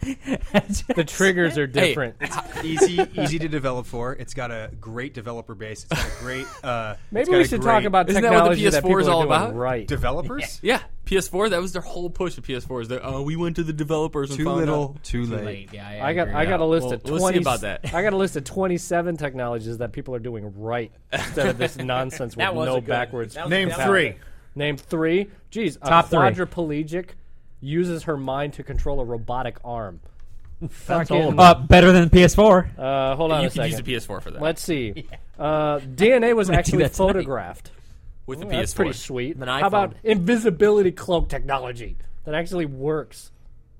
[SPEAKER 11] The triggers are
[SPEAKER 5] Hey,
[SPEAKER 11] different.
[SPEAKER 5] it's easy, easy to develop for. It's got a great developer base. It's got a great. Uh,
[SPEAKER 11] Maybe
[SPEAKER 5] it's got
[SPEAKER 11] we
[SPEAKER 5] a
[SPEAKER 11] should
[SPEAKER 5] great-
[SPEAKER 11] talk about Isn't that what the technology that
[SPEAKER 3] PS4 is
[SPEAKER 11] people are
[SPEAKER 3] all
[SPEAKER 11] doing
[SPEAKER 3] about?
[SPEAKER 11] right.
[SPEAKER 5] Developers?
[SPEAKER 3] Yeah. PS4. That was their whole push. of PS4 is that oh, we went to the developers. and
[SPEAKER 5] Too
[SPEAKER 3] found
[SPEAKER 5] little,
[SPEAKER 3] out.
[SPEAKER 5] too Too late. late,
[SPEAKER 4] yeah,
[SPEAKER 11] I got I got a list
[SPEAKER 3] Well,
[SPEAKER 11] of 20
[SPEAKER 3] We'll see about that.
[SPEAKER 11] I got a list of 27 technologies that people are doing right instead of this nonsense with
[SPEAKER 7] That was a
[SPEAKER 11] no
[SPEAKER 7] good-
[SPEAKER 11] backwards.
[SPEAKER 7] that was a Name good one.
[SPEAKER 11] compatibility. Name three. Geez, a
[SPEAKER 4] Top three.
[SPEAKER 11] quadriplegic uses her mind to control a robotic arm. Fucking-
[SPEAKER 4] Uh, better than PS4.
[SPEAKER 11] Uh, hold on
[SPEAKER 3] You
[SPEAKER 11] a
[SPEAKER 3] could
[SPEAKER 11] second.
[SPEAKER 3] use the PS4 for that.
[SPEAKER 11] Let's see. Uh, DNA was
[SPEAKER 4] I'm gonna do
[SPEAKER 11] actually
[SPEAKER 4] that tonight.
[SPEAKER 11] photographed.
[SPEAKER 3] With the
[SPEAKER 11] Ooh, That's
[SPEAKER 3] PS4.
[SPEAKER 11] pretty sweet.
[SPEAKER 7] An
[SPEAKER 11] How about
[SPEAKER 7] iPhone.
[SPEAKER 11] invisibility cloak technology that actually works?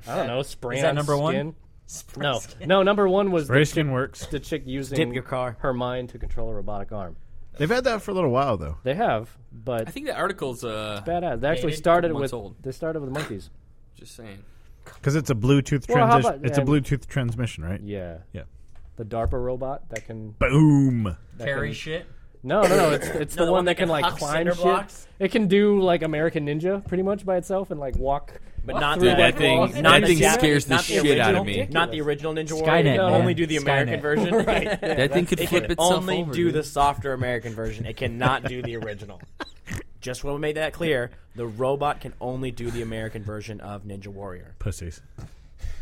[SPEAKER 11] I don't know. Spray
[SPEAKER 4] Is that
[SPEAKER 11] on
[SPEAKER 4] number one?
[SPEAKER 11] skin?
[SPEAKER 4] Spray
[SPEAKER 11] No,
[SPEAKER 4] skin.
[SPEAKER 11] no. Number one was
[SPEAKER 9] Spray
[SPEAKER 11] the
[SPEAKER 9] skin
[SPEAKER 11] chick-
[SPEAKER 9] works.
[SPEAKER 11] The chick using
[SPEAKER 9] Dip your
[SPEAKER 11] her mind to control a robotic arm.
[SPEAKER 9] They've had that for a little while though.
[SPEAKER 11] They have, but
[SPEAKER 3] I think the article's uh,
[SPEAKER 11] badass. They actually
[SPEAKER 3] dated,
[SPEAKER 11] started
[SPEAKER 3] couple months
[SPEAKER 11] with
[SPEAKER 3] old.
[SPEAKER 11] they started with monkeys.
[SPEAKER 3] Just saying.
[SPEAKER 9] Because it's a Bluetooth
[SPEAKER 11] Well, how
[SPEAKER 9] transition.
[SPEAKER 11] about-
[SPEAKER 9] It's a
[SPEAKER 11] yeah.
[SPEAKER 9] Bluetooth transmission, right?
[SPEAKER 11] Yeah.
[SPEAKER 9] Yeah.
[SPEAKER 11] The DARPA robot that can
[SPEAKER 9] Boom.
[SPEAKER 11] that
[SPEAKER 4] Carry
[SPEAKER 11] can-
[SPEAKER 4] shit?
[SPEAKER 11] No, no, no. It's, it's
[SPEAKER 4] No,
[SPEAKER 11] the, one, that can, like
[SPEAKER 4] huck
[SPEAKER 11] climb
[SPEAKER 4] cinder
[SPEAKER 11] shit.
[SPEAKER 4] blocks?
[SPEAKER 11] It can do like American Ninja pretty much by itself and like walk.
[SPEAKER 7] But
[SPEAKER 11] walk
[SPEAKER 7] not
[SPEAKER 11] through,
[SPEAKER 7] the- that
[SPEAKER 11] like,
[SPEAKER 7] thing-
[SPEAKER 11] walls.
[SPEAKER 7] that thing
[SPEAKER 11] Japanese-
[SPEAKER 7] scares the
[SPEAKER 11] not
[SPEAKER 7] shit out of
[SPEAKER 11] original-
[SPEAKER 7] me. Not the original Ninja Warrior,
[SPEAKER 11] Skynet,
[SPEAKER 7] it can only
[SPEAKER 11] man.
[SPEAKER 7] do the American
[SPEAKER 11] Skynet.
[SPEAKER 7] version.
[SPEAKER 11] Right.
[SPEAKER 7] Yeah,
[SPEAKER 11] Yeah,
[SPEAKER 7] that's-
[SPEAKER 3] thing could
[SPEAKER 7] it
[SPEAKER 3] flip
[SPEAKER 7] can
[SPEAKER 3] itself
[SPEAKER 7] Only
[SPEAKER 3] over,
[SPEAKER 7] do
[SPEAKER 3] dude.
[SPEAKER 7] the softer American version. It cannot do the original. Just want to make that clear. The robot can only do the American version of Ninja Warrior.
[SPEAKER 9] Pussies.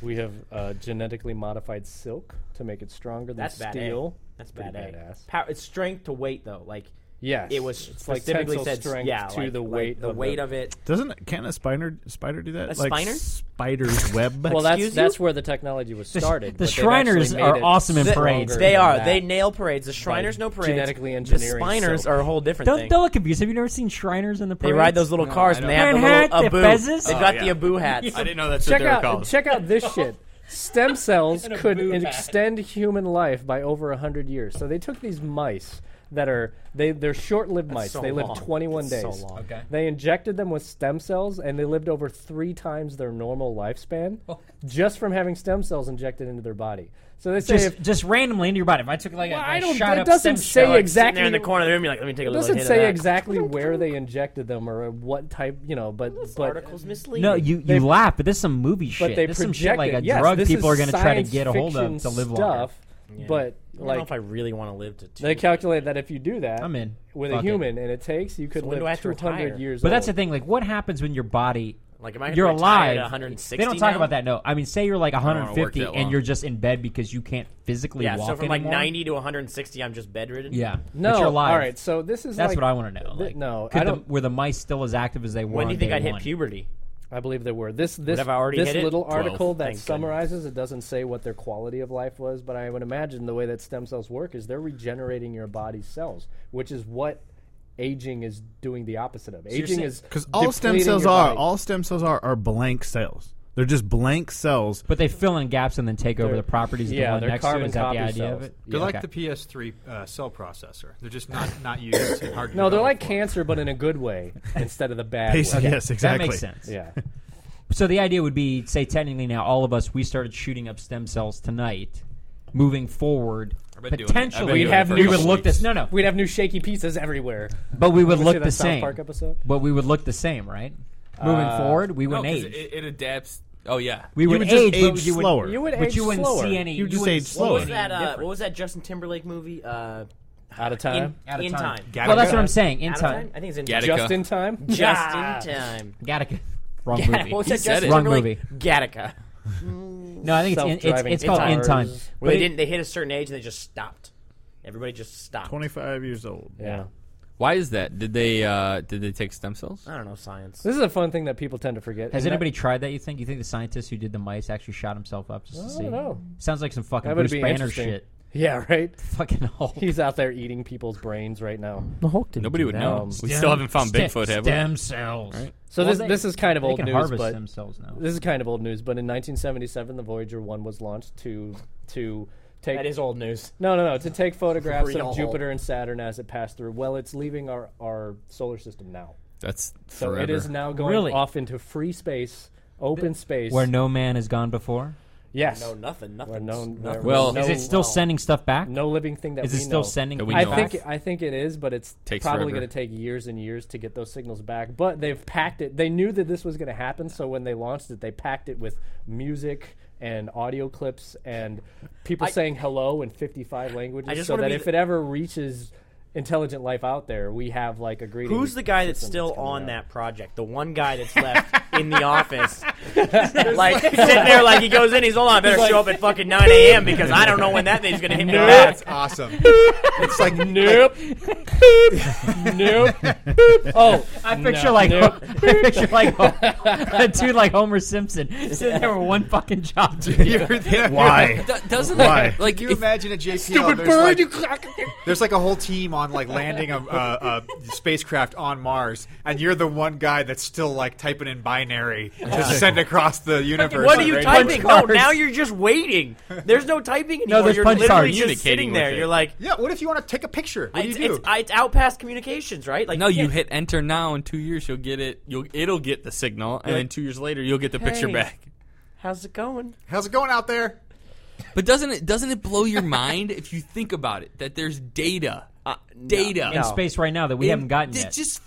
[SPEAKER 11] We have uh, genetically modified silk to make it stronger than
[SPEAKER 7] That's bad.
[SPEAKER 11] steel.
[SPEAKER 7] That's
[SPEAKER 11] Pretty
[SPEAKER 7] bad.
[SPEAKER 11] badass.
[SPEAKER 7] Power, it's strength to weight though. Like
[SPEAKER 11] Yes.
[SPEAKER 7] It was
[SPEAKER 11] It's like
[SPEAKER 7] specifically
[SPEAKER 11] tensile
[SPEAKER 7] said
[SPEAKER 11] strength
[SPEAKER 7] yeah,
[SPEAKER 11] to
[SPEAKER 7] like-
[SPEAKER 11] the
[SPEAKER 7] like
[SPEAKER 11] weight
[SPEAKER 7] the
[SPEAKER 11] of
[SPEAKER 7] weight
[SPEAKER 11] the-
[SPEAKER 7] of it.
[SPEAKER 9] Doesn't can a spider spider do that?
[SPEAKER 7] A
[SPEAKER 9] like
[SPEAKER 7] spiner?
[SPEAKER 9] spider's web.
[SPEAKER 11] Well, that's
[SPEAKER 7] Excuse you?
[SPEAKER 11] that's where the technology was
[SPEAKER 4] The sh-
[SPEAKER 11] started.
[SPEAKER 4] the
[SPEAKER 11] but they've
[SPEAKER 4] Shriners
[SPEAKER 11] actually made
[SPEAKER 4] are
[SPEAKER 11] it
[SPEAKER 4] awesome in
[SPEAKER 11] stronger
[SPEAKER 4] parades.
[SPEAKER 11] than
[SPEAKER 7] They are.
[SPEAKER 11] that.
[SPEAKER 7] They nail parades. The Shriners
[SPEAKER 11] By
[SPEAKER 7] no parades.
[SPEAKER 11] Genetically
[SPEAKER 7] The
[SPEAKER 11] engineering.
[SPEAKER 7] Spiners
[SPEAKER 11] soap.
[SPEAKER 7] are a whole different
[SPEAKER 4] Don't
[SPEAKER 7] thing.
[SPEAKER 4] don't look abuse. Have you never seen Shriners in the
[SPEAKER 7] They
[SPEAKER 4] parade?
[SPEAKER 7] ride those little cars and they have the
[SPEAKER 4] Manhattan,
[SPEAKER 7] little abu.
[SPEAKER 4] fezzes?
[SPEAKER 7] They've got the abu hats.
[SPEAKER 3] I didn't know that's
[SPEAKER 11] check
[SPEAKER 3] what they were
[SPEAKER 11] out
[SPEAKER 3] called.
[SPEAKER 11] check out this shit. Stem cells
[SPEAKER 3] And a
[SPEAKER 11] could
[SPEAKER 3] boob
[SPEAKER 11] in-
[SPEAKER 3] hat.
[SPEAKER 11] extend human life by over hundred years. So they took these mice that are they they're short-lived
[SPEAKER 8] That's
[SPEAKER 11] mice.
[SPEAKER 8] so
[SPEAKER 11] they live
[SPEAKER 8] long.
[SPEAKER 11] 21
[SPEAKER 8] That's so
[SPEAKER 11] days.
[SPEAKER 8] long. Okay.
[SPEAKER 11] They injected them with stem cells and they lived over three times their normal lifespan just from having stem cells injected into their body. So they say
[SPEAKER 4] Just,
[SPEAKER 11] if
[SPEAKER 4] just randomly into your body. If I took like a,
[SPEAKER 11] Well,
[SPEAKER 4] a
[SPEAKER 11] I don't-
[SPEAKER 4] shot
[SPEAKER 11] it
[SPEAKER 4] up stem
[SPEAKER 11] doesn't say
[SPEAKER 4] cell, like,
[SPEAKER 11] exact-
[SPEAKER 7] Sitting there in the corner of the room, you're like, let me take a
[SPEAKER 11] it
[SPEAKER 7] little
[SPEAKER 11] doesn't
[SPEAKER 7] hit
[SPEAKER 11] say
[SPEAKER 7] of that.
[SPEAKER 11] exactly where they injected them or what type, you know, but this but
[SPEAKER 7] article's misleading.
[SPEAKER 4] No, you, you
[SPEAKER 11] They've-
[SPEAKER 4] laugh, but this is some movie
[SPEAKER 11] but
[SPEAKER 4] shit.
[SPEAKER 11] they
[SPEAKER 4] This is some
[SPEAKER 11] project
[SPEAKER 4] shit like a
[SPEAKER 11] it. yes,
[SPEAKER 4] drug
[SPEAKER 11] this
[SPEAKER 4] people are
[SPEAKER 11] is
[SPEAKER 4] going to try to
[SPEAKER 11] science
[SPEAKER 4] get a hold of to
[SPEAKER 11] fiction
[SPEAKER 4] live longer.
[SPEAKER 11] stuff, But
[SPEAKER 7] I don't know
[SPEAKER 11] like
[SPEAKER 7] if I really want to live to. Two.
[SPEAKER 11] they calculate that if you do that,
[SPEAKER 4] I'm in.
[SPEAKER 11] with
[SPEAKER 4] Fuck it.
[SPEAKER 11] a human, and it takes you could
[SPEAKER 7] So when do I
[SPEAKER 11] live
[SPEAKER 7] have to
[SPEAKER 11] 200
[SPEAKER 7] retire?
[SPEAKER 11] years.
[SPEAKER 4] But that's the
[SPEAKER 11] old.
[SPEAKER 4] thing. Like, what happens when your body?
[SPEAKER 7] Like, am I gonna
[SPEAKER 4] you're
[SPEAKER 7] retire at
[SPEAKER 4] alive.
[SPEAKER 7] 160
[SPEAKER 4] they don't talk
[SPEAKER 7] now?
[SPEAKER 4] about that. No, I mean, say you're like
[SPEAKER 3] don't wanna work
[SPEAKER 4] 150
[SPEAKER 3] that long.
[SPEAKER 4] and you're just in bed because you can't physically
[SPEAKER 7] yeah,
[SPEAKER 4] walk
[SPEAKER 7] so from like
[SPEAKER 4] anymore.
[SPEAKER 7] 90 to 160, I'm just bedridden.
[SPEAKER 4] Yeah.
[SPEAKER 11] No,
[SPEAKER 4] But you're alive.
[SPEAKER 11] all right, so this is
[SPEAKER 4] that's
[SPEAKER 11] like-
[SPEAKER 4] what I want to know.
[SPEAKER 11] th-
[SPEAKER 4] Like,
[SPEAKER 11] no,
[SPEAKER 4] could
[SPEAKER 11] I
[SPEAKER 4] the-
[SPEAKER 11] don't-
[SPEAKER 4] were the mice still as active as they were?
[SPEAKER 7] When do
[SPEAKER 4] on
[SPEAKER 7] you think
[SPEAKER 4] day
[SPEAKER 7] I'd hit
[SPEAKER 4] one?
[SPEAKER 7] puberty?
[SPEAKER 11] I believe they were. This this
[SPEAKER 7] have I already
[SPEAKER 11] this
[SPEAKER 7] hit it?
[SPEAKER 11] little
[SPEAKER 7] 12,
[SPEAKER 11] article that
[SPEAKER 7] thank
[SPEAKER 11] summarizes it doesn't say what their quality of life was, but I would imagine the way that stem cells work is they're regenerating your body's cells, which is what aging is doing the opposite of.
[SPEAKER 9] you're
[SPEAKER 11] Aging
[SPEAKER 9] saying-
[SPEAKER 11] is
[SPEAKER 9] because all stem
[SPEAKER 11] depleting
[SPEAKER 9] cells
[SPEAKER 11] your
[SPEAKER 9] are
[SPEAKER 11] body.
[SPEAKER 9] all stem cells are are blank cells. They're just blank cells.
[SPEAKER 4] But they fill in gaps and then take over the
[SPEAKER 11] They're-
[SPEAKER 4] properties. of
[SPEAKER 11] yeah,
[SPEAKER 4] the one
[SPEAKER 11] they're
[SPEAKER 4] next to it.
[SPEAKER 11] carbon
[SPEAKER 4] Is that
[SPEAKER 11] copy
[SPEAKER 4] the idea
[SPEAKER 11] cells.
[SPEAKER 4] of it?
[SPEAKER 5] They're
[SPEAKER 4] Yeah,
[SPEAKER 5] like
[SPEAKER 4] okay.
[SPEAKER 5] the PS3 uh, cell processor. They're just not not used. and hard to
[SPEAKER 11] No, they're
[SPEAKER 5] develop
[SPEAKER 11] like
[SPEAKER 5] for.
[SPEAKER 11] cancer, but in a good way instead of the bad.
[SPEAKER 9] Yes,
[SPEAKER 11] way.
[SPEAKER 9] yes, exactly.
[SPEAKER 4] That makes sense.
[SPEAKER 11] Yeah.
[SPEAKER 4] So the idea would be, say, technically now, all of us we started shooting up stem cells tonight. Moving forward,
[SPEAKER 3] I've been doing it. I've been
[SPEAKER 4] potentially
[SPEAKER 3] doing
[SPEAKER 11] We'd have
[SPEAKER 3] for a
[SPEAKER 4] we
[SPEAKER 11] new
[SPEAKER 4] would
[SPEAKER 3] couple
[SPEAKER 4] look
[SPEAKER 3] weeks.
[SPEAKER 4] this. No, no,
[SPEAKER 11] We'd have new shaky pieces everywhere.
[SPEAKER 4] but we would
[SPEAKER 11] Ever see
[SPEAKER 4] look
[SPEAKER 11] that
[SPEAKER 4] the
[SPEAKER 11] South
[SPEAKER 4] same.
[SPEAKER 11] Park episode?
[SPEAKER 4] But we would look the same, right? Moving forward, we
[SPEAKER 3] No,
[SPEAKER 4] wouldn't
[SPEAKER 3] 'cause
[SPEAKER 4] age.
[SPEAKER 3] it, it adapts. Oh yeah.
[SPEAKER 4] we would,
[SPEAKER 9] would just
[SPEAKER 4] age, but
[SPEAKER 9] age
[SPEAKER 4] you would,
[SPEAKER 9] slower.
[SPEAKER 11] You would
[SPEAKER 4] but
[SPEAKER 11] age
[SPEAKER 4] you wouldn't
[SPEAKER 11] slower.
[SPEAKER 4] see any.
[SPEAKER 9] You would just
[SPEAKER 4] wouldn't
[SPEAKER 9] age
[SPEAKER 4] see
[SPEAKER 9] slower.
[SPEAKER 7] What was
[SPEAKER 4] any
[SPEAKER 7] that? Uh,
[SPEAKER 4] difference.
[SPEAKER 7] what was that Justin Timberlake movie? Uh,
[SPEAKER 11] Out of time.
[SPEAKER 7] In,
[SPEAKER 4] Out of
[SPEAKER 7] in
[SPEAKER 4] time.
[SPEAKER 7] time.
[SPEAKER 4] well, that's what I'm saying. In
[SPEAKER 7] Out of
[SPEAKER 4] time,
[SPEAKER 7] I think it's in
[SPEAKER 3] Gattaca.
[SPEAKER 11] Just in time.
[SPEAKER 7] Just in time.
[SPEAKER 4] Gattaca. Wrong
[SPEAKER 7] Gattaca. What was
[SPEAKER 4] movie.
[SPEAKER 7] that?
[SPEAKER 3] said
[SPEAKER 7] Justin
[SPEAKER 3] it. Wrong
[SPEAKER 7] Timberlake? Gattaca.
[SPEAKER 4] No, I think it's in, it's,
[SPEAKER 11] Self-driving
[SPEAKER 4] it's called in
[SPEAKER 11] cars.
[SPEAKER 4] time.
[SPEAKER 7] Where
[SPEAKER 4] But
[SPEAKER 7] they
[SPEAKER 4] it-
[SPEAKER 7] didn't. They hit a certain age and they just stopped. Everybody just stopped.
[SPEAKER 9] Twenty five years old.
[SPEAKER 11] Yeah.
[SPEAKER 3] Why is that? Did they uh, did they take stem cells?
[SPEAKER 7] I don't know science.
[SPEAKER 11] This is a fun thing that people tend to forget.
[SPEAKER 4] Has
[SPEAKER 11] and that-
[SPEAKER 4] anybody tried that? You think? You think the scientist who did the mice actually shot himself up just to
[SPEAKER 11] I
[SPEAKER 4] see?
[SPEAKER 11] don't know.
[SPEAKER 4] Sounds like some fucking
[SPEAKER 11] That would
[SPEAKER 4] Bruce
[SPEAKER 11] be
[SPEAKER 4] Banner
[SPEAKER 11] interesting.
[SPEAKER 4] shit.
[SPEAKER 11] Yeah, right.
[SPEAKER 4] Fucking Hulk.
[SPEAKER 11] He's out there eating people's brains right now.
[SPEAKER 7] The Hulk didn't
[SPEAKER 3] Nobody would know.
[SPEAKER 11] Um,
[SPEAKER 3] we still haven't found
[SPEAKER 4] Stem-
[SPEAKER 3] Bigfoot, have we?
[SPEAKER 4] Stem cells.
[SPEAKER 11] So
[SPEAKER 4] Well,
[SPEAKER 11] this
[SPEAKER 4] they-
[SPEAKER 11] this is kind of
[SPEAKER 4] They
[SPEAKER 11] old
[SPEAKER 4] can
[SPEAKER 11] news,
[SPEAKER 4] harvest
[SPEAKER 11] but
[SPEAKER 4] themselves now.
[SPEAKER 11] this is kind of old news. But in 1977, the Voyager one was launched to to take
[SPEAKER 7] That is old news.
[SPEAKER 11] no no no to take photographs
[SPEAKER 7] Real.
[SPEAKER 11] of Jupiter and Saturn as it passed through. Well, it's leaving our our solar system now,
[SPEAKER 3] That's
[SPEAKER 11] so
[SPEAKER 3] forever.
[SPEAKER 11] it is now going
[SPEAKER 4] Really?
[SPEAKER 11] off into free space, open space.
[SPEAKER 4] Where no man has gone before.
[SPEAKER 11] yes,
[SPEAKER 7] No, nothing.
[SPEAKER 11] Where
[SPEAKER 7] Nothing.
[SPEAKER 11] no, where
[SPEAKER 3] Well-
[SPEAKER 11] no,
[SPEAKER 4] Is it still sending stuff back?
[SPEAKER 11] no living thing that
[SPEAKER 4] Is
[SPEAKER 11] we
[SPEAKER 4] it still
[SPEAKER 11] know.
[SPEAKER 4] sending?
[SPEAKER 3] That we
[SPEAKER 11] I
[SPEAKER 3] know
[SPEAKER 11] think
[SPEAKER 3] of.
[SPEAKER 11] I think it is, but it's
[SPEAKER 3] Takes
[SPEAKER 11] probably
[SPEAKER 3] forever.
[SPEAKER 11] going to take years and years to get those signals back. But they've packed it. They knew that this was going to happen, so when they launched it, they packed it with music and audio clips and people
[SPEAKER 7] I-
[SPEAKER 11] saying hello in 55 languages,
[SPEAKER 7] I just
[SPEAKER 11] so
[SPEAKER 7] wanna
[SPEAKER 11] that
[SPEAKER 7] be
[SPEAKER 11] if
[SPEAKER 7] the-
[SPEAKER 11] it ever reaches intelligent life out there, we have like a greeting.
[SPEAKER 7] Who's the guy that's
[SPEAKER 11] system
[SPEAKER 7] still
[SPEAKER 11] coming
[SPEAKER 7] on
[SPEAKER 11] out.
[SPEAKER 7] that project? The one guy that's left in the office, like sitting there, like he goes in. He's hold on, I better show up at fucking nine a.m. because I don't know when that thing's gonna hit me back.
[SPEAKER 6] That's awesome. It's like
[SPEAKER 11] Nope. nope. Boop. Oh,
[SPEAKER 4] I picture
[SPEAKER 11] no,
[SPEAKER 4] like
[SPEAKER 11] nope.
[SPEAKER 4] I picture like a dude like Homer Simpson sitting there with one fucking job. To do.
[SPEAKER 9] Why?
[SPEAKER 3] doesn't
[SPEAKER 9] Why?
[SPEAKER 3] that like
[SPEAKER 6] Can you
[SPEAKER 3] if-
[SPEAKER 6] imagine at JPL? there's, like, there's like a whole team on like landing a, a, a spacecraft on Mars, and you're the one guy that's still like typing in binary to send across the universe.
[SPEAKER 7] What are you typing? No,
[SPEAKER 4] cards.
[SPEAKER 7] now you're just waiting. There's no typing anymore.
[SPEAKER 4] there's
[SPEAKER 7] you're
[SPEAKER 4] punch
[SPEAKER 7] literally
[SPEAKER 4] cards.
[SPEAKER 7] just sitting
[SPEAKER 3] Communicating
[SPEAKER 7] there.
[SPEAKER 3] with it.
[SPEAKER 7] You're like,
[SPEAKER 6] Yeah. What if you want to take a picture? What do you
[SPEAKER 7] it's,
[SPEAKER 6] do?
[SPEAKER 7] it's, it's out past communications, right? Like,
[SPEAKER 3] no, you
[SPEAKER 7] yeah.
[SPEAKER 3] hit enter now. In two years, you'll get it. You'll it'll get the signal, and then two years later, you'll get the picture
[SPEAKER 7] Hey.
[SPEAKER 3] back.
[SPEAKER 7] How's it going?
[SPEAKER 6] How's it going out
[SPEAKER 7] uh,
[SPEAKER 6] there?
[SPEAKER 3] But doesn't it doesn't it blow your mind if you think about it that there's data, uh, data
[SPEAKER 4] in space right now that we
[SPEAKER 3] In-
[SPEAKER 4] haven't gotten
[SPEAKER 3] it's
[SPEAKER 4] yet.
[SPEAKER 3] Just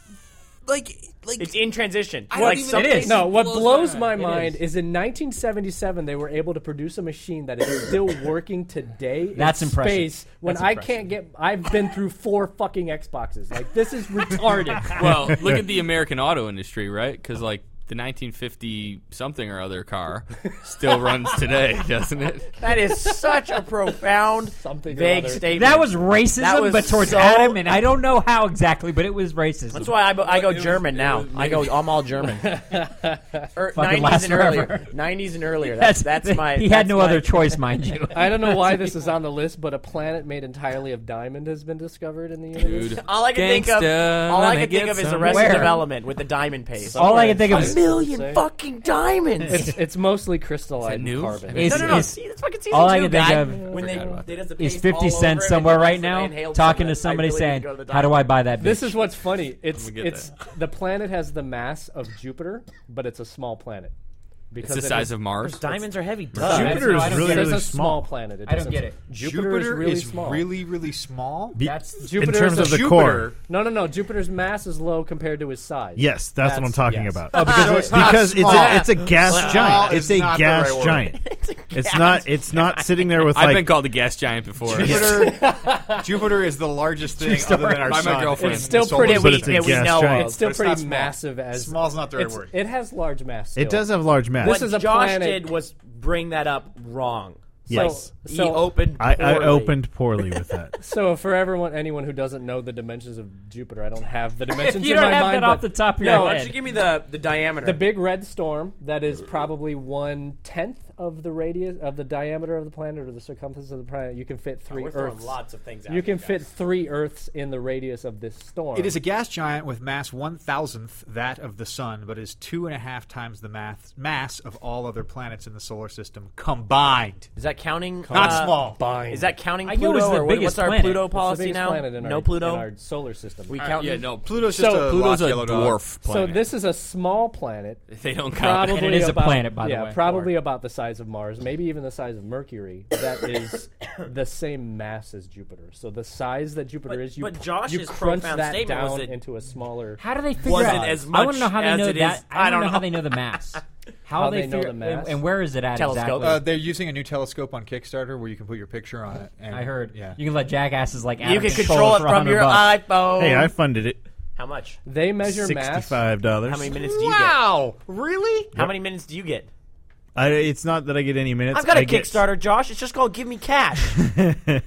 [SPEAKER 3] like like
[SPEAKER 7] It's in transition.
[SPEAKER 3] I don't
[SPEAKER 7] like
[SPEAKER 3] even-
[SPEAKER 7] something-
[SPEAKER 3] It is.
[SPEAKER 11] No, what
[SPEAKER 3] blows
[SPEAKER 11] blows
[SPEAKER 3] my
[SPEAKER 11] my
[SPEAKER 3] mind.
[SPEAKER 11] mind is in 1977 they were able to produce a machine that is still working today. in
[SPEAKER 4] That's impressive.
[SPEAKER 11] Space when
[SPEAKER 4] That's
[SPEAKER 11] I
[SPEAKER 4] impressive.
[SPEAKER 11] can't get. I've been through four fucking Xboxes. Like this is retarded.
[SPEAKER 3] well, look at the American auto industry, right? Because like the 1950 something or other car still runs today, doesn't it?
[SPEAKER 7] That is such a profound,
[SPEAKER 11] Something or
[SPEAKER 7] vague
[SPEAKER 11] other.
[SPEAKER 7] statement.
[SPEAKER 4] That was racism,
[SPEAKER 7] That was
[SPEAKER 4] but towards
[SPEAKER 7] so-
[SPEAKER 4] Adam, and I don't know how exactly, but it was racism.
[SPEAKER 7] That's why I, bo- I go German now. I go. I'm all German. Er,
[SPEAKER 4] Fucking last
[SPEAKER 7] Nineties and earlier.
[SPEAKER 4] forever.
[SPEAKER 7] Nineties and earlier. That's that's, my.
[SPEAKER 4] He had
[SPEAKER 7] that's
[SPEAKER 4] no
[SPEAKER 7] my-
[SPEAKER 4] other choice, mind you.
[SPEAKER 11] I don't know why this is on the list, but a planet made entirely of diamond has been discovered in the universe.
[SPEAKER 3] Dude.
[SPEAKER 7] All I can think of,
[SPEAKER 3] Gangsta,
[SPEAKER 7] all I
[SPEAKER 3] wanna
[SPEAKER 7] can think
[SPEAKER 3] get
[SPEAKER 7] of is
[SPEAKER 3] some-
[SPEAKER 7] Arrested
[SPEAKER 11] Where?
[SPEAKER 7] Development with the diamond paste.
[SPEAKER 11] All I can think of
[SPEAKER 7] a
[SPEAKER 11] is-
[SPEAKER 7] million fucking diamonds.
[SPEAKER 11] It's, it's mostly crystallized
[SPEAKER 3] news?
[SPEAKER 11] carbon.
[SPEAKER 4] Is-
[SPEAKER 7] no, no, no.
[SPEAKER 4] is-
[SPEAKER 7] see, that's fucking season
[SPEAKER 4] all
[SPEAKER 7] two,
[SPEAKER 4] I can think
[SPEAKER 7] guy.
[SPEAKER 4] of
[SPEAKER 7] when
[SPEAKER 3] Forgot
[SPEAKER 7] they,
[SPEAKER 3] about
[SPEAKER 7] they does the
[SPEAKER 4] is
[SPEAKER 7] paste
[SPEAKER 4] 50
[SPEAKER 7] all over
[SPEAKER 4] Cent
[SPEAKER 7] him,
[SPEAKER 4] somewhere
[SPEAKER 7] and they
[SPEAKER 4] right
[SPEAKER 7] inhale
[SPEAKER 4] now
[SPEAKER 7] something.
[SPEAKER 4] talking to
[SPEAKER 7] I
[SPEAKER 4] somebody
[SPEAKER 7] really need
[SPEAKER 4] saying,
[SPEAKER 7] to go to the
[SPEAKER 4] How do I buy that bitch?
[SPEAKER 11] This is what's funny. It's
[SPEAKER 3] get
[SPEAKER 11] it's the planet has the mass of Jupiter, but it's a small planet
[SPEAKER 3] It's
[SPEAKER 11] because
[SPEAKER 3] the
[SPEAKER 11] it
[SPEAKER 3] size
[SPEAKER 11] is-
[SPEAKER 3] of Mars.
[SPEAKER 7] Diamonds are heavy.
[SPEAKER 11] I
[SPEAKER 7] Duh.
[SPEAKER 11] don't
[SPEAKER 9] Jupiter
[SPEAKER 11] know,
[SPEAKER 9] is
[SPEAKER 11] I don't
[SPEAKER 9] really,
[SPEAKER 11] get it.
[SPEAKER 9] really
[SPEAKER 11] it's a
[SPEAKER 9] small.
[SPEAKER 11] small planet. It
[SPEAKER 4] I don't
[SPEAKER 11] doesn't-
[SPEAKER 4] get it.
[SPEAKER 11] Jupiter, is really small.
[SPEAKER 5] really, really small.
[SPEAKER 9] Be-
[SPEAKER 4] That's-
[SPEAKER 11] Jupiter
[SPEAKER 9] terms
[SPEAKER 11] is a-
[SPEAKER 9] of the
[SPEAKER 5] Jupiter-
[SPEAKER 9] core.
[SPEAKER 11] no, no, no. Jupiter's mass is low compared to his size.
[SPEAKER 9] Yes, that's, what I'm
[SPEAKER 11] That's-
[SPEAKER 9] talking
[SPEAKER 11] yes.
[SPEAKER 9] about.
[SPEAKER 11] Oh,
[SPEAKER 9] because
[SPEAKER 5] So
[SPEAKER 9] it's,
[SPEAKER 5] it's not
[SPEAKER 9] because it's,
[SPEAKER 5] small.
[SPEAKER 9] a, it's a gas
[SPEAKER 5] Small
[SPEAKER 9] giant.
[SPEAKER 5] is
[SPEAKER 9] It's a
[SPEAKER 5] not the
[SPEAKER 9] gas
[SPEAKER 5] right word.
[SPEAKER 9] giant. It's not. It's not sitting there with
[SPEAKER 3] I've
[SPEAKER 9] like
[SPEAKER 3] been called a gas giant before.
[SPEAKER 5] Jupiter, Jupiter is the largest thing other than our
[SPEAKER 3] By my
[SPEAKER 5] sun.
[SPEAKER 3] girlfriend.
[SPEAKER 5] in
[SPEAKER 3] It's
[SPEAKER 11] still
[SPEAKER 5] the solar
[SPEAKER 7] pretty
[SPEAKER 5] system.
[SPEAKER 9] but
[SPEAKER 7] weak
[SPEAKER 9] it's a
[SPEAKER 7] that we
[SPEAKER 9] gas
[SPEAKER 7] know
[SPEAKER 9] giant.
[SPEAKER 7] of.
[SPEAKER 11] It's still
[SPEAKER 5] But it's
[SPEAKER 11] pretty
[SPEAKER 5] not small.
[SPEAKER 11] massive as
[SPEAKER 5] Small's not the right
[SPEAKER 11] it's-
[SPEAKER 5] word.
[SPEAKER 11] It has large mass.
[SPEAKER 9] It
[SPEAKER 11] still.
[SPEAKER 9] does have large
[SPEAKER 11] This
[SPEAKER 9] mass.
[SPEAKER 7] What
[SPEAKER 11] is a
[SPEAKER 7] Josh
[SPEAKER 11] planet-
[SPEAKER 7] did was bring that up wrong.
[SPEAKER 9] Yes.
[SPEAKER 7] He
[SPEAKER 11] So-
[SPEAKER 7] opened.
[SPEAKER 9] I, I
[SPEAKER 7] poorly.
[SPEAKER 9] opened poorly with that.
[SPEAKER 11] So for everyone, anyone who doesn't know the dimensions of Jupiter, I don't have the dimensions.
[SPEAKER 4] You
[SPEAKER 11] in
[SPEAKER 4] don't
[SPEAKER 11] my
[SPEAKER 4] have
[SPEAKER 11] mind,
[SPEAKER 4] that off
[SPEAKER 11] but
[SPEAKER 4] the top of your
[SPEAKER 7] No, why
[SPEAKER 4] head.
[SPEAKER 7] don't you give me the the diameter?
[SPEAKER 11] The big red storm that is probably one tenth of the radius of the diameter of the planet or the circumference of the planet. You can fit
[SPEAKER 7] Oh,
[SPEAKER 11] three
[SPEAKER 7] We're throwing
[SPEAKER 11] Earths.
[SPEAKER 7] lots of things. Out
[SPEAKER 11] You can
[SPEAKER 7] guys.
[SPEAKER 11] fit three Earths in the radius of this storm.
[SPEAKER 5] It is a gas giant with mass one thousandth that of the sun, but is two and a half times the math, mass of all other planets in the solar system combined.
[SPEAKER 7] Is that counting?
[SPEAKER 5] Not
[SPEAKER 7] uh,
[SPEAKER 5] small.
[SPEAKER 7] Is that counting
[SPEAKER 4] I know
[SPEAKER 7] Pluto?
[SPEAKER 4] it's the
[SPEAKER 7] or what-
[SPEAKER 4] biggest
[SPEAKER 7] what's our
[SPEAKER 4] planet. It's the
[SPEAKER 7] Pluto
[SPEAKER 11] It's the
[SPEAKER 7] policy
[SPEAKER 11] biggest
[SPEAKER 7] now?
[SPEAKER 11] planet in our,
[SPEAKER 7] no Pluto.
[SPEAKER 11] in our solar system.
[SPEAKER 7] we
[SPEAKER 3] All right,
[SPEAKER 7] count.
[SPEAKER 3] yeah, no.
[SPEAKER 5] Pluto's
[SPEAKER 11] So-
[SPEAKER 5] just a rock
[SPEAKER 3] Pluto's a
[SPEAKER 5] yellow dog.
[SPEAKER 3] dwarf
[SPEAKER 11] Uh, so
[SPEAKER 3] planet.
[SPEAKER 11] this is a small planet.
[SPEAKER 3] they don't count.
[SPEAKER 11] Probably
[SPEAKER 4] And it is a
[SPEAKER 11] about-
[SPEAKER 4] planet, by the
[SPEAKER 11] yeah,
[SPEAKER 4] way.
[SPEAKER 11] probably about the size of Mars, maybe even the size of Mercury. That is the same mass as Jupiter. So the size that Jupiter
[SPEAKER 7] But-
[SPEAKER 11] is, you,
[SPEAKER 7] but
[SPEAKER 11] cr-
[SPEAKER 7] Josh's
[SPEAKER 11] you crunch
[SPEAKER 7] profound
[SPEAKER 11] that
[SPEAKER 7] statement was
[SPEAKER 11] down
[SPEAKER 7] that-
[SPEAKER 11] into a smaller.
[SPEAKER 4] How do they figure
[SPEAKER 7] Wasn't
[SPEAKER 4] out?
[SPEAKER 7] as
[SPEAKER 4] I want to know
[SPEAKER 7] much
[SPEAKER 4] how they
[SPEAKER 7] as
[SPEAKER 4] know
[SPEAKER 7] it
[SPEAKER 4] that.
[SPEAKER 7] is-
[SPEAKER 4] I,
[SPEAKER 7] I
[SPEAKER 4] don't
[SPEAKER 7] don't
[SPEAKER 4] know, how
[SPEAKER 7] know.
[SPEAKER 4] they know the mass. How,
[SPEAKER 11] How
[SPEAKER 4] they,
[SPEAKER 11] they know
[SPEAKER 4] figure,
[SPEAKER 11] the mass?
[SPEAKER 4] And where is it at
[SPEAKER 7] Telescope.
[SPEAKER 4] exactly?
[SPEAKER 5] Uh, they're using a new telescope on Kickstarter where you can put your picture on it. And,
[SPEAKER 4] I heard.
[SPEAKER 5] Yeah.
[SPEAKER 4] You can let jackasses like Adam
[SPEAKER 7] you can control it
[SPEAKER 4] for
[SPEAKER 7] from
[SPEAKER 4] 100
[SPEAKER 7] your
[SPEAKER 4] bucks.
[SPEAKER 7] iPhone.
[SPEAKER 9] Hey, I funded it.
[SPEAKER 7] How much?
[SPEAKER 11] They measure mass.
[SPEAKER 9] Sixty-five dollars.
[SPEAKER 7] How many minutes do you
[SPEAKER 5] wow! Really?
[SPEAKER 7] get? How many minutes do you get?
[SPEAKER 9] I, it's not that I get any minutes.
[SPEAKER 7] I've got a
[SPEAKER 9] I get-
[SPEAKER 7] Kickstarter, Josh. It's just called "Give Me Cash." you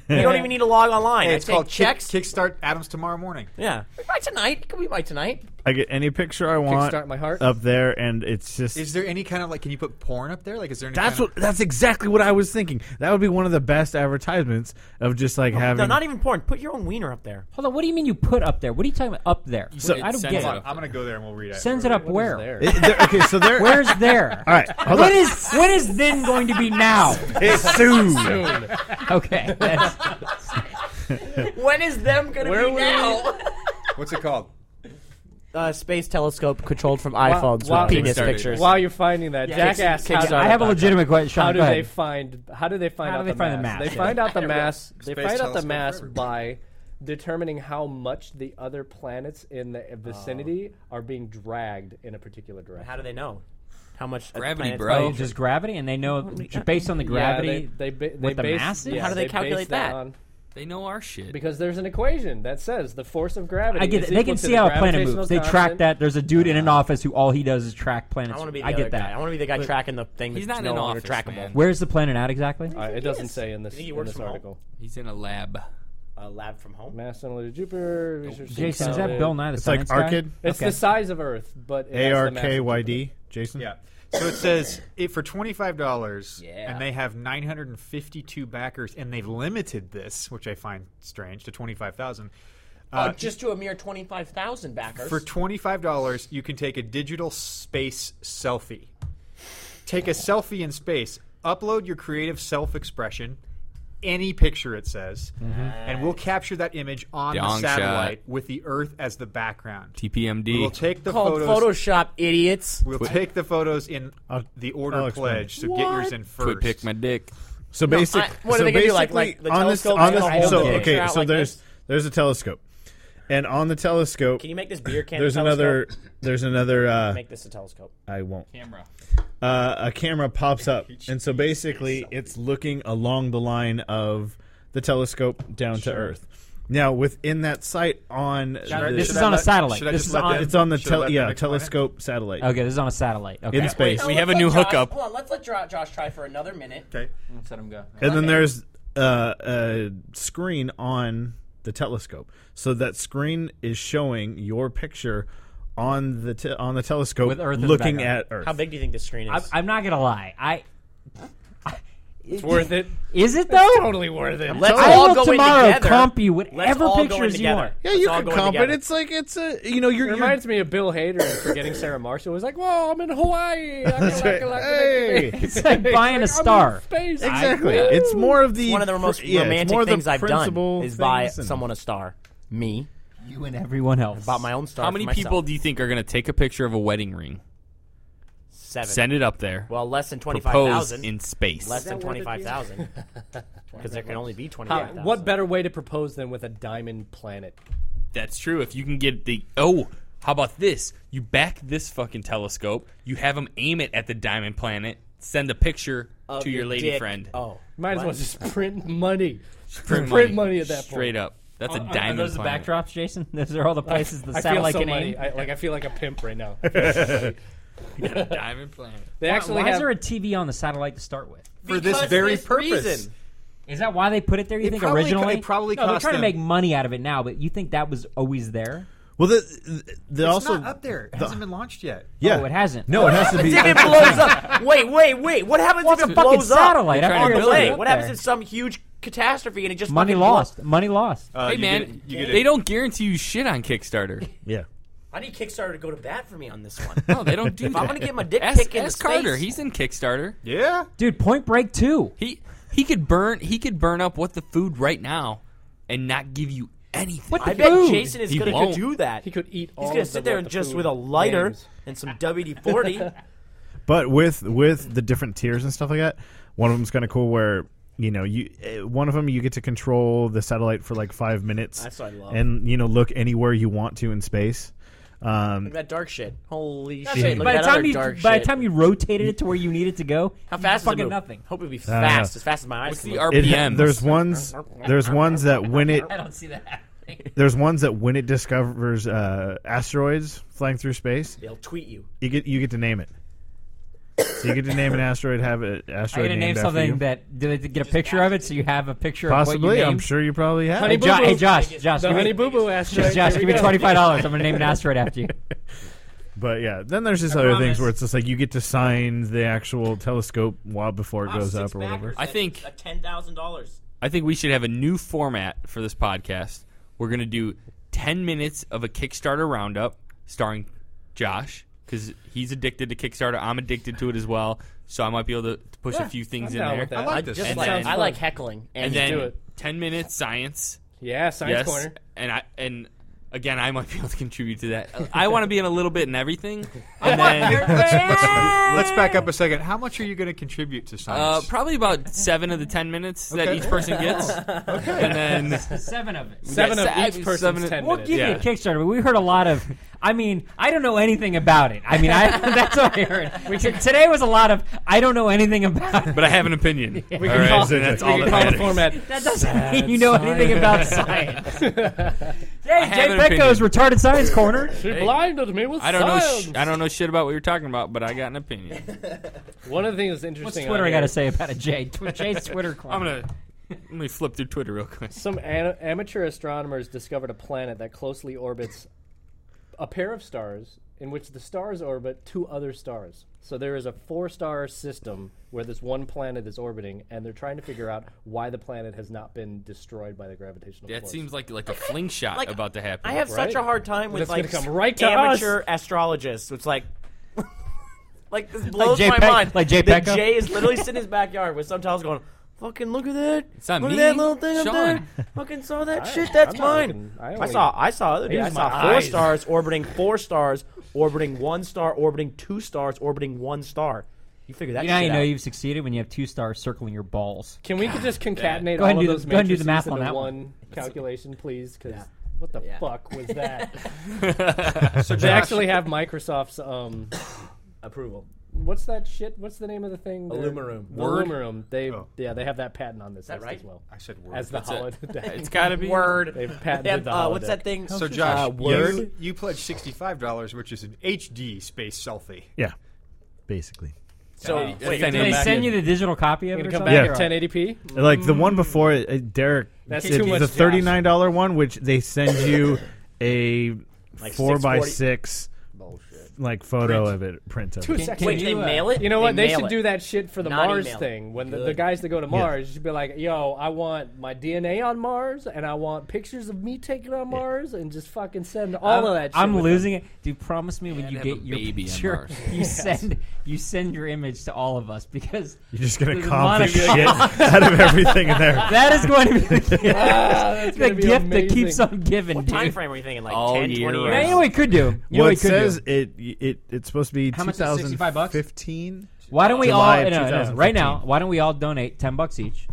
[SPEAKER 7] don't even need to log online.
[SPEAKER 5] Hey,
[SPEAKER 7] I
[SPEAKER 5] it's
[SPEAKER 7] take
[SPEAKER 5] called Kick-
[SPEAKER 7] checks.
[SPEAKER 5] Kickstart Adams tomorrow morning.
[SPEAKER 7] yeah, by tonight. It could be by tonight.
[SPEAKER 9] I get any picture I want
[SPEAKER 11] Kickstart my heart.
[SPEAKER 9] up there, and it's just.
[SPEAKER 5] Is there any kind of like? Can you put porn up there? Like, is there? Any
[SPEAKER 9] that's
[SPEAKER 5] kind
[SPEAKER 9] what. That's exactly what I was thinking. That would be one of the best advertisements of just like having.
[SPEAKER 7] No, not even porn. Put your own wiener up there.
[SPEAKER 4] Hold on. What do you mean you put up there? What are you talking about up there?
[SPEAKER 3] So-
[SPEAKER 4] I don't get
[SPEAKER 3] It sends
[SPEAKER 5] Of,
[SPEAKER 3] even-
[SPEAKER 4] it.
[SPEAKER 5] I'm gonna go there and we'll read it.
[SPEAKER 4] Sends it up where?
[SPEAKER 11] there?
[SPEAKER 9] It- there- okay, so there.
[SPEAKER 4] Where's there?
[SPEAKER 9] All right, hold
[SPEAKER 4] What
[SPEAKER 9] on.
[SPEAKER 4] is what is then going to be now?
[SPEAKER 9] It's soon.
[SPEAKER 4] Okay, that's-
[SPEAKER 7] When is them gonna
[SPEAKER 11] Where
[SPEAKER 7] be
[SPEAKER 11] were
[SPEAKER 7] now?
[SPEAKER 5] What's it called?
[SPEAKER 7] uh, space telescope controlled from iPhones
[SPEAKER 11] wow.
[SPEAKER 7] with penis
[SPEAKER 3] Kickstarter.
[SPEAKER 7] pictures.
[SPEAKER 11] While you're finding that,
[SPEAKER 7] Yeah,
[SPEAKER 11] jackass.
[SPEAKER 7] Kick-
[SPEAKER 11] how-
[SPEAKER 7] Kickstarter.
[SPEAKER 4] I have a legitimate question. Sean,
[SPEAKER 11] How do
[SPEAKER 4] go ahead.
[SPEAKER 11] they find? How do they find
[SPEAKER 4] How
[SPEAKER 11] out
[SPEAKER 4] do they
[SPEAKER 11] the
[SPEAKER 4] find the
[SPEAKER 11] mass?
[SPEAKER 4] mass?
[SPEAKER 11] They find out the mass. They
[SPEAKER 5] Space
[SPEAKER 11] find out the
[SPEAKER 5] telescope
[SPEAKER 11] mass
[SPEAKER 5] forever.
[SPEAKER 11] by determining how much the other planets in the vicinity are being dragged in a particular direction.
[SPEAKER 7] How do they know? How much
[SPEAKER 3] Gravity,
[SPEAKER 7] planets-
[SPEAKER 3] bro.
[SPEAKER 4] Oh, just gravity, and they know j- based on the
[SPEAKER 11] Yeah,
[SPEAKER 4] gravity.
[SPEAKER 11] they, they, ba- they
[SPEAKER 4] what the
[SPEAKER 11] base,
[SPEAKER 4] mass is?
[SPEAKER 11] yeah,
[SPEAKER 7] How do they
[SPEAKER 11] base
[SPEAKER 7] calculate that?
[SPEAKER 11] on,
[SPEAKER 3] they know our shit.
[SPEAKER 11] because there's an equation that says the force of gravity.
[SPEAKER 4] I get
[SPEAKER 11] is
[SPEAKER 4] it. They
[SPEAKER 11] equal
[SPEAKER 4] can
[SPEAKER 11] to
[SPEAKER 4] see
[SPEAKER 11] the
[SPEAKER 4] how a planet
[SPEAKER 11] gravitational
[SPEAKER 4] moves. They track
[SPEAKER 11] constant.
[SPEAKER 4] that. There's a dude in an office who all he does is track planets.
[SPEAKER 7] I want to be. The
[SPEAKER 4] I
[SPEAKER 7] other
[SPEAKER 4] get that.
[SPEAKER 7] Guy. I want to be the guy tracking the thing.
[SPEAKER 3] He's
[SPEAKER 7] that's
[SPEAKER 3] not
[SPEAKER 7] no
[SPEAKER 3] in
[SPEAKER 7] longer
[SPEAKER 3] office,
[SPEAKER 7] trackable.
[SPEAKER 3] man.
[SPEAKER 4] Where's the planet at exactly?
[SPEAKER 11] Uh, it doesn't say in this,
[SPEAKER 7] think he
[SPEAKER 11] in
[SPEAKER 7] works
[SPEAKER 11] this
[SPEAKER 7] from home?
[SPEAKER 11] article.
[SPEAKER 3] He's in a lab.
[SPEAKER 7] A lab from home.
[SPEAKER 11] Mass similar to Jupiter. research
[SPEAKER 4] Jason, is
[SPEAKER 11] founded-
[SPEAKER 4] that Bill Nye the
[SPEAKER 9] It's like
[SPEAKER 4] Science Guy?
[SPEAKER 9] Arcad.
[SPEAKER 11] It's
[SPEAKER 4] Okay.
[SPEAKER 11] the size of Earth, but it has
[SPEAKER 9] A
[SPEAKER 11] the
[SPEAKER 9] R
[SPEAKER 11] mass of
[SPEAKER 9] K Y
[SPEAKER 11] Jupiter.
[SPEAKER 9] D. Jason.
[SPEAKER 5] Yeah. So it says it for twenty five dollars,
[SPEAKER 7] Yeah.
[SPEAKER 5] and they have nine hundred and fifty two backers, and they've limited this, which I find strange, to twenty five thousand.
[SPEAKER 7] oh, just to a mere twenty-five thousand backers.
[SPEAKER 5] For twenty five dollars, you can take a digital space selfie. Take a selfie in space. Upload your creative self expression, any picture it says,
[SPEAKER 7] Mm-hmm.
[SPEAKER 5] and we'll capture that image on
[SPEAKER 3] Dong
[SPEAKER 5] the
[SPEAKER 3] shot.
[SPEAKER 5] satellite with the Earth as the background.
[SPEAKER 3] TPMD.
[SPEAKER 5] We'll take the
[SPEAKER 7] called
[SPEAKER 5] photos.
[SPEAKER 7] Photoshop, idiots.
[SPEAKER 5] We'll take the photos in
[SPEAKER 9] I'll-
[SPEAKER 5] the order
[SPEAKER 9] I'll explain.
[SPEAKER 5] pledge. So get yours in first.
[SPEAKER 3] Twit pick my dick.
[SPEAKER 9] So basic.
[SPEAKER 7] I- what are
[SPEAKER 9] so
[SPEAKER 7] they gonna do, like-
[SPEAKER 9] basically,
[SPEAKER 7] like the
[SPEAKER 9] on this,
[SPEAKER 7] telescope
[SPEAKER 9] on
[SPEAKER 7] gonna
[SPEAKER 9] this,
[SPEAKER 7] hold
[SPEAKER 9] so
[SPEAKER 7] the
[SPEAKER 9] okay,
[SPEAKER 7] picture out
[SPEAKER 9] so
[SPEAKER 7] like
[SPEAKER 9] there's
[SPEAKER 7] this?
[SPEAKER 9] there's a telescope, and on the telescope,
[SPEAKER 7] Can you make this beer can?
[SPEAKER 9] there's
[SPEAKER 7] a telescope?
[SPEAKER 9] another there's another uh,
[SPEAKER 7] Make this a telescope.
[SPEAKER 9] I won't
[SPEAKER 3] Camera.
[SPEAKER 9] uh, a camera pops up, and so basically it's looking along the line of the telescope down to Earth. Now, within that site on
[SPEAKER 4] Should I- This should is I on a let- satellite. should I This just is let on- them-
[SPEAKER 9] it's on the
[SPEAKER 4] should I let
[SPEAKER 9] tel-
[SPEAKER 4] them
[SPEAKER 9] yeah
[SPEAKER 4] explain
[SPEAKER 9] telescope satellite.
[SPEAKER 4] Okay, this is on a satellite. Okay.
[SPEAKER 9] in space.
[SPEAKER 7] Hold on, let's let Josh try for another minute.
[SPEAKER 9] Okay.
[SPEAKER 4] Let's let him go.
[SPEAKER 9] And then there's uh, a screen on the telescope. So that screen is showing your picture on the te- on the telescope
[SPEAKER 4] With Earth in the
[SPEAKER 9] looking at
[SPEAKER 4] background.
[SPEAKER 9] Earth.
[SPEAKER 4] How
[SPEAKER 7] big do you think the screen
[SPEAKER 4] I'm, I'm not gonna lie. I. It's
[SPEAKER 7] worth it.
[SPEAKER 4] Is it
[SPEAKER 7] It's
[SPEAKER 4] though?
[SPEAKER 7] totally worth it.
[SPEAKER 4] Let's
[SPEAKER 7] Let's
[SPEAKER 4] I
[SPEAKER 7] all
[SPEAKER 4] will
[SPEAKER 7] go in
[SPEAKER 4] tomorrow
[SPEAKER 7] together.
[SPEAKER 4] comp you
[SPEAKER 7] Let's
[SPEAKER 4] whatever
[SPEAKER 7] all go in
[SPEAKER 4] pictures you
[SPEAKER 7] together.
[SPEAKER 4] want.
[SPEAKER 9] Yeah, you
[SPEAKER 7] all
[SPEAKER 9] can
[SPEAKER 7] go in
[SPEAKER 9] comp it.
[SPEAKER 7] together.
[SPEAKER 9] It's like it's a you know you're,
[SPEAKER 11] It
[SPEAKER 9] you're
[SPEAKER 11] reminds me of Bill Hader and forgetting Sarah Marshall. He's like, "Whoa, I'm in Hawaii."
[SPEAKER 9] That's right. Hey.
[SPEAKER 11] It's like buying a star. space.
[SPEAKER 9] Exactly.
[SPEAKER 11] I-
[SPEAKER 9] it's more of the
[SPEAKER 7] one of the most
[SPEAKER 9] pr- yeah, it's
[SPEAKER 7] romantic
[SPEAKER 9] more of the
[SPEAKER 7] things I've done
[SPEAKER 9] principal
[SPEAKER 7] is buy
[SPEAKER 9] things and-
[SPEAKER 7] someone a star. Me.
[SPEAKER 4] You and everyone else.
[SPEAKER 7] Bought my own star.
[SPEAKER 3] How
[SPEAKER 7] for
[SPEAKER 3] many
[SPEAKER 7] myself.
[SPEAKER 3] people do you think are going to take a picture of a wedding ring?
[SPEAKER 7] Seven.
[SPEAKER 3] Send it up there.
[SPEAKER 7] Well, less than
[SPEAKER 3] Propose
[SPEAKER 7] 25,000.
[SPEAKER 3] in space.
[SPEAKER 7] Less
[SPEAKER 3] Is
[SPEAKER 7] than
[SPEAKER 3] that worth it,
[SPEAKER 7] 25,000. Because there can only be
[SPEAKER 11] How-
[SPEAKER 7] 25,000.
[SPEAKER 11] what better way to propose than with a diamond planet?
[SPEAKER 3] That's true. If you can get the oh, how about this? You back this fucking telescope. You have them aim it at the diamond planet. Send a picture
[SPEAKER 11] Of
[SPEAKER 3] to your
[SPEAKER 11] your
[SPEAKER 3] lady
[SPEAKER 11] dick.
[SPEAKER 3] friend.
[SPEAKER 7] Oh,
[SPEAKER 11] Might as well just print money.
[SPEAKER 3] Print
[SPEAKER 11] Print,
[SPEAKER 3] money.
[SPEAKER 11] money. at that point.
[SPEAKER 3] Straight up. That's a
[SPEAKER 11] Uh, uh,
[SPEAKER 3] diamond
[SPEAKER 4] Those are the
[SPEAKER 3] planet.
[SPEAKER 4] backdrops, Jason. Those are all the places the
[SPEAKER 11] I feel
[SPEAKER 4] satellite
[SPEAKER 11] so
[SPEAKER 4] can
[SPEAKER 11] money.
[SPEAKER 4] aim.
[SPEAKER 11] I, like I feel like a pimp right now.
[SPEAKER 3] You got a diamond planet.
[SPEAKER 11] They
[SPEAKER 4] Why-
[SPEAKER 11] actually
[SPEAKER 4] why is
[SPEAKER 11] have-
[SPEAKER 4] there a TV on the satellite to start with?
[SPEAKER 11] For this Because very this purpose. reason.
[SPEAKER 4] Is that why they put it there? You
[SPEAKER 11] It
[SPEAKER 4] think
[SPEAKER 11] probably co-
[SPEAKER 4] originally?
[SPEAKER 11] it probably
[SPEAKER 4] no, they're
[SPEAKER 11] cost
[SPEAKER 4] trying
[SPEAKER 11] them-
[SPEAKER 4] to make money out of it now, but you think that was always there?
[SPEAKER 9] Well, the, the
[SPEAKER 4] It's
[SPEAKER 9] also
[SPEAKER 4] not up
[SPEAKER 5] there. It hasn't been launched yet.
[SPEAKER 9] Yeah,
[SPEAKER 4] Oh, it hasn't.
[SPEAKER 9] No, it has to be.
[SPEAKER 7] If it blows up. Wait, wait, wait. What happens
[SPEAKER 4] What's
[SPEAKER 7] if
[SPEAKER 4] a
[SPEAKER 7] it
[SPEAKER 4] fucking
[SPEAKER 7] blows up?
[SPEAKER 4] satellite? I
[SPEAKER 7] on
[SPEAKER 4] figured
[SPEAKER 7] the
[SPEAKER 4] it was
[SPEAKER 7] way?
[SPEAKER 4] up
[SPEAKER 7] What
[SPEAKER 4] there.
[SPEAKER 7] happens if some huge catastrophe and it just
[SPEAKER 4] Money
[SPEAKER 7] fucking
[SPEAKER 4] lost.
[SPEAKER 7] blows-
[SPEAKER 4] Money lost.
[SPEAKER 7] Uh,
[SPEAKER 3] hey man, they don't guarantee you shit on Kickstarter.
[SPEAKER 9] yeah.
[SPEAKER 7] I need Kickstarter to go to bat for me on this one.
[SPEAKER 3] No, they don't do
[SPEAKER 7] if
[SPEAKER 3] that.
[SPEAKER 7] I'm gonna get my dick
[SPEAKER 3] ask,
[SPEAKER 7] pic in
[SPEAKER 3] ask
[SPEAKER 7] the
[SPEAKER 3] Carter.
[SPEAKER 7] space-
[SPEAKER 3] He's in Kickstarter.
[SPEAKER 9] Yeah,
[SPEAKER 4] dude. Point Break too.
[SPEAKER 3] He he could burn he could burn up what the food right now, and not give you anything.
[SPEAKER 7] I bet Jason is
[SPEAKER 3] He
[SPEAKER 7] going to
[SPEAKER 3] won't.
[SPEAKER 7] do that. He
[SPEAKER 11] could eat
[SPEAKER 7] He's
[SPEAKER 11] all
[SPEAKER 7] gonna
[SPEAKER 11] of the
[SPEAKER 7] sit there
[SPEAKER 11] what
[SPEAKER 7] and
[SPEAKER 11] the
[SPEAKER 7] just
[SPEAKER 11] food
[SPEAKER 7] with a lighter
[SPEAKER 11] names.
[SPEAKER 7] and some WD forty.
[SPEAKER 9] But with with the different tiers and stuff like that, one of them's kind of cool where you know you eh, one of them you get to control the satellite for like five minutes.
[SPEAKER 7] That's what I love.
[SPEAKER 9] And you know look anywhere you want to in space. Um,
[SPEAKER 7] that dark shit. Holy
[SPEAKER 4] That's
[SPEAKER 7] shit!
[SPEAKER 4] it.
[SPEAKER 7] Look
[SPEAKER 4] By
[SPEAKER 7] at
[SPEAKER 4] the
[SPEAKER 7] that
[SPEAKER 4] time
[SPEAKER 7] other
[SPEAKER 4] you
[SPEAKER 7] dark
[SPEAKER 4] by the
[SPEAKER 7] shit.
[SPEAKER 4] time you rotated it to where you needed to go,
[SPEAKER 7] how fast
[SPEAKER 4] fucking
[SPEAKER 7] is it move?
[SPEAKER 4] nothing.
[SPEAKER 7] Hope it'd be
[SPEAKER 9] I don't
[SPEAKER 7] fast,
[SPEAKER 9] know.
[SPEAKER 7] as fast as my eyes.
[SPEAKER 3] What's
[SPEAKER 7] can
[SPEAKER 3] the
[SPEAKER 7] look.
[SPEAKER 9] it- there's ones there's ones that when it
[SPEAKER 7] I don't see that happening.
[SPEAKER 9] there's ones that when it discovers uh, asteroids flying through space,
[SPEAKER 7] They'll tweet you.
[SPEAKER 9] You get you get to name it. So you get to name an asteroid, have an
[SPEAKER 4] I
[SPEAKER 9] asteroid
[SPEAKER 4] gotta name
[SPEAKER 9] named after
[SPEAKER 4] something
[SPEAKER 9] you.
[SPEAKER 4] that did they get a picture of it, so you have a picture of what
[SPEAKER 9] Possibly,
[SPEAKER 4] you
[SPEAKER 9] I'm
[SPEAKER 4] named?
[SPEAKER 9] sure you probably have.
[SPEAKER 4] Hey, Jo- hey, Josh, Josh,
[SPEAKER 11] The
[SPEAKER 4] give me-
[SPEAKER 11] Honey Boo Boo asteroid.
[SPEAKER 4] Josh,
[SPEAKER 11] Here
[SPEAKER 4] give
[SPEAKER 11] we
[SPEAKER 4] me
[SPEAKER 11] go.
[SPEAKER 4] twenty five dollars. I'm gonna name an asteroid after you.
[SPEAKER 9] But yeah, then there's just other things where it's just like you get to sign the actual telescope while before it goes up or whatever.
[SPEAKER 3] I think
[SPEAKER 7] a ten thousand dollars.
[SPEAKER 3] I think we should have a new format for this podcast. We're going to do 10 minutes of a Kickstarter roundup starring Josh because he's addicted to Kickstarter. I'm addicted to it as well. So I might be able to to push
[SPEAKER 7] Yeah,
[SPEAKER 3] a few things
[SPEAKER 7] I'm
[SPEAKER 3] in
[SPEAKER 7] down
[SPEAKER 3] there.
[SPEAKER 7] with that. I like this. Just like- I like heckling.
[SPEAKER 3] And,
[SPEAKER 7] And
[SPEAKER 3] then
[SPEAKER 7] do it.
[SPEAKER 3] 10 minutes science.
[SPEAKER 11] Yeah, science
[SPEAKER 3] Yes,
[SPEAKER 11] corner.
[SPEAKER 3] And I and again, I might be able to contribute to that. I want to be in a little bit in everything.
[SPEAKER 5] I
[SPEAKER 3] And
[SPEAKER 5] want
[SPEAKER 3] then
[SPEAKER 5] your fan. Let's back up a second. How much are you going to contribute to
[SPEAKER 3] Uh,
[SPEAKER 5] science?
[SPEAKER 3] probably about seven of the ten minutes that
[SPEAKER 5] Okay.
[SPEAKER 3] each person gets,
[SPEAKER 5] Okay.
[SPEAKER 3] and then
[SPEAKER 4] Seven of it.
[SPEAKER 11] Seven
[SPEAKER 3] Yeah,
[SPEAKER 11] of
[SPEAKER 3] se-
[SPEAKER 11] each
[SPEAKER 3] I mean,
[SPEAKER 11] person's
[SPEAKER 3] seven of-
[SPEAKER 11] 10
[SPEAKER 4] We'll
[SPEAKER 11] minutes.
[SPEAKER 4] give you a Kickstarter, but we heard a lot of. I mean, I don't know anything about it. I mean, I, that's what I heard. T- today was a lot of I don't know anything about. it.
[SPEAKER 3] But I have an opinion.
[SPEAKER 4] Yeah.
[SPEAKER 3] We can All right, call- so that's we all can that call the matters.
[SPEAKER 11] format
[SPEAKER 4] That doesn't
[SPEAKER 11] Sad
[SPEAKER 4] mean you know anything about
[SPEAKER 11] science.
[SPEAKER 4] science.
[SPEAKER 11] I
[SPEAKER 4] Hey,
[SPEAKER 11] have
[SPEAKER 4] Jay
[SPEAKER 11] an
[SPEAKER 4] Petko's
[SPEAKER 3] opinion.
[SPEAKER 4] retarded science corner.
[SPEAKER 11] She blinded me with
[SPEAKER 3] I don't know.
[SPEAKER 11] science.
[SPEAKER 3] Sh- I don't know shit about what you're talking about, but I got an opinion.
[SPEAKER 11] One of the things that's interesting.
[SPEAKER 4] What's Twitter
[SPEAKER 11] on
[SPEAKER 4] I got to
[SPEAKER 11] here-
[SPEAKER 4] say about it, Jay? Tw- Jay's Twitter
[SPEAKER 3] I'm
[SPEAKER 4] clone.
[SPEAKER 3] gonna let me flip through Twitter real quick.
[SPEAKER 11] Some an- amateur astronomers discovered a planet that closely orbits a pair of stars in which the stars orbit two other stars. So there is a four-star system where this one planet is orbiting, and they're trying to figure out why the planet has not been destroyed by the gravitational
[SPEAKER 3] That
[SPEAKER 11] force.
[SPEAKER 3] seems like like a fling shot about to happen.
[SPEAKER 7] I have such a hard time with
[SPEAKER 11] That's
[SPEAKER 7] like
[SPEAKER 11] gonna come right to
[SPEAKER 7] amateur astrologists. It's like, like this blows
[SPEAKER 4] Jay
[SPEAKER 7] my
[SPEAKER 4] Peck-
[SPEAKER 7] mind.
[SPEAKER 4] like Jay
[SPEAKER 7] that
[SPEAKER 4] Pecco?
[SPEAKER 7] Jay is literally sitting in his backyard with some towels going. Fucking look at that!
[SPEAKER 4] It's not
[SPEAKER 7] look
[SPEAKER 4] me,
[SPEAKER 7] at that little thing up
[SPEAKER 4] Sean."
[SPEAKER 7] there. Fucking saw that shit. That's
[SPEAKER 11] I'm not
[SPEAKER 7] mine.
[SPEAKER 11] looking- I
[SPEAKER 7] I,
[SPEAKER 11] only-
[SPEAKER 7] saw. I saw other day.
[SPEAKER 11] Use
[SPEAKER 7] I saw
[SPEAKER 11] my
[SPEAKER 7] four
[SPEAKER 11] eyes.
[SPEAKER 7] stars orbiting four stars, orbiting one star, orbiting two stars, orbiting one star. You figure that
[SPEAKER 4] You know, how
[SPEAKER 7] shit
[SPEAKER 4] you know
[SPEAKER 7] out.
[SPEAKER 4] you've succeeded when you have two stars circling your balls.
[SPEAKER 11] Can we just concatenate
[SPEAKER 4] Go ahead
[SPEAKER 11] all
[SPEAKER 4] and
[SPEAKER 11] of
[SPEAKER 4] do the-
[SPEAKER 11] those
[SPEAKER 4] go ahead and do the
[SPEAKER 11] matrices
[SPEAKER 4] math on
[SPEAKER 11] into
[SPEAKER 4] that one.
[SPEAKER 11] one, calculation, please? Because what the
[SPEAKER 7] Yeah.
[SPEAKER 11] fuck was that?
[SPEAKER 7] So
[SPEAKER 11] they
[SPEAKER 7] Josh-
[SPEAKER 11] actually have Microsoft's um,
[SPEAKER 7] Approval.
[SPEAKER 11] What's that shit? What's the name of the thing? They're-
[SPEAKER 7] Illumaroom.
[SPEAKER 11] The
[SPEAKER 7] Word?
[SPEAKER 11] Illumaroom. They
[SPEAKER 7] Oh.
[SPEAKER 11] yeah, they have that patent on this
[SPEAKER 7] that
[SPEAKER 11] list
[SPEAKER 7] right?
[SPEAKER 11] as well.
[SPEAKER 7] I said Word.
[SPEAKER 11] As the
[SPEAKER 7] That's it.
[SPEAKER 11] holodeck.
[SPEAKER 7] It's gotta be- Word.
[SPEAKER 11] They've
[SPEAKER 7] They
[SPEAKER 11] patented
[SPEAKER 7] have,
[SPEAKER 11] the
[SPEAKER 7] uh, what's
[SPEAKER 11] holodeck.
[SPEAKER 7] that thing?
[SPEAKER 5] So Josh,
[SPEAKER 9] Word?
[SPEAKER 5] you, you pledged sixty-five dollars, which is an HD space selfie.
[SPEAKER 9] Yeah, basically.
[SPEAKER 5] So,
[SPEAKER 4] Wow.
[SPEAKER 5] wait,
[SPEAKER 4] Wait,
[SPEAKER 5] did
[SPEAKER 4] did they send you the digital copy of
[SPEAKER 11] You're
[SPEAKER 4] it?
[SPEAKER 11] gonna
[SPEAKER 4] or
[SPEAKER 11] come back
[SPEAKER 4] something?
[SPEAKER 11] at 1080p?
[SPEAKER 9] Like the one before it, it- Derek.
[SPEAKER 11] That's
[SPEAKER 9] it-
[SPEAKER 11] too much,
[SPEAKER 9] The
[SPEAKER 11] Josh.
[SPEAKER 9] thirty nine dollar one, which they send you a
[SPEAKER 11] Like
[SPEAKER 9] four by
[SPEAKER 11] 640
[SPEAKER 9] six, like photo of it, print of
[SPEAKER 11] Two
[SPEAKER 9] it.
[SPEAKER 11] seconds.
[SPEAKER 7] Wait, they mail it?
[SPEAKER 11] You know what?
[SPEAKER 7] They
[SPEAKER 11] They,
[SPEAKER 7] mail
[SPEAKER 11] should
[SPEAKER 7] it.
[SPEAKER 11] do that shit for the
[SPEAKER 7] Not
[SPEAKER 11] Mars
[SPEAKER 7] email it.
[SPEAKER 11] thing. When the, the
[SPEAKER 7] Good.
[SPEAKER 11] guys that go to
[SPEAKER 7] Yeah.
[SPEAKER 11] Mars should be like, "Yo, I want my DNA on Mars, and I want pictures of me taken on Mars, and just fucking send all
[SPEAKER 4] I'm,
[SPEAKER 11] of that." shit
[SPEAKER 4] I'm
[SPEAKER 11] with
[SPEAKER 4] losing it. Dude, promise me when
[SPEAKER 11] And
[SPEAKER 4] you
[SPEAKER 11] have
[SPEAKER 4] get
[SPEAKER 11] a
[SPEAKER 4] your
[SPEAKER 11] baby on
[SPEAKER 4] picture,
[SPEAKER 11] Mars.
[SPEAKER 4] you
[SPEAKER 11] Yes.
[SPEAKER 4] send you send your image to all of us because
[SPEAKER 9] You're just gonna
[SPEAKER 4] the
[SPEAKER 9] comp the
[SPEAKER 4] amount of-
[SPEAKER 9] shit out of everything in there.
[SPEAKER 4] That is going to be the, gift-
[SPEAKER 11] Ah, that's
[SPEAKER 4] the
[SPEAKER 11] gonna be
[SPEAKER 4] gift that
[SPEAKER 11] amazing.
[SPEAKER 4] keeps on giving.
[SPEAKER 11] What
[SPEAKER 4] dude.
[SPEAKER 11] time frame are you thinking, like
[SPEAKER 4] All
[SPEAKER 11] 10, 20
[SPEAKER 4] year
[SPEAKER 11] years?
[SPEAKER 4] round. You know what we could do? You know
[SPEAKER 9] well,
[SPEAKER 4] what we
[SPEAKER 9] it
[SPEAKER 4] could
[SPEAKER 9] says
[SPEAKER 4] do?
[SPEAKER 9] it, it it's supposed to be
[SPEAKER 4] How much is 65 bucks?
[SPEAKER 9] 2015.
[SPEAKER 4] Why don't we
[SPEAKER 9] July
[SPEAKER 4] all
[SPEAKER 9] of
[SPEAKER 4] no, no, no, right
[SPEAKER 9] 2015.
[SPEAKER 4] now? Why don't we all donate ten bucks each?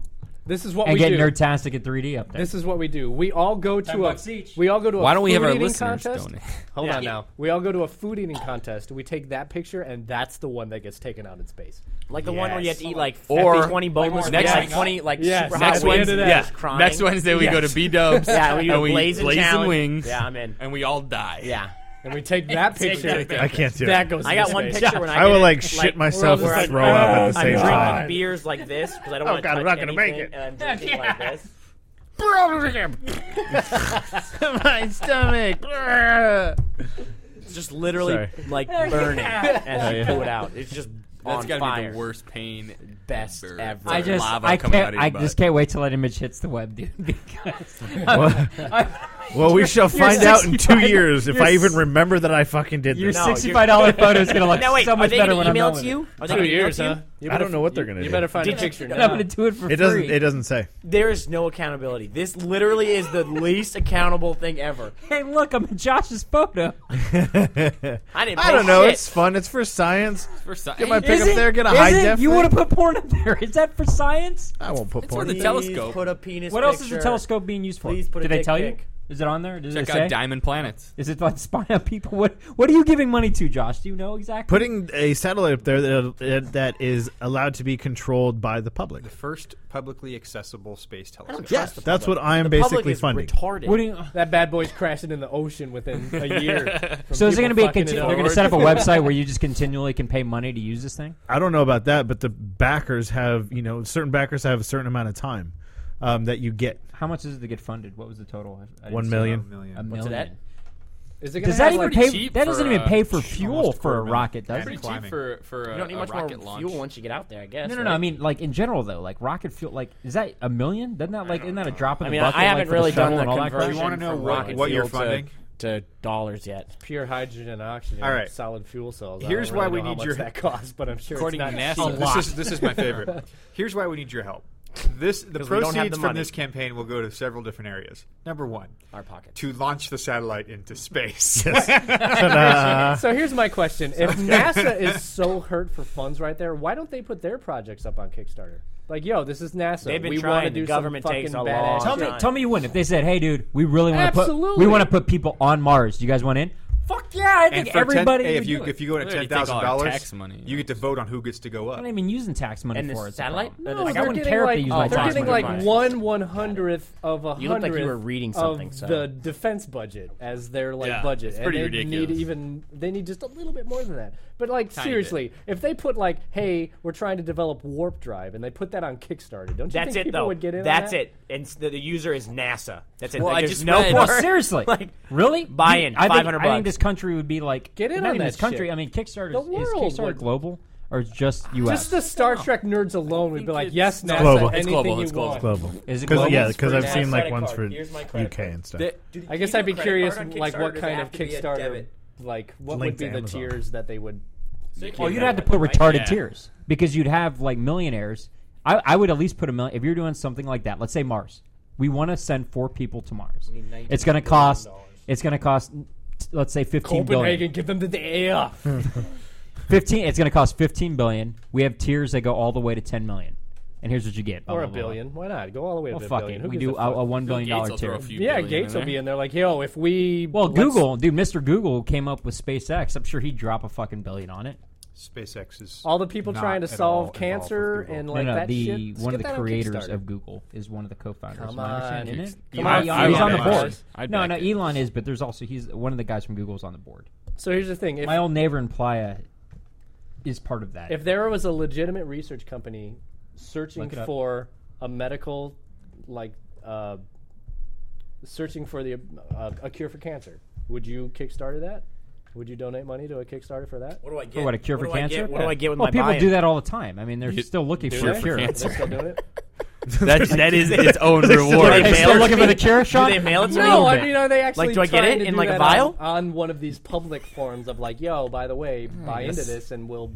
[SPEAKER 11] This is what
[SPEAKER 4] and
[SPEAKER 11] we
[SPEAKER 4] get
[SPEAKER 11] do.
[SPEAKER 4] Nerdtastic at 3D up there.
[SPEAKER 11] This is what we do. We all go to
[SPEAKER 4] bucks
[SPEAKER 11] a we all go to a
[SPEAKER 4] Why don't we
[SPEAKER 11] food
[SPEAKER 4] have our
[SPEAKER 11] eating
[SPEAKER 4] listeners
[SPEAKER 11] contest.
[SPEAKER 4] donate?
[SPEAKER 11] Hold
[SPEAKER 4] Yeah.
[SPEAKER 11] on now. We all go to a food eating contest. We take that picture, and that's the one that gets taken out in space.
[SPEAKER 7] Like the one where you have to eat like
[SPEAKER 3] Or-
[SPEAKER 7] 50, 20 boneless
[SPEAKER 3] Like next-
[SPEAKER 7] next like 20 like
[SPEAKER 3] Yes.
[SPEAKER 7] super
[SPEAKER 3] Next
[SPEAKER 7] hot wings.
[SPEAKER 3] Wednesday-
[SPEAKER 7] and
[SPEAKER 3] yeah.
[SPEAKER 7] just crying.
[SPEAKER 3] Next Wednesday we go to B-Dubs,
[SPEAKER 7] yeah, we do
[SPEAKER 3] and
[SPEAKER 7] a
[SPEAKER 3] we
[SPEAKER 7] blazing,
[SPEAKER 3] blazing
[SPEAKER 7] challenge.
[SPEAKER 3] wings.
[SPEAKER 7] Yeah, I'm in.
[SPEAKER 3] And we all die.
[SPEAKER 7] Yeah.
[SPEAKER 11] And we take that
[SPEAKER 7] Take
[SPEAKER 11] picture.
[SPEAKER 7] that picture.
[SPEAKER 9] I can't do
[SPEAKER 11] that
[SPEAKER 9] it.
[SPEAKER 11] Goes
[SPEAKER 7] I
[SPEAKER 11] into
[SPEAKER 7] got one
[SPEAKER 11] space.
[SPEAKER 7] picture when I
[SPEAKER 9] I
[SPEAKER 7] did
[SPEAKER 9] would,
[SPEAKER 7] it,
[SPEAKER 9] like, shit
[SPEAKER 7] we're
[SPEAKER 9] myself
[SPEAKER 7] all
[SPEAKER 9] and
[SPEAKER 7] like,
[SPEAKER 9] throw up at the
[SPEAKER 7] I'm
[SPEAKER 9] same
[SPEAKER 7] drinking
[SPEAKER 9] time.
[SPEAKER 7] beers like this because I don't
[SPEAKER 9] Oh,
[SPEAKER 7] want to
[SPEAKER 9] God,
[SPEAKER 7] touch
[SPEAKER 9] I'm not gonna make
[SPEAKER 7] anything,
[SPEAKER 9] it.
[SPEAKER 7] And I'm drinking like this.
[SPEAKER 9] My stomach.
[SPEAKER 7] It's just literally
[SPEAKER 3] Sorry.
[SPEAKER 7] like burning as
[SPEAKER 9] Oh,
[SPEAKER 7] you
[SPEAKER 3] Yeah.
[SPEAKER 7] pull it out. It's just
[SPEAKER 3] That's
[SPEAKER 7] on
[SPEAKER 3] gotta
[SPEAKER 7] fire.
[SPEAKER 3] be the worst pain.
[SPEAKER 7] Best
[SPEAKER 3] ever.
[SPEAKER 7] ever.
[SPEAKER 4] I just
[SPEAKER 3] lava
[SPEAKER 4] I
[SPEAKER 3] coming out
[SPEAKER 4] can't
[SPEAKER 3] of your
[SPEAKER 4] I
[SPEAKER 3] butt.
[SPEAKER 4] just can't wait till that image hits the web, dude. Because
[SPEAKER 9] Well- well, we shall find out in two years if I even remember that I fucking did
[SPEAKER 4] Your
[SPEAKER 9] this.
[SPEAKER 4] sixty-five dollar photo is gonna look
[SPEAKER 7] No, wait,
[SPEAKER 4] so
[SPEAKER 7] are
[SPEAKER 4] much
[SPEAKER 7] they
[SPEAKER 4] better
[SPEAKER 7] gonna
[SPEAKER 4] when I'm
[SPEAKER 7] email
[SPEAKER 4] done
[SPEAKER 7] it
[SPEAKER 4] with
[SPEAKER 7] to you? Are
[SPEAKER 4] it.
[SPEAKER 7] they Two gonna years, email it to huh?
[SPEAKER 9] I don't know what they're gonna
[SPEAKER 4] you
[SPEAKER 9] do.
[SPEAKER 4] better find
[SPEAKER 7] a Did you- picture
[SPEAKER 4] I'm
[SPEAKER 7] now.
[SPEAKER 4] gonna do it for
[SPEAKER 9] It doesn't.
[SPEAKER 4] free.
[SPEAKER 9] It doesn't say.
[SPEAKER 7] There is no accountability. This literally is the least accountable thing ever.
[SPEAKER 4] Hey, look, I'm in Josh's photo.
[SPEAKER 7] I didn't.
[SPEAKER 9] I
[SPEAKER 7] pay
[SPEAKER 9] don't know.
[SPEAKER 7] shit.
[SPEAKER 9] It's fun. It's for science.
[SPEAKER 3] for science.
[SPEAKER 9] Get my pick
[SPEAKER 4] Is
[SPEAKER 9] up
[SPEAKER 4] it?
[SPEAKER 9] there. Get a
[SPEAKER 4] Is
[SPEAKER 9] high
[SPEAKER 4] it?
[SPEAKER 9] def.
[SPEAKER 4] You
[SPEAKER 9] for
[SPEAKER 4] want
[SPEAKER 9] me.
[SPEAKER 4] to put porn up there? Is that for science?
[SPEAKER 9] I won't put porn.
[SPEAKER 3] the
[SPEAKER 9] in.
[SPEAKER 3] telescope.
[SPEAKER 7] Put a penis.
[SPEAKER 4] What else is the
[SPEAKER 7] picture.
[SPEAKER 4] telescope being used for?
[SPEAKER 7] Please put a
[SPEAKER 4] Did they
[SPEAKER 7] dick
[SPEAKER 4] tell
[SPEAKER 7] pic.
[SPEAKER 4] you? Is it on there? Does it
[SPEAKER 3] Check out
[SPEAKER 4] say?
[SPEAKER 3] Diamond Planets.
[SPEAKER 4] Is it like spying out people? What What are you giving money to, Josh? Do you know exactly?
[SPEAKER 9] Putting a satellite up there that, that is allowed to be controlled by the public.
[SPEAKER 5] The first publicly accessible space telescope.
[SPEAKER 9] Yes, that's what I am
[SPEAKER 7] The public
[SPEAKER 9] basically
[SPEAKER 7] is
[SPEAKER 9] funding.
[SPEAKER 7] retarded.
[SPEAKER 4] What do you-
[SPEAKER 11] That bad boy's crashing in the ocean within a year. from
[SPEAKER 4] so is it going to
[SPEAKER 11] people
[SPEAKER 4] be? A
[SPEAKER 11] fucking
[SPEAKER 4] conti-
[SPEAKER 11] it
[SPEAKER 4] they're
[SPEAKER 11] up.
[SPEAKER 4] going to set up a website where you just continually can pay money to use this thing.
[SPEAKER 9] I don't know about that, but the backers have you know certain backers have a certain amount of time um, that you get.
[SPEAKER 4] How much is it to get funded? What was the total? I- I didn't
[SPEAKER 9] One
[SPEAKER 4] see
[SPEAKER 9] million.
[SPEAKER 4] that.
[SPEAKER 9] One million.
[SPEAKER 4] A million.
[SPEAKER 9] What's it
[SPEAKER 7] at?
[SPEAKER 11] Is it gonna
[SPEAKER 4] Does that
[SPEAKER 11] have,
[SPEAKER 4] even
[SPEAKER 11] like,
[SPEAKER 3] pretty
[SPEAKER 4] pay?
[SPEAKER 3] cheap
[SPEAKER 4] That doesn't
[SPEAKER 3] for,
[SPEAKER 4] even
[SPEAKER 3] uh,
[SPEAKER 4] pay for
[SPEAKER 3] almost
[SPEAKER 4] fuel for a rocket, does
[SPEAKER 3] Pretty
[SPEAKER 4] it?
[SPEAKER 3] cheap for for
[SPEAKER 7] You
[SPEAKER 3] a,
[SPEAKER 7] don't need
[SPEAKER 3] a
[SPEAKER 7] much more
[SPEAKER 3] rocket
[SPEAKER 7] fuel
[SPEAKER 3] launch.
[SPEAKER 7] once you get out there. I guess.
[SPEAKER 4] No, no, no.
[SPEAKER 7] right?
[SPEAKER 4] I mean, like in general though, like rocket fuel. Like, is that a million? Doesn't that like isn't that a drop in
[SPEAKER 7] I
[SPEAKER 4] the
[SPEAKER 7] mean,
[SPEAKER 4] bucket?
[SPEAKER 7] I
[SPEAKER 4] like,
[SPEAKER 7] haven't
[SPEAKER 4] for
[SPEAKER 7] really done
[SPEAKER 4] shuttle
[SPEAKER 7] the
[SPEAKER 4] and all that crap?
[SPEAKER 7] conversion.
[SPEAKER 5] You wanna know
[SPEAKER 7] from
[SPEAKER 5] what-
[SPEAKER 7] rocket
[SPEAKER 5] what you're
[SPEAKER 7] fuel to-
[SPEAKER 5] funding?
[SPEAKER 7] to dollars yet?
[SPEAKER 11] pure hydrogen and oxygen?
[SPEAKER 5] All
[SPEAKER 11] All
[SPEAKER 5] right.
[SPEAKER 11] right. solid fuel cells. I
[SPEAKER 5] Here's
[SPEAKER 11] don't really
[SPEAKER 5] why we
[SPEAKER 11] know how
[SPEAKER 5] need
[SPEAKER 11] much
[SPEAKER 5] your-
[SPEAKER 11] that cost, but I'm sure
[SPEAKER 3] According
[SPEAKER 11] it's
[SPEAKER 3] to
[SPEAKER 11] not
[SPEAKER 3] NASA,
[SPEAKER 11] cheap.
[SPEAKER 3] a lot.
[SPEAKER 5] This is this is my favorite. Here's why we need your help. This the
[SPEAKER 7] 'Cause we don't have the
[SPEAKER 5] proceeds from
[SPEAKER 7] money.
[SPEAKER 5] this campaign will go to several different areas. Number one,
[SPEAKER 7] Our pocket.
[SPEAKER 5] to launch the satellite into space.
[SPEAKER 11] so here's my question: If NASA is so hurt for funds right there, why don't they put their projects up on Kickstarter? Like, yo, this is NASA.
[SPEAKER 7] They've been
[SPEAKER 11] we
[SPEAKER 7] trying.
[SPEAKER 11] want to
[SPEAKER 7] The
[SPEAKER 11] do
[SPEAKER 7] government
[SPEAKER 11] some
[SPEAKER 7] takes
[SPEAKER 11] fucking
[SPEAKER 7] a
[SPEAKER 11] badass
[SPEAKER 7] long
[SPEAKER 4] Tell
[SPEAKER 11] shit."
[SPEAKER 4] me,
[SPEAKER 7] Giant.
[SPEAKER 4] tell me you wouldn't if they said, "Hey, dude, we really want to put
[SPEAKER 11] Absolutely.
[SPEAKER 4] we want to put people on Mars. Do you guys want in?" Fuck yeah! I
[SPEAKER 5] and
[SPEAKER 4] think
[SPEAKER 5] for
[SPEAKER 4] everybody.
[SPEAKER 5] 10, hey,
[SPEAKER 4] would
[SPEAKER 5] if
[SPEAKER 4] do
[SPEAKER 5] you
[SPEAKER 4] it.
[SPEAKER 5] if you go to
[SPEAKER 3] Well, you
[SPEAKER 5] ten
[SPEAKER 3] take all
[SPEAKER 5] thousand
[SPEAKER 3] our
[SPEAKER 5] dollars,
[SPEAKER 3] tax money,
[SPEAKER 5] you get to vote on who gets to go
[SPEAKER 4] I'm
[SPEAKER 5] up.
[SPEAKER 4] not even using tax money
[SPEAKER 7] And the
[SPEAKER 4] for it.
[SPEAKER 7] satellite?
[SPEAKER 4] No,
[SPEAKER 7] Like,
[SPEAKER 11] No,
[SPEAKER 7] I
[SPEAKER 11] they're
[SPEAKER 7] wouldn't
[SPEAKER 11] getting
[SPEAKER 4] care if
[SPEAKER 11] like,
[SPEAKER 4] they use my
[SPEAKER 11] they're
[SPEAKER 4] tax
[SPEAKER 11] getting
[SPEAKER 4] money.
[SPEAKER 11] like
[SPEAKER 7] Right.
[SPEAKER 11] one one hundredth of a hundredth.
[SPEAKER 7] You looked like you were reading something,
[SPEAKER 11] Of
[SPEAKER 7] so.
[SPEAKER 11] the defense budget as their like
[SPEAKER 3] Yeah,
[SPEAKER 11] budget.
[SPEAKER 3] it's
[SPEAKER 11] and
[SPEAKER 3] pretty
[SPEAKER 11] they
[SPEAKER 3] ridiculous.
[SPEAKER 11] Need even they need just a little bit more than that. But like
[SPEAKER 3] Tiny
[SPEAKER 11] seriously, if they put like, hey, we're trying to develop warp drive, and they put that on Kickstarter, don't you
[SPEAKER 7] That's
[SPEAKER 11] think
[SPEAKER 7] it,
[SPEAKER 11] people
[SPEAKER 7] though.
[SPEAKER 11] would get in? on
[SPEAKER 7] That's
[SPEAKER 11] that?
[SPEAKER 7] it. And s- the, the user is NASA. That's it.
[SPEAKER 3] Well,
[SPEAKER 7] Like,
[SPEAKER 3] I
[SPEAKER 7] there's
[SPEAKER 3] just
[SPEAKER 7] no
[SPEAKER 3] read-
[SPEAKER 4] No,
[SPEAKER 7] more.
[SPEAKER 4] seriously,
[SPEAKER 7] like,
[SPEAKER 4] really?
[SPEAKER 7] buy
[SPEAKER 4] You-
[SPEAKER 7] in,
[SPEAKER 4] I think-
[SPEAKER 7] 500
[SPEAKER 4] I think
[SPEAKER 7] bucks.
[SPEAKER 4] this country would be like
[SPEAKER 11] Get in
[SPEAKER 4] not
[SPEAKER 11] on
[SPEAKER 4] even
[SPEAKER 11] that
[SPEAKER 4] this country.
[SPEAKER 11] shit.
[SPEAKER 4] I mean, Kickstarter
[SPEAKER 11] The
[SPEAKER 4] is
[SPEAKER 11] world
[SPEAKER 4] Kickstarter
[SPEAKER 11] would-
[SPEAKER 4] global or just U.S.
[SPEAKER 11] Just the Star Trek nerds alone would be like, yes, NASA,
[SPEAKER 9] global. It's
[SPEAKER 11] anything
[SPEAKER 3] global,
[SPEAKER 11] you
[SPEAKER 3] it's global.
[SPEAKER 11] want.
[SPEAKER 9] global.
[SPEAKER 4] Is it
[SPEAKER 9] 'Cause-
[SPEAKER 4] global?
[SPEAKER 9] Yeah, because I've
[SPEAKER 7] My
[SPEAKER 9] seen like
[SPEAKER 7] credit
[SPEAKER 9] ones
[SPEAKER 7] card.
[SPEAKER 9] for
[SPEAKER 7] Here's my credit
[SPEAKER 9] UK and stuff.
[SPEAKER 3] They-
[SPEAKER 11] I guess I'd be
[SPEAKER 7] credit
[SPEAKER 11] curious,
[SPEAKER 7] card on
[SPEAKER 11] like
[SPEAKER 7] Kickstarter?
[SPEAKER 11] what
[SPEAKER 7] Does it
[SPEAKER 11] kind
[SPEAKER 7] have
[SPEAKER 11] of
[SPEAKER 7] to be a
[SPEAKER 11] Kickstarter,
[SPEAKER 7] debit?
[SPEAKER 11] like what would
[SPEAKER 9] Linked
[SPEAKER 11] be
[SPEAKER 9] to
[SPEAKER 11] the
[SPEAKER 9] Amazon.
[SPEAKER 11] tiers that they would.
[SPEAKER 4] Well, you'd have to put retarded tiers because you'd have like millionaires. I, I would at least put a million if you're doing something like that. Let's say Mars. We want to send four people to Mars. It's going to cost. It's going to cost. Let's say fifteen billion.
[SPEAKER 11] Copenhagen, give them the day off.
[SPEAKER 4] Fifteen. It's going to cost fifteen billion. We have tiers that go all the way to ten million. And here's what you get. blah,
[SPEAKER 11] or a
[SPEAKER 4] blah, blah, blah.
[SPEAKER 11] billion. Why not? Go all the way
[SPEAKER 4] Well,
[SPEAKER 11] to a
[SPEAKER 4] fuck
[SPEAKER 11] billion.
[SPEAKER 4] it.
[SPEAKER 11] Who
[SPEAKER 4] We
[SPEAKER 11] gives
[SPEAKER 4] do
[SPEAKER 11] a fuck?
[SPEAKER 4] a, a one billion
[SPEAKER 3] Gates
[SPEAKER 4] dollar
[SPEAKER 3] will throw
[SPEAKER 4] tier.
[SPEAKER 3] a few
[SPEAKER 11] yeah,
[SPEAKER 3] billion
[SPEAKER 11] Gates
[SPEAKER 3] in
[SPEAKER 11] will
[SPEAKER 3] there.
[SPEAKER 11] be in there. Like, yo, if we
[SPEAKER 4] Well,
[SPEAKER 11] let's-
[SPEAKER 4] Google, dude, Mr. Google came up with SpaceX. I'm sure he'd drop a fucking billion on it.
[SPEAKER 5] SpaceX is
[SPEAKER 11] All the people
[SPEAKER 5] not
[SPEAKER 11] trying to
[SPEAKER 5] at all
[SPEAKER 11] solve
[SPEAKER 5] involved with
[SPEAKER 11] cancer
[SPEAKER 5] Google.
[SPEAKER 11] and
[SPEAKER 4] No,
[SPEAKER 11] like
[SPEAKER 4] no,
[SPEAKER 11] that
[SPEAKER 4] the
[SPEAKER 11] shit. Just
[SPEAKER 4] one of
[SPEAKER 11] get
[SPEAKER 4] the
[SPEAKER 11] that on
[SPEAKER 4] creators
[SPEAKER 11] Kickstarter.
[SPEAKER 4] of Google is one of the co-founders.
[SPEAKER 11] Come
[SPEAKER 4] my understanding,
[SPEAKER 11] on.
[SPEAKER 4] isn't it?
[SPEAKER 11] Come on, Elon
[SPEAKER 4] he's on the
[SPEAKER 11] Musk.
[SPEAKER 4] board.
[SPEAKER 11] I'd
[SPEAKER 4] no,
[SPEAKER 11] back
[SPEAKER 4] no, Elon is, but there's also he's one of the guys from Google's on the board.
[SPEAKER 11] So here's the thing: if,
[SPEAKER 4] my old neighbor in Playa is part of that.
[SPEAKER 11] if there was a legitimate research company searching
[SPEAKER 4] Look it up.
[SPEAKER 11] for a medical, like, uh, searching for the uh, a cure for cancer, would you Kickstarter that? Would you donate money to a Kickstarter for that?
[SPEAKER 7] What do I
[SPEAKER 4] for what a cure for cancer?
[SPEAKER 7] What do I get with
[SPEAKER 4] well,
[SPEAKER 7] my
[SPEAKER 4] people
[SPEAKER 7] buy-in?
[SPEAKER 4] do that all the time. I mean, they're
[SPEAKER 7] You-
[SPEAKER 4] still looking
[SPEAKER 7] do
[SPEAKER 4] for
[SPEAKER 7] they?
[SPEAKER 4] a cure.
[SPEAKER 7] They're still doing it?
[SPEAKER 4] That- that is its own
[SPEAKER 7] Do they
[SPEAKER 4] reward.
[SPEAKER 7] mail
[SPEAKER 4] Still
[SPEAKER 7] it to
[SPEAKER 4] looking
[SPEAKER 7] me?
[SPEAKER 4] for the cure, Sean?
[SPEAKER 7] Do they mail it to me?
[SPEAKER 11] no, I mean,
[SPEAKER 4] uh,
[SPEAKER 11] are they actually
[SPEAKER 7] like? Do I get
[SPEAKER 11] trying
[SPEAKER 7] it
[SPEAKER 11] to
[SPEAKER 7] in
[SPEAKER 11] do
[SPEAKER 7] like a
[SPEAKER 11] that on-
[SPEAKER 7] vial?
[SPEAKER 11] on, one of these public forums of like, yo, by the way, buy into
[SPEAKER 9] yes.
[SPEAKER 11] this and we'll.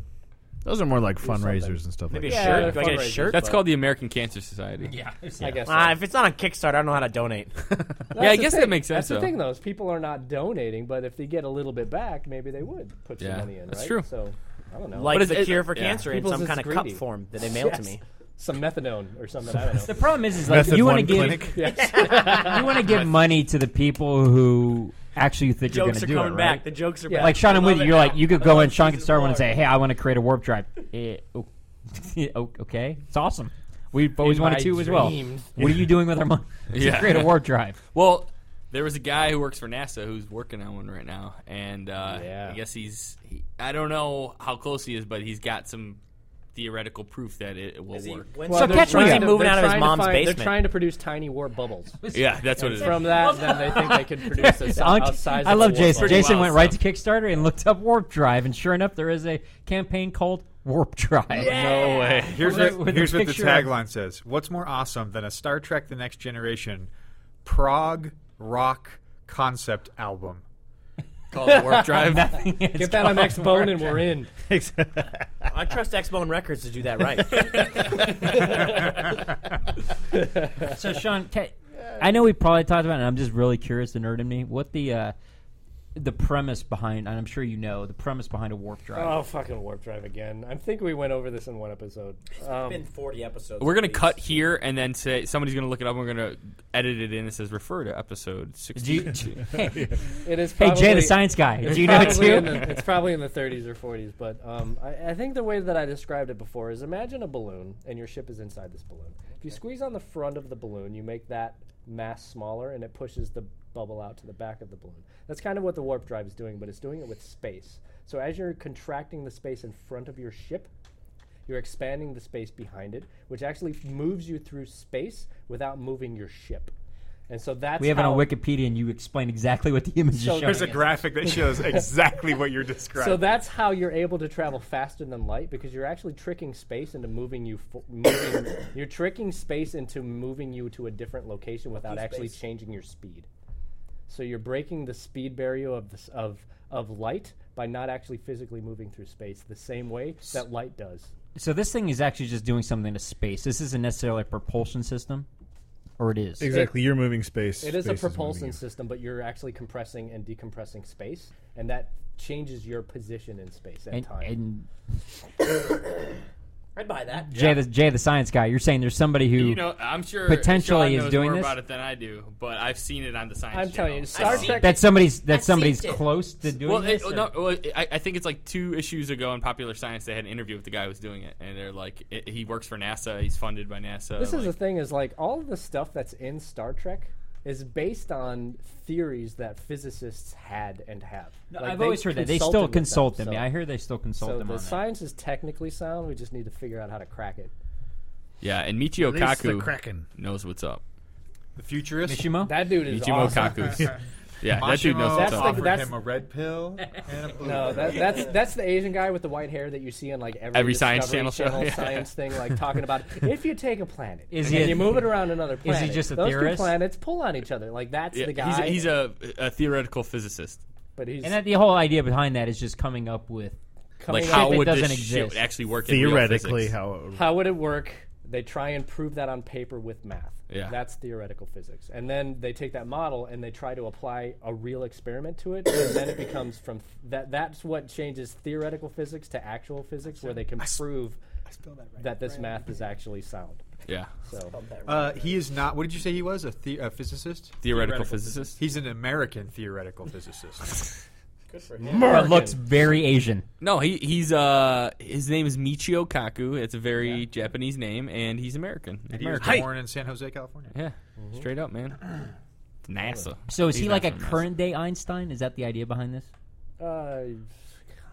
[SPEAKER 9] Those are more like
[SPEAKER 11] Do something.
[SPEAKER 9] fundraisers and stuff
[SPEAKER 11] Maybe a
[SPEAKER 9] like that.
[SPEAKER 11] shirt. Yeah, Do I get a fundraisers, shirt?
[SPEAKER 3] That's
[SPEAKER 11] but-
[SPEAKER 3] called the American Cancer Society.
[SPEAKER 11] Yeah, I guess. so.
[SPEAKER 7] Ah, if it's not on Kickstarter, I don't know how to donate.
[SPEAKER 11] That's
[SPEAKER 3] yeah, I
[SPEAKER 11] the
[SPEAKER 3] guess
[SPEAKER 11] thing.
[SPEAKER 3] that makes sense.
[SPEAKER 11] That's the
[SPEAKER 3] though.
[SPEAKER 11] thing, though, is people are not donating, but if they get a little bit back, maybe they would put
[SPEAKER 3] Yeah,
[SPEAKER 11] some money in.
[SPEAKER 3] that's
[SPEAKER 11] right?
[SPEAKER 3] true.
[SPEAKER 11] So I don't know,
[SPEAKER 7] Like the cure for cancer in
[SPEAKER 11] People's
[SPEAKER 7] some
[SPEAKER 11] just
[SPEAKER 7] kind of cup
[SPEAKER 11] greedy.
[SPEAKER 7] form that they mail to me.
[SPEAKER 11] some methadone or something. I don't know.
[SPEAKER 4] The problem is, is like you want to give you want to give money to the people who actually you think
[SPEAKER 7] Jokes
[SPEAKER 4] you're
[SPEAKER 7] are
[SPEAKER 4] going to do
[SPEAKER 7] coming
[SPEAKER 4] it,
[SPEAKER 7] back.
[SPEAKER 4] right?
[SPEAKER 7] The jokes are back.
[SPEAKER 4] Like
[SPEAKER 7] I
[SPEAKER 4] Sean, I'm
[SPEAKER 7] love
[SPEAKER 4] with
[SPEAKER 7] it
[SPEAKER 4] you. You're like you could
[SPEAKER 7] I
[SPEAKER 4] go
[SPEAKER 7] love
[SPEAKER 4] and Sean could
[SPEAKER 7] Jesus
[SPEAKER 4] start one and
[SPEAKER 7] Lord.
[SPEAKER 4] say, "Hey, I want to create a warp drive." Eh, o- o- okay, it's awesome. We've always
[SPEAKER 3] In
[SPEAKER 4] wanted
[SPEAKER 3] my
[SPEAKER 4] to as well.
[SPEAKER 3] dreams.
[SPEAKER 4] What are you doing with our money? to create a warp drive.
[SPEAKER 3] Well, there was a guy who works for NASA who's working on one right now, and uh, I guess he's. He, I don't know how close he is, but he's got some theoretical proof that it, it will
[SPEAKER 7] Is he-
[SPEAKER 3] work.
[SPEAKER 7] when's So the- catch me-
[SPEAKER 11] They're
[SPEAKER 7] He's moving out of his
[SPEAKER 11] trying to
[SPEAKER 7] mom's
[SPEAKER 11] find-
[SPEAKER 7] basement.
[SPEAKER 11] They're trying to produce tiny warp bubbles.
[SPEAKER 3] Yeah, that's what
[SPEAKER 11] And
[SPEAKER 3] it is.
[SPEAKER 11] From that, then they think they could produce a, si-
[SPEAKER 4] On-
[SPEAKER 11] a size.
[SPEAKER 4] I
[SPEAKER 11] of a
[SPEAKER 4] love
[SPEAKER 11] warp
[SPEAKER 4] Jason.
[SPEAKER 11] bubble.
[SPEAKER 4] Jason went right to Kickstarter and looked up warp drive, and sure enough, there is a campaign called Warp Drive.
[SPEAKER 5] No way. Here's
[SPEAKER 4] With a-
[SPEAKER 5] what,
[SPEAKER 4] with a
[SPEAKER 5] here's what the
[SPEAKER 4] picture of-
[SPEAKER 5] tagline says. What's more awesome than a Star Trek The Next Generation prog rock concept album?
[SPEAKER 7] Called Warp Drive?
[SPEAKER 4] Nothing
[SPEAKER 7] is
[SPEAKER 11] Get that on
[SPEAKER 7] called
[SPEAKER 11] X-Bone
[SPEAKER 7] Warp
[SPEAKER 11] and we're in.
[SPEAKER 7] I trust X-Bone Records to do that right.
[SPEAKER 4] so Sean, ca- I know we probably talked about it, and I'm just really curious, the nerd in me, what the uh, the premise behind, and I'm sure you know the premise behind a warp drive.
[SPEAKER 11] Oh, fucking warp drive again! I think we went over this in one episode. Um,
[SPEAKER 7] been 40 episodes.
[SPEAKER 3] We're gonna cut here and then say somebody's gonna look it up. and We're gonna edit it in. It says refer to episode
[SPEAKER 4] Do you-
[SPEAKER 3] sixty.
[SPEAKER 4] hey,
[SPEAKER 11] It is.
[SPEAKER 4] Hey,
[SPEAKER 11] Probably,
[SPEAKER 4] Jay, the science guy.
[SPEAKER 11] it's
[SPEAKER 4] Do you know it
[SPEAKER 11] probably
[SPEAKER 4] too?
[SPEAKER 11] in the- it's probably in the 30s or 40s, but um, I, I think the way that I described it before is: imagine a balloon, and your ship is inside this balloon. If you squeeze on the front of the balloon, you make that mass smaller, and it pushes the bubble out to the back of the balloon. That's kind of what the warp drive is doing, but it's doing it with space. So as you're contracting the space in front of your ship, you're expanding the space behind it, which actually moves you through space without moving your ship. And so that's
[SPEAKER 4] we have it
[SPEAKER 11] how
[SPEAKER 4] on Wikipedia, and you explain exactly what the image
[SPEAKER 11] So
[SPEAKER 4] is showing.
[SPEAKER 5] There's a graphic that shows exactly what you're describing.
[SPEAKER 11] So that's how you're able to travel faster than light because you're actually tricking space into moving you. Fo- moving, you're tricking space into moving you to a different location without
[SPEAKER 7] Fuck you,
[SPEAKER 11] actually
[SPEAKER 7] space.
[SPEAKER 11] changing your speed. So you're breaking the speed barrier of this, of of light by not actually physically moving through space the same way that light does.
[SPEAKER 4] So this thing is actually just doing something to space. This isn't necessarily a propulsion system, or it is.
[SPEAKER 9] Exactly, you're moving space.
[SPEAKER 11] It is a
[SPEAKER 9] space moving
[SPEAKER 11] propulsion system, but you're actually compressing and decompressing space, and that changes your position in space at
[SPEAKER 4] And,
[SPEAKER 11] time.
[SPEAKER 4] and
[SPEAKER 7] I'd buy that.
[SPEAKER 4] Jay, the Jay, the science guy, you're saying there's somebody who
[SPEAKER 3] You know, I'm sure
[SPEAKER 4] potentially
[SPEAKER 3] Sean
[SPEAKER 4] is
[SPEAKER 3] knows
[SPEAKER 4] doing
[SPEAKER 3] more
[SPEAKER 4] this.
[SPEAKER 3] about it than I do, but I've seen it on the science.
[SPEAKER 11] I'm telling
[SPEAKER 3] Channel.
[SPEAKER 11] you, Star Trek-
[SPEAKER 4] That somebody's that somebody's close to doing
[SPEAKER 3] well,
[SPEAKER 4] this.
[SPEAKER 3] it-
[SPEAKER 11] oh,
[SPEAKER 4] or-
[SPEAKER 3] no, well, I, I think it's like two issues ago in Popular Science they had an interview with the guy who was doing it, and they're like, i he works for NASA, he's funded by NASA.
[SPEAKER 11] This is
[SPEAKER 3] like-
[SPEAKER 11] the thing: is like all of the stuff that's in Star Trek is based on theories that physicists had and have.
[SPEAKER 4] No,
[SPEAKER 11] Like,
[SPEAKER 4] I've
[SPEAKER 11] they
[SPEAKER 4] always heard that they
[SPEAKER 11] consulted
[SPEAKER 4] still
[SPEAKER 11] with
[SPEAKER 4] consult them.
[SPEAKER 11] so-
[SPEAKER 4] Yeah, I hear they still consult
[SPEAKER 11] so
[SPEAKER 4] them
[SPEAKER 11] The
[SPEAKER 4] on that.
[SPEAKER 11] science is technically sound. We just need to figure out how to crack it.
[SPEAKER 3] yeah, and Michio
[SPEAKER 9] Release the
[SPEAKER 3] Kaku
[SPEAKER 9] Kraken.
[SPEAKER 3] knows what's up.
[SPEAKER 5] the futurist.
[SPEAKER 4] Mishima?
[SPEAKER 11] That dude is
[SPEAKER 3] Michio
[SPEAKER 11] awesome.
[SPEAKER 3] Kaku. yeah, that dude knows what's
[SPEAKER 11] That's the-
[SPEAKER 3] up.
[SPEAKER 5] offered
[SPEAKER 11] that's-
[SPEAKER 5] him a red pill and a blue
[SPEAKER 11] No, that,
[SPEAKER 5] pill.
[SPEAKER 11] that's that's the Asian guy with the white hair that you see in like every,
[SPEAKER 3] Every Science
[SPEAKER 11] Discovery
[SPEAKER 3] Channel show, yeah.
[SPEAKER 11] science thing, like talking about if you take a planet
[SPEAKER 4] Is
[SPEAKER 11] and
[SPEAKER 4] he a-
[SPEAKER 11] you move it around another
[SPEAKER 4] is he
[SPEAKER 11] planet,
[SPEAKER 4] just a
[SPEAKER 11] those
[SPEAKER 4] theorist?
[SPEAKER 11] two planets pull on each other. Like that's
[SPEAKER 3] Yeah,
[SPEAKER 11] the guy.
[SPEAKER 3] He's, he's a, a theoretical physicist.
[SPEAKER 11] but he's
[SPEAKER 4] and that the whole idea behind that is just coming up with
[SPEAKER 11] coming
[SPEAKER 3] like,
[SPEAKER 11] up
[SPEAKER 3] how
[SPEAKER 4] Shit that
[SPEAKER 3] would
[SPEAKER 4] doesn't
[SPEAKER 3] this
[SPEAKER 4] exist.
[SPEAKER 3] shit actually work? in real
[SPEAKER 9] Theoretically,
[SPEAKER 3] physics?
[SPEAKER 9] how it
[SPEAKER 11] How would it work? They try and prove that on paper with math.
[SPEAKER 3] Yeah.
[SPEAKER 11] That's theoretical physics. And then they take that model and they try to apply a real experiment to it. and then it becomes from that that's what changes theoretical physics to actual physics where they can prove that, this math is actually sound.
[SPEAKER 3] Yeah.
[SPEAKER 11] So
[SPEAKER 5] Uh, he is not. What did you say he was? A, the, a physicist?
[SPEAKER 3] Theoretical physicist.
[SPEAKER 5] He's an American theoretical physicist.
[SPEAKER 4] That looks very Asian.
[SPEAKER 3] No, he he's uh his name is Michio Kaku. It's a very Japanese name, and he's American.
[SPEAKER 5] And he was
[SPEAKER 3] American.
[SPEAKER 5] born in San Jose, California.
[SPEAKER 3] Yeah,
[SPEAKER 11] Mm-hmm.
[SPEAKER 3] straight up, man. NASA.
[SPEAKER 4] So is
[SPEAKER 3] He's
[SPEAKER 4] he like a
[SPEAKER 3] not from NASA.
[SPEAKER 4] current day Einstein? Is that the idea behind this?
[SPEAKER 11] Uh,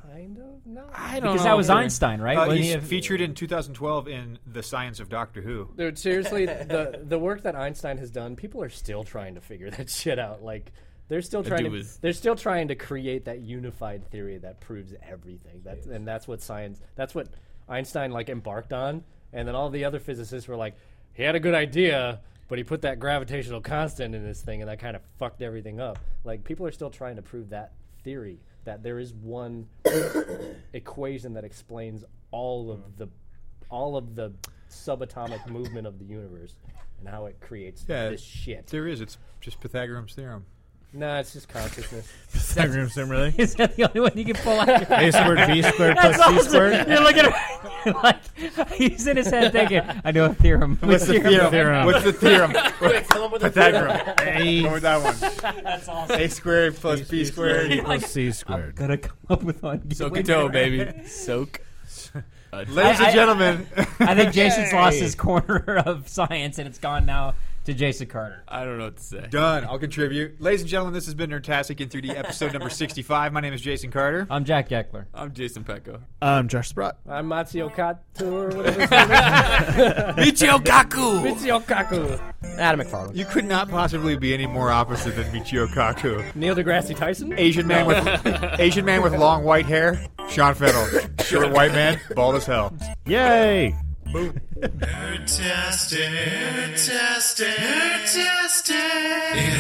[SPEAKER 11] kind of. No.
[SPEAKER 4] I don't Because
[SPEAKER 9] Oh,
[SPEAKER 4] that know. was Einstein, right?
[SPEAKER 5] Uh,
[SPEAKER 4] Wasn't
[SPEAKER 5] he's
[SPEAKER 4] he a-
[SPEAKER 5] featured in 2012 in The Science of Doctor Who.
[SPEAKER 11] Dude, seriously, the the work that Einstein has done, people are still trying to figure that shit out. Like they're still
[SPEAKER 3] That
[SPEAKER 11] trying to
[SPEAKER 3] dude was-
[SPEAKER 11] they're still trying to create that unified theory that proves everything. That's and that's what science that's what Einstein like embarked on and then all the other physicists were like he had a good idea, but he put that gravitational constant in this thing and that kind of fucked everything up. Like people are still trying to prove that theory that there is one equation that explains all
[SPEAKER 5] Hmm.
[SPEAKER 11] of the all of the subatomic movement of the universe and how it creates this shit.
[SPEAKER 5] There is. It's just Pythagoras' theorem.
[SPEAKER 11] Nah, it's just consciousness.
[SPEAKER 9] Pythagoras theorem, really?
[SPEAKER 4] Is that the only one you can pull out?
[SPEAKER 9] A squared, B squared
[SPEAKER 4] That's
[SPEAKER 9] plus C
[SPEAKER 4] awesome.
[SPEAKER 9] squared?
[SPEAKER 4] You're looking at like he's in his head thinking, I know a theorem.
[SPEAKER 9] What's the theorem? What's the theorem?
[SPEAKER 7] Wait, tell him what the
[SPEAKER 9] Pythagoras.
[SPEAKER 7] theorem
[SPEAKER 9] A-
[SPEAKER 7] is.
[SPEAKER 9] Go with that one.
[SPEAKER 7] That's awesome.
[SPEAKER 9] A squared plus B squared equals
[SPEAKER 4] Like,
[SPEAKER 9] C squared.
[SPEAKER 4] I'm gonna come up with one.
[SPEAKER 9] Soak
[SPEAKER 4] Wait
[SPEAKER 9] a toe,
[SPEAKER 4] minute.
[SPEAKER 9] baby.
[SPEAKER 3] Soak. a toe.
[SPEAKER 9] Ladies and
[SPEAKER 4] I- I-
[SPEAKER 9] gentlemen.
[SPEAKER 4] I think Jason's lost
[SPEAKER 9] Yay.
[SPEAKER 4] his corner of science, and it's gone now to Jason Carter.
[SPEAKER 3] I don't know what to say.
[SPEAKER 5] Done. I'll contribute. Ladies and gentlemen, this has been Nerdtastic in 3D episode number 65. My name is Jason Carter.
[SPEAKER 4] I'm Jack Eckler.
[SPEAKER 3] I'm Jason Pecco.
[SPEAKER 9] I'm Um, Josh Sprott.
[SPEAKER 11] I'm Matsio Kato or whatever. his name is.
[SPEAKER 5] Michio Kaku.
[SPEAKER 11] Michio Kaku.
[SPEAKER 14] Adam McFarlane.
[SPEAKER 5] You could not possibly be any more opposite than Michio Kaku.
[SPEAKER 11] Neil deGrasse Tyson.
[SPEAKER 5] Asian man with Asian man with long white hair. Sean Fennell, short white man, bald as hell.
[SPEAKER 9] Yay!
[SPEAKER 13] Nerdtastic.
[SPEAKER 10] Nerdtastic. Nerdtastic.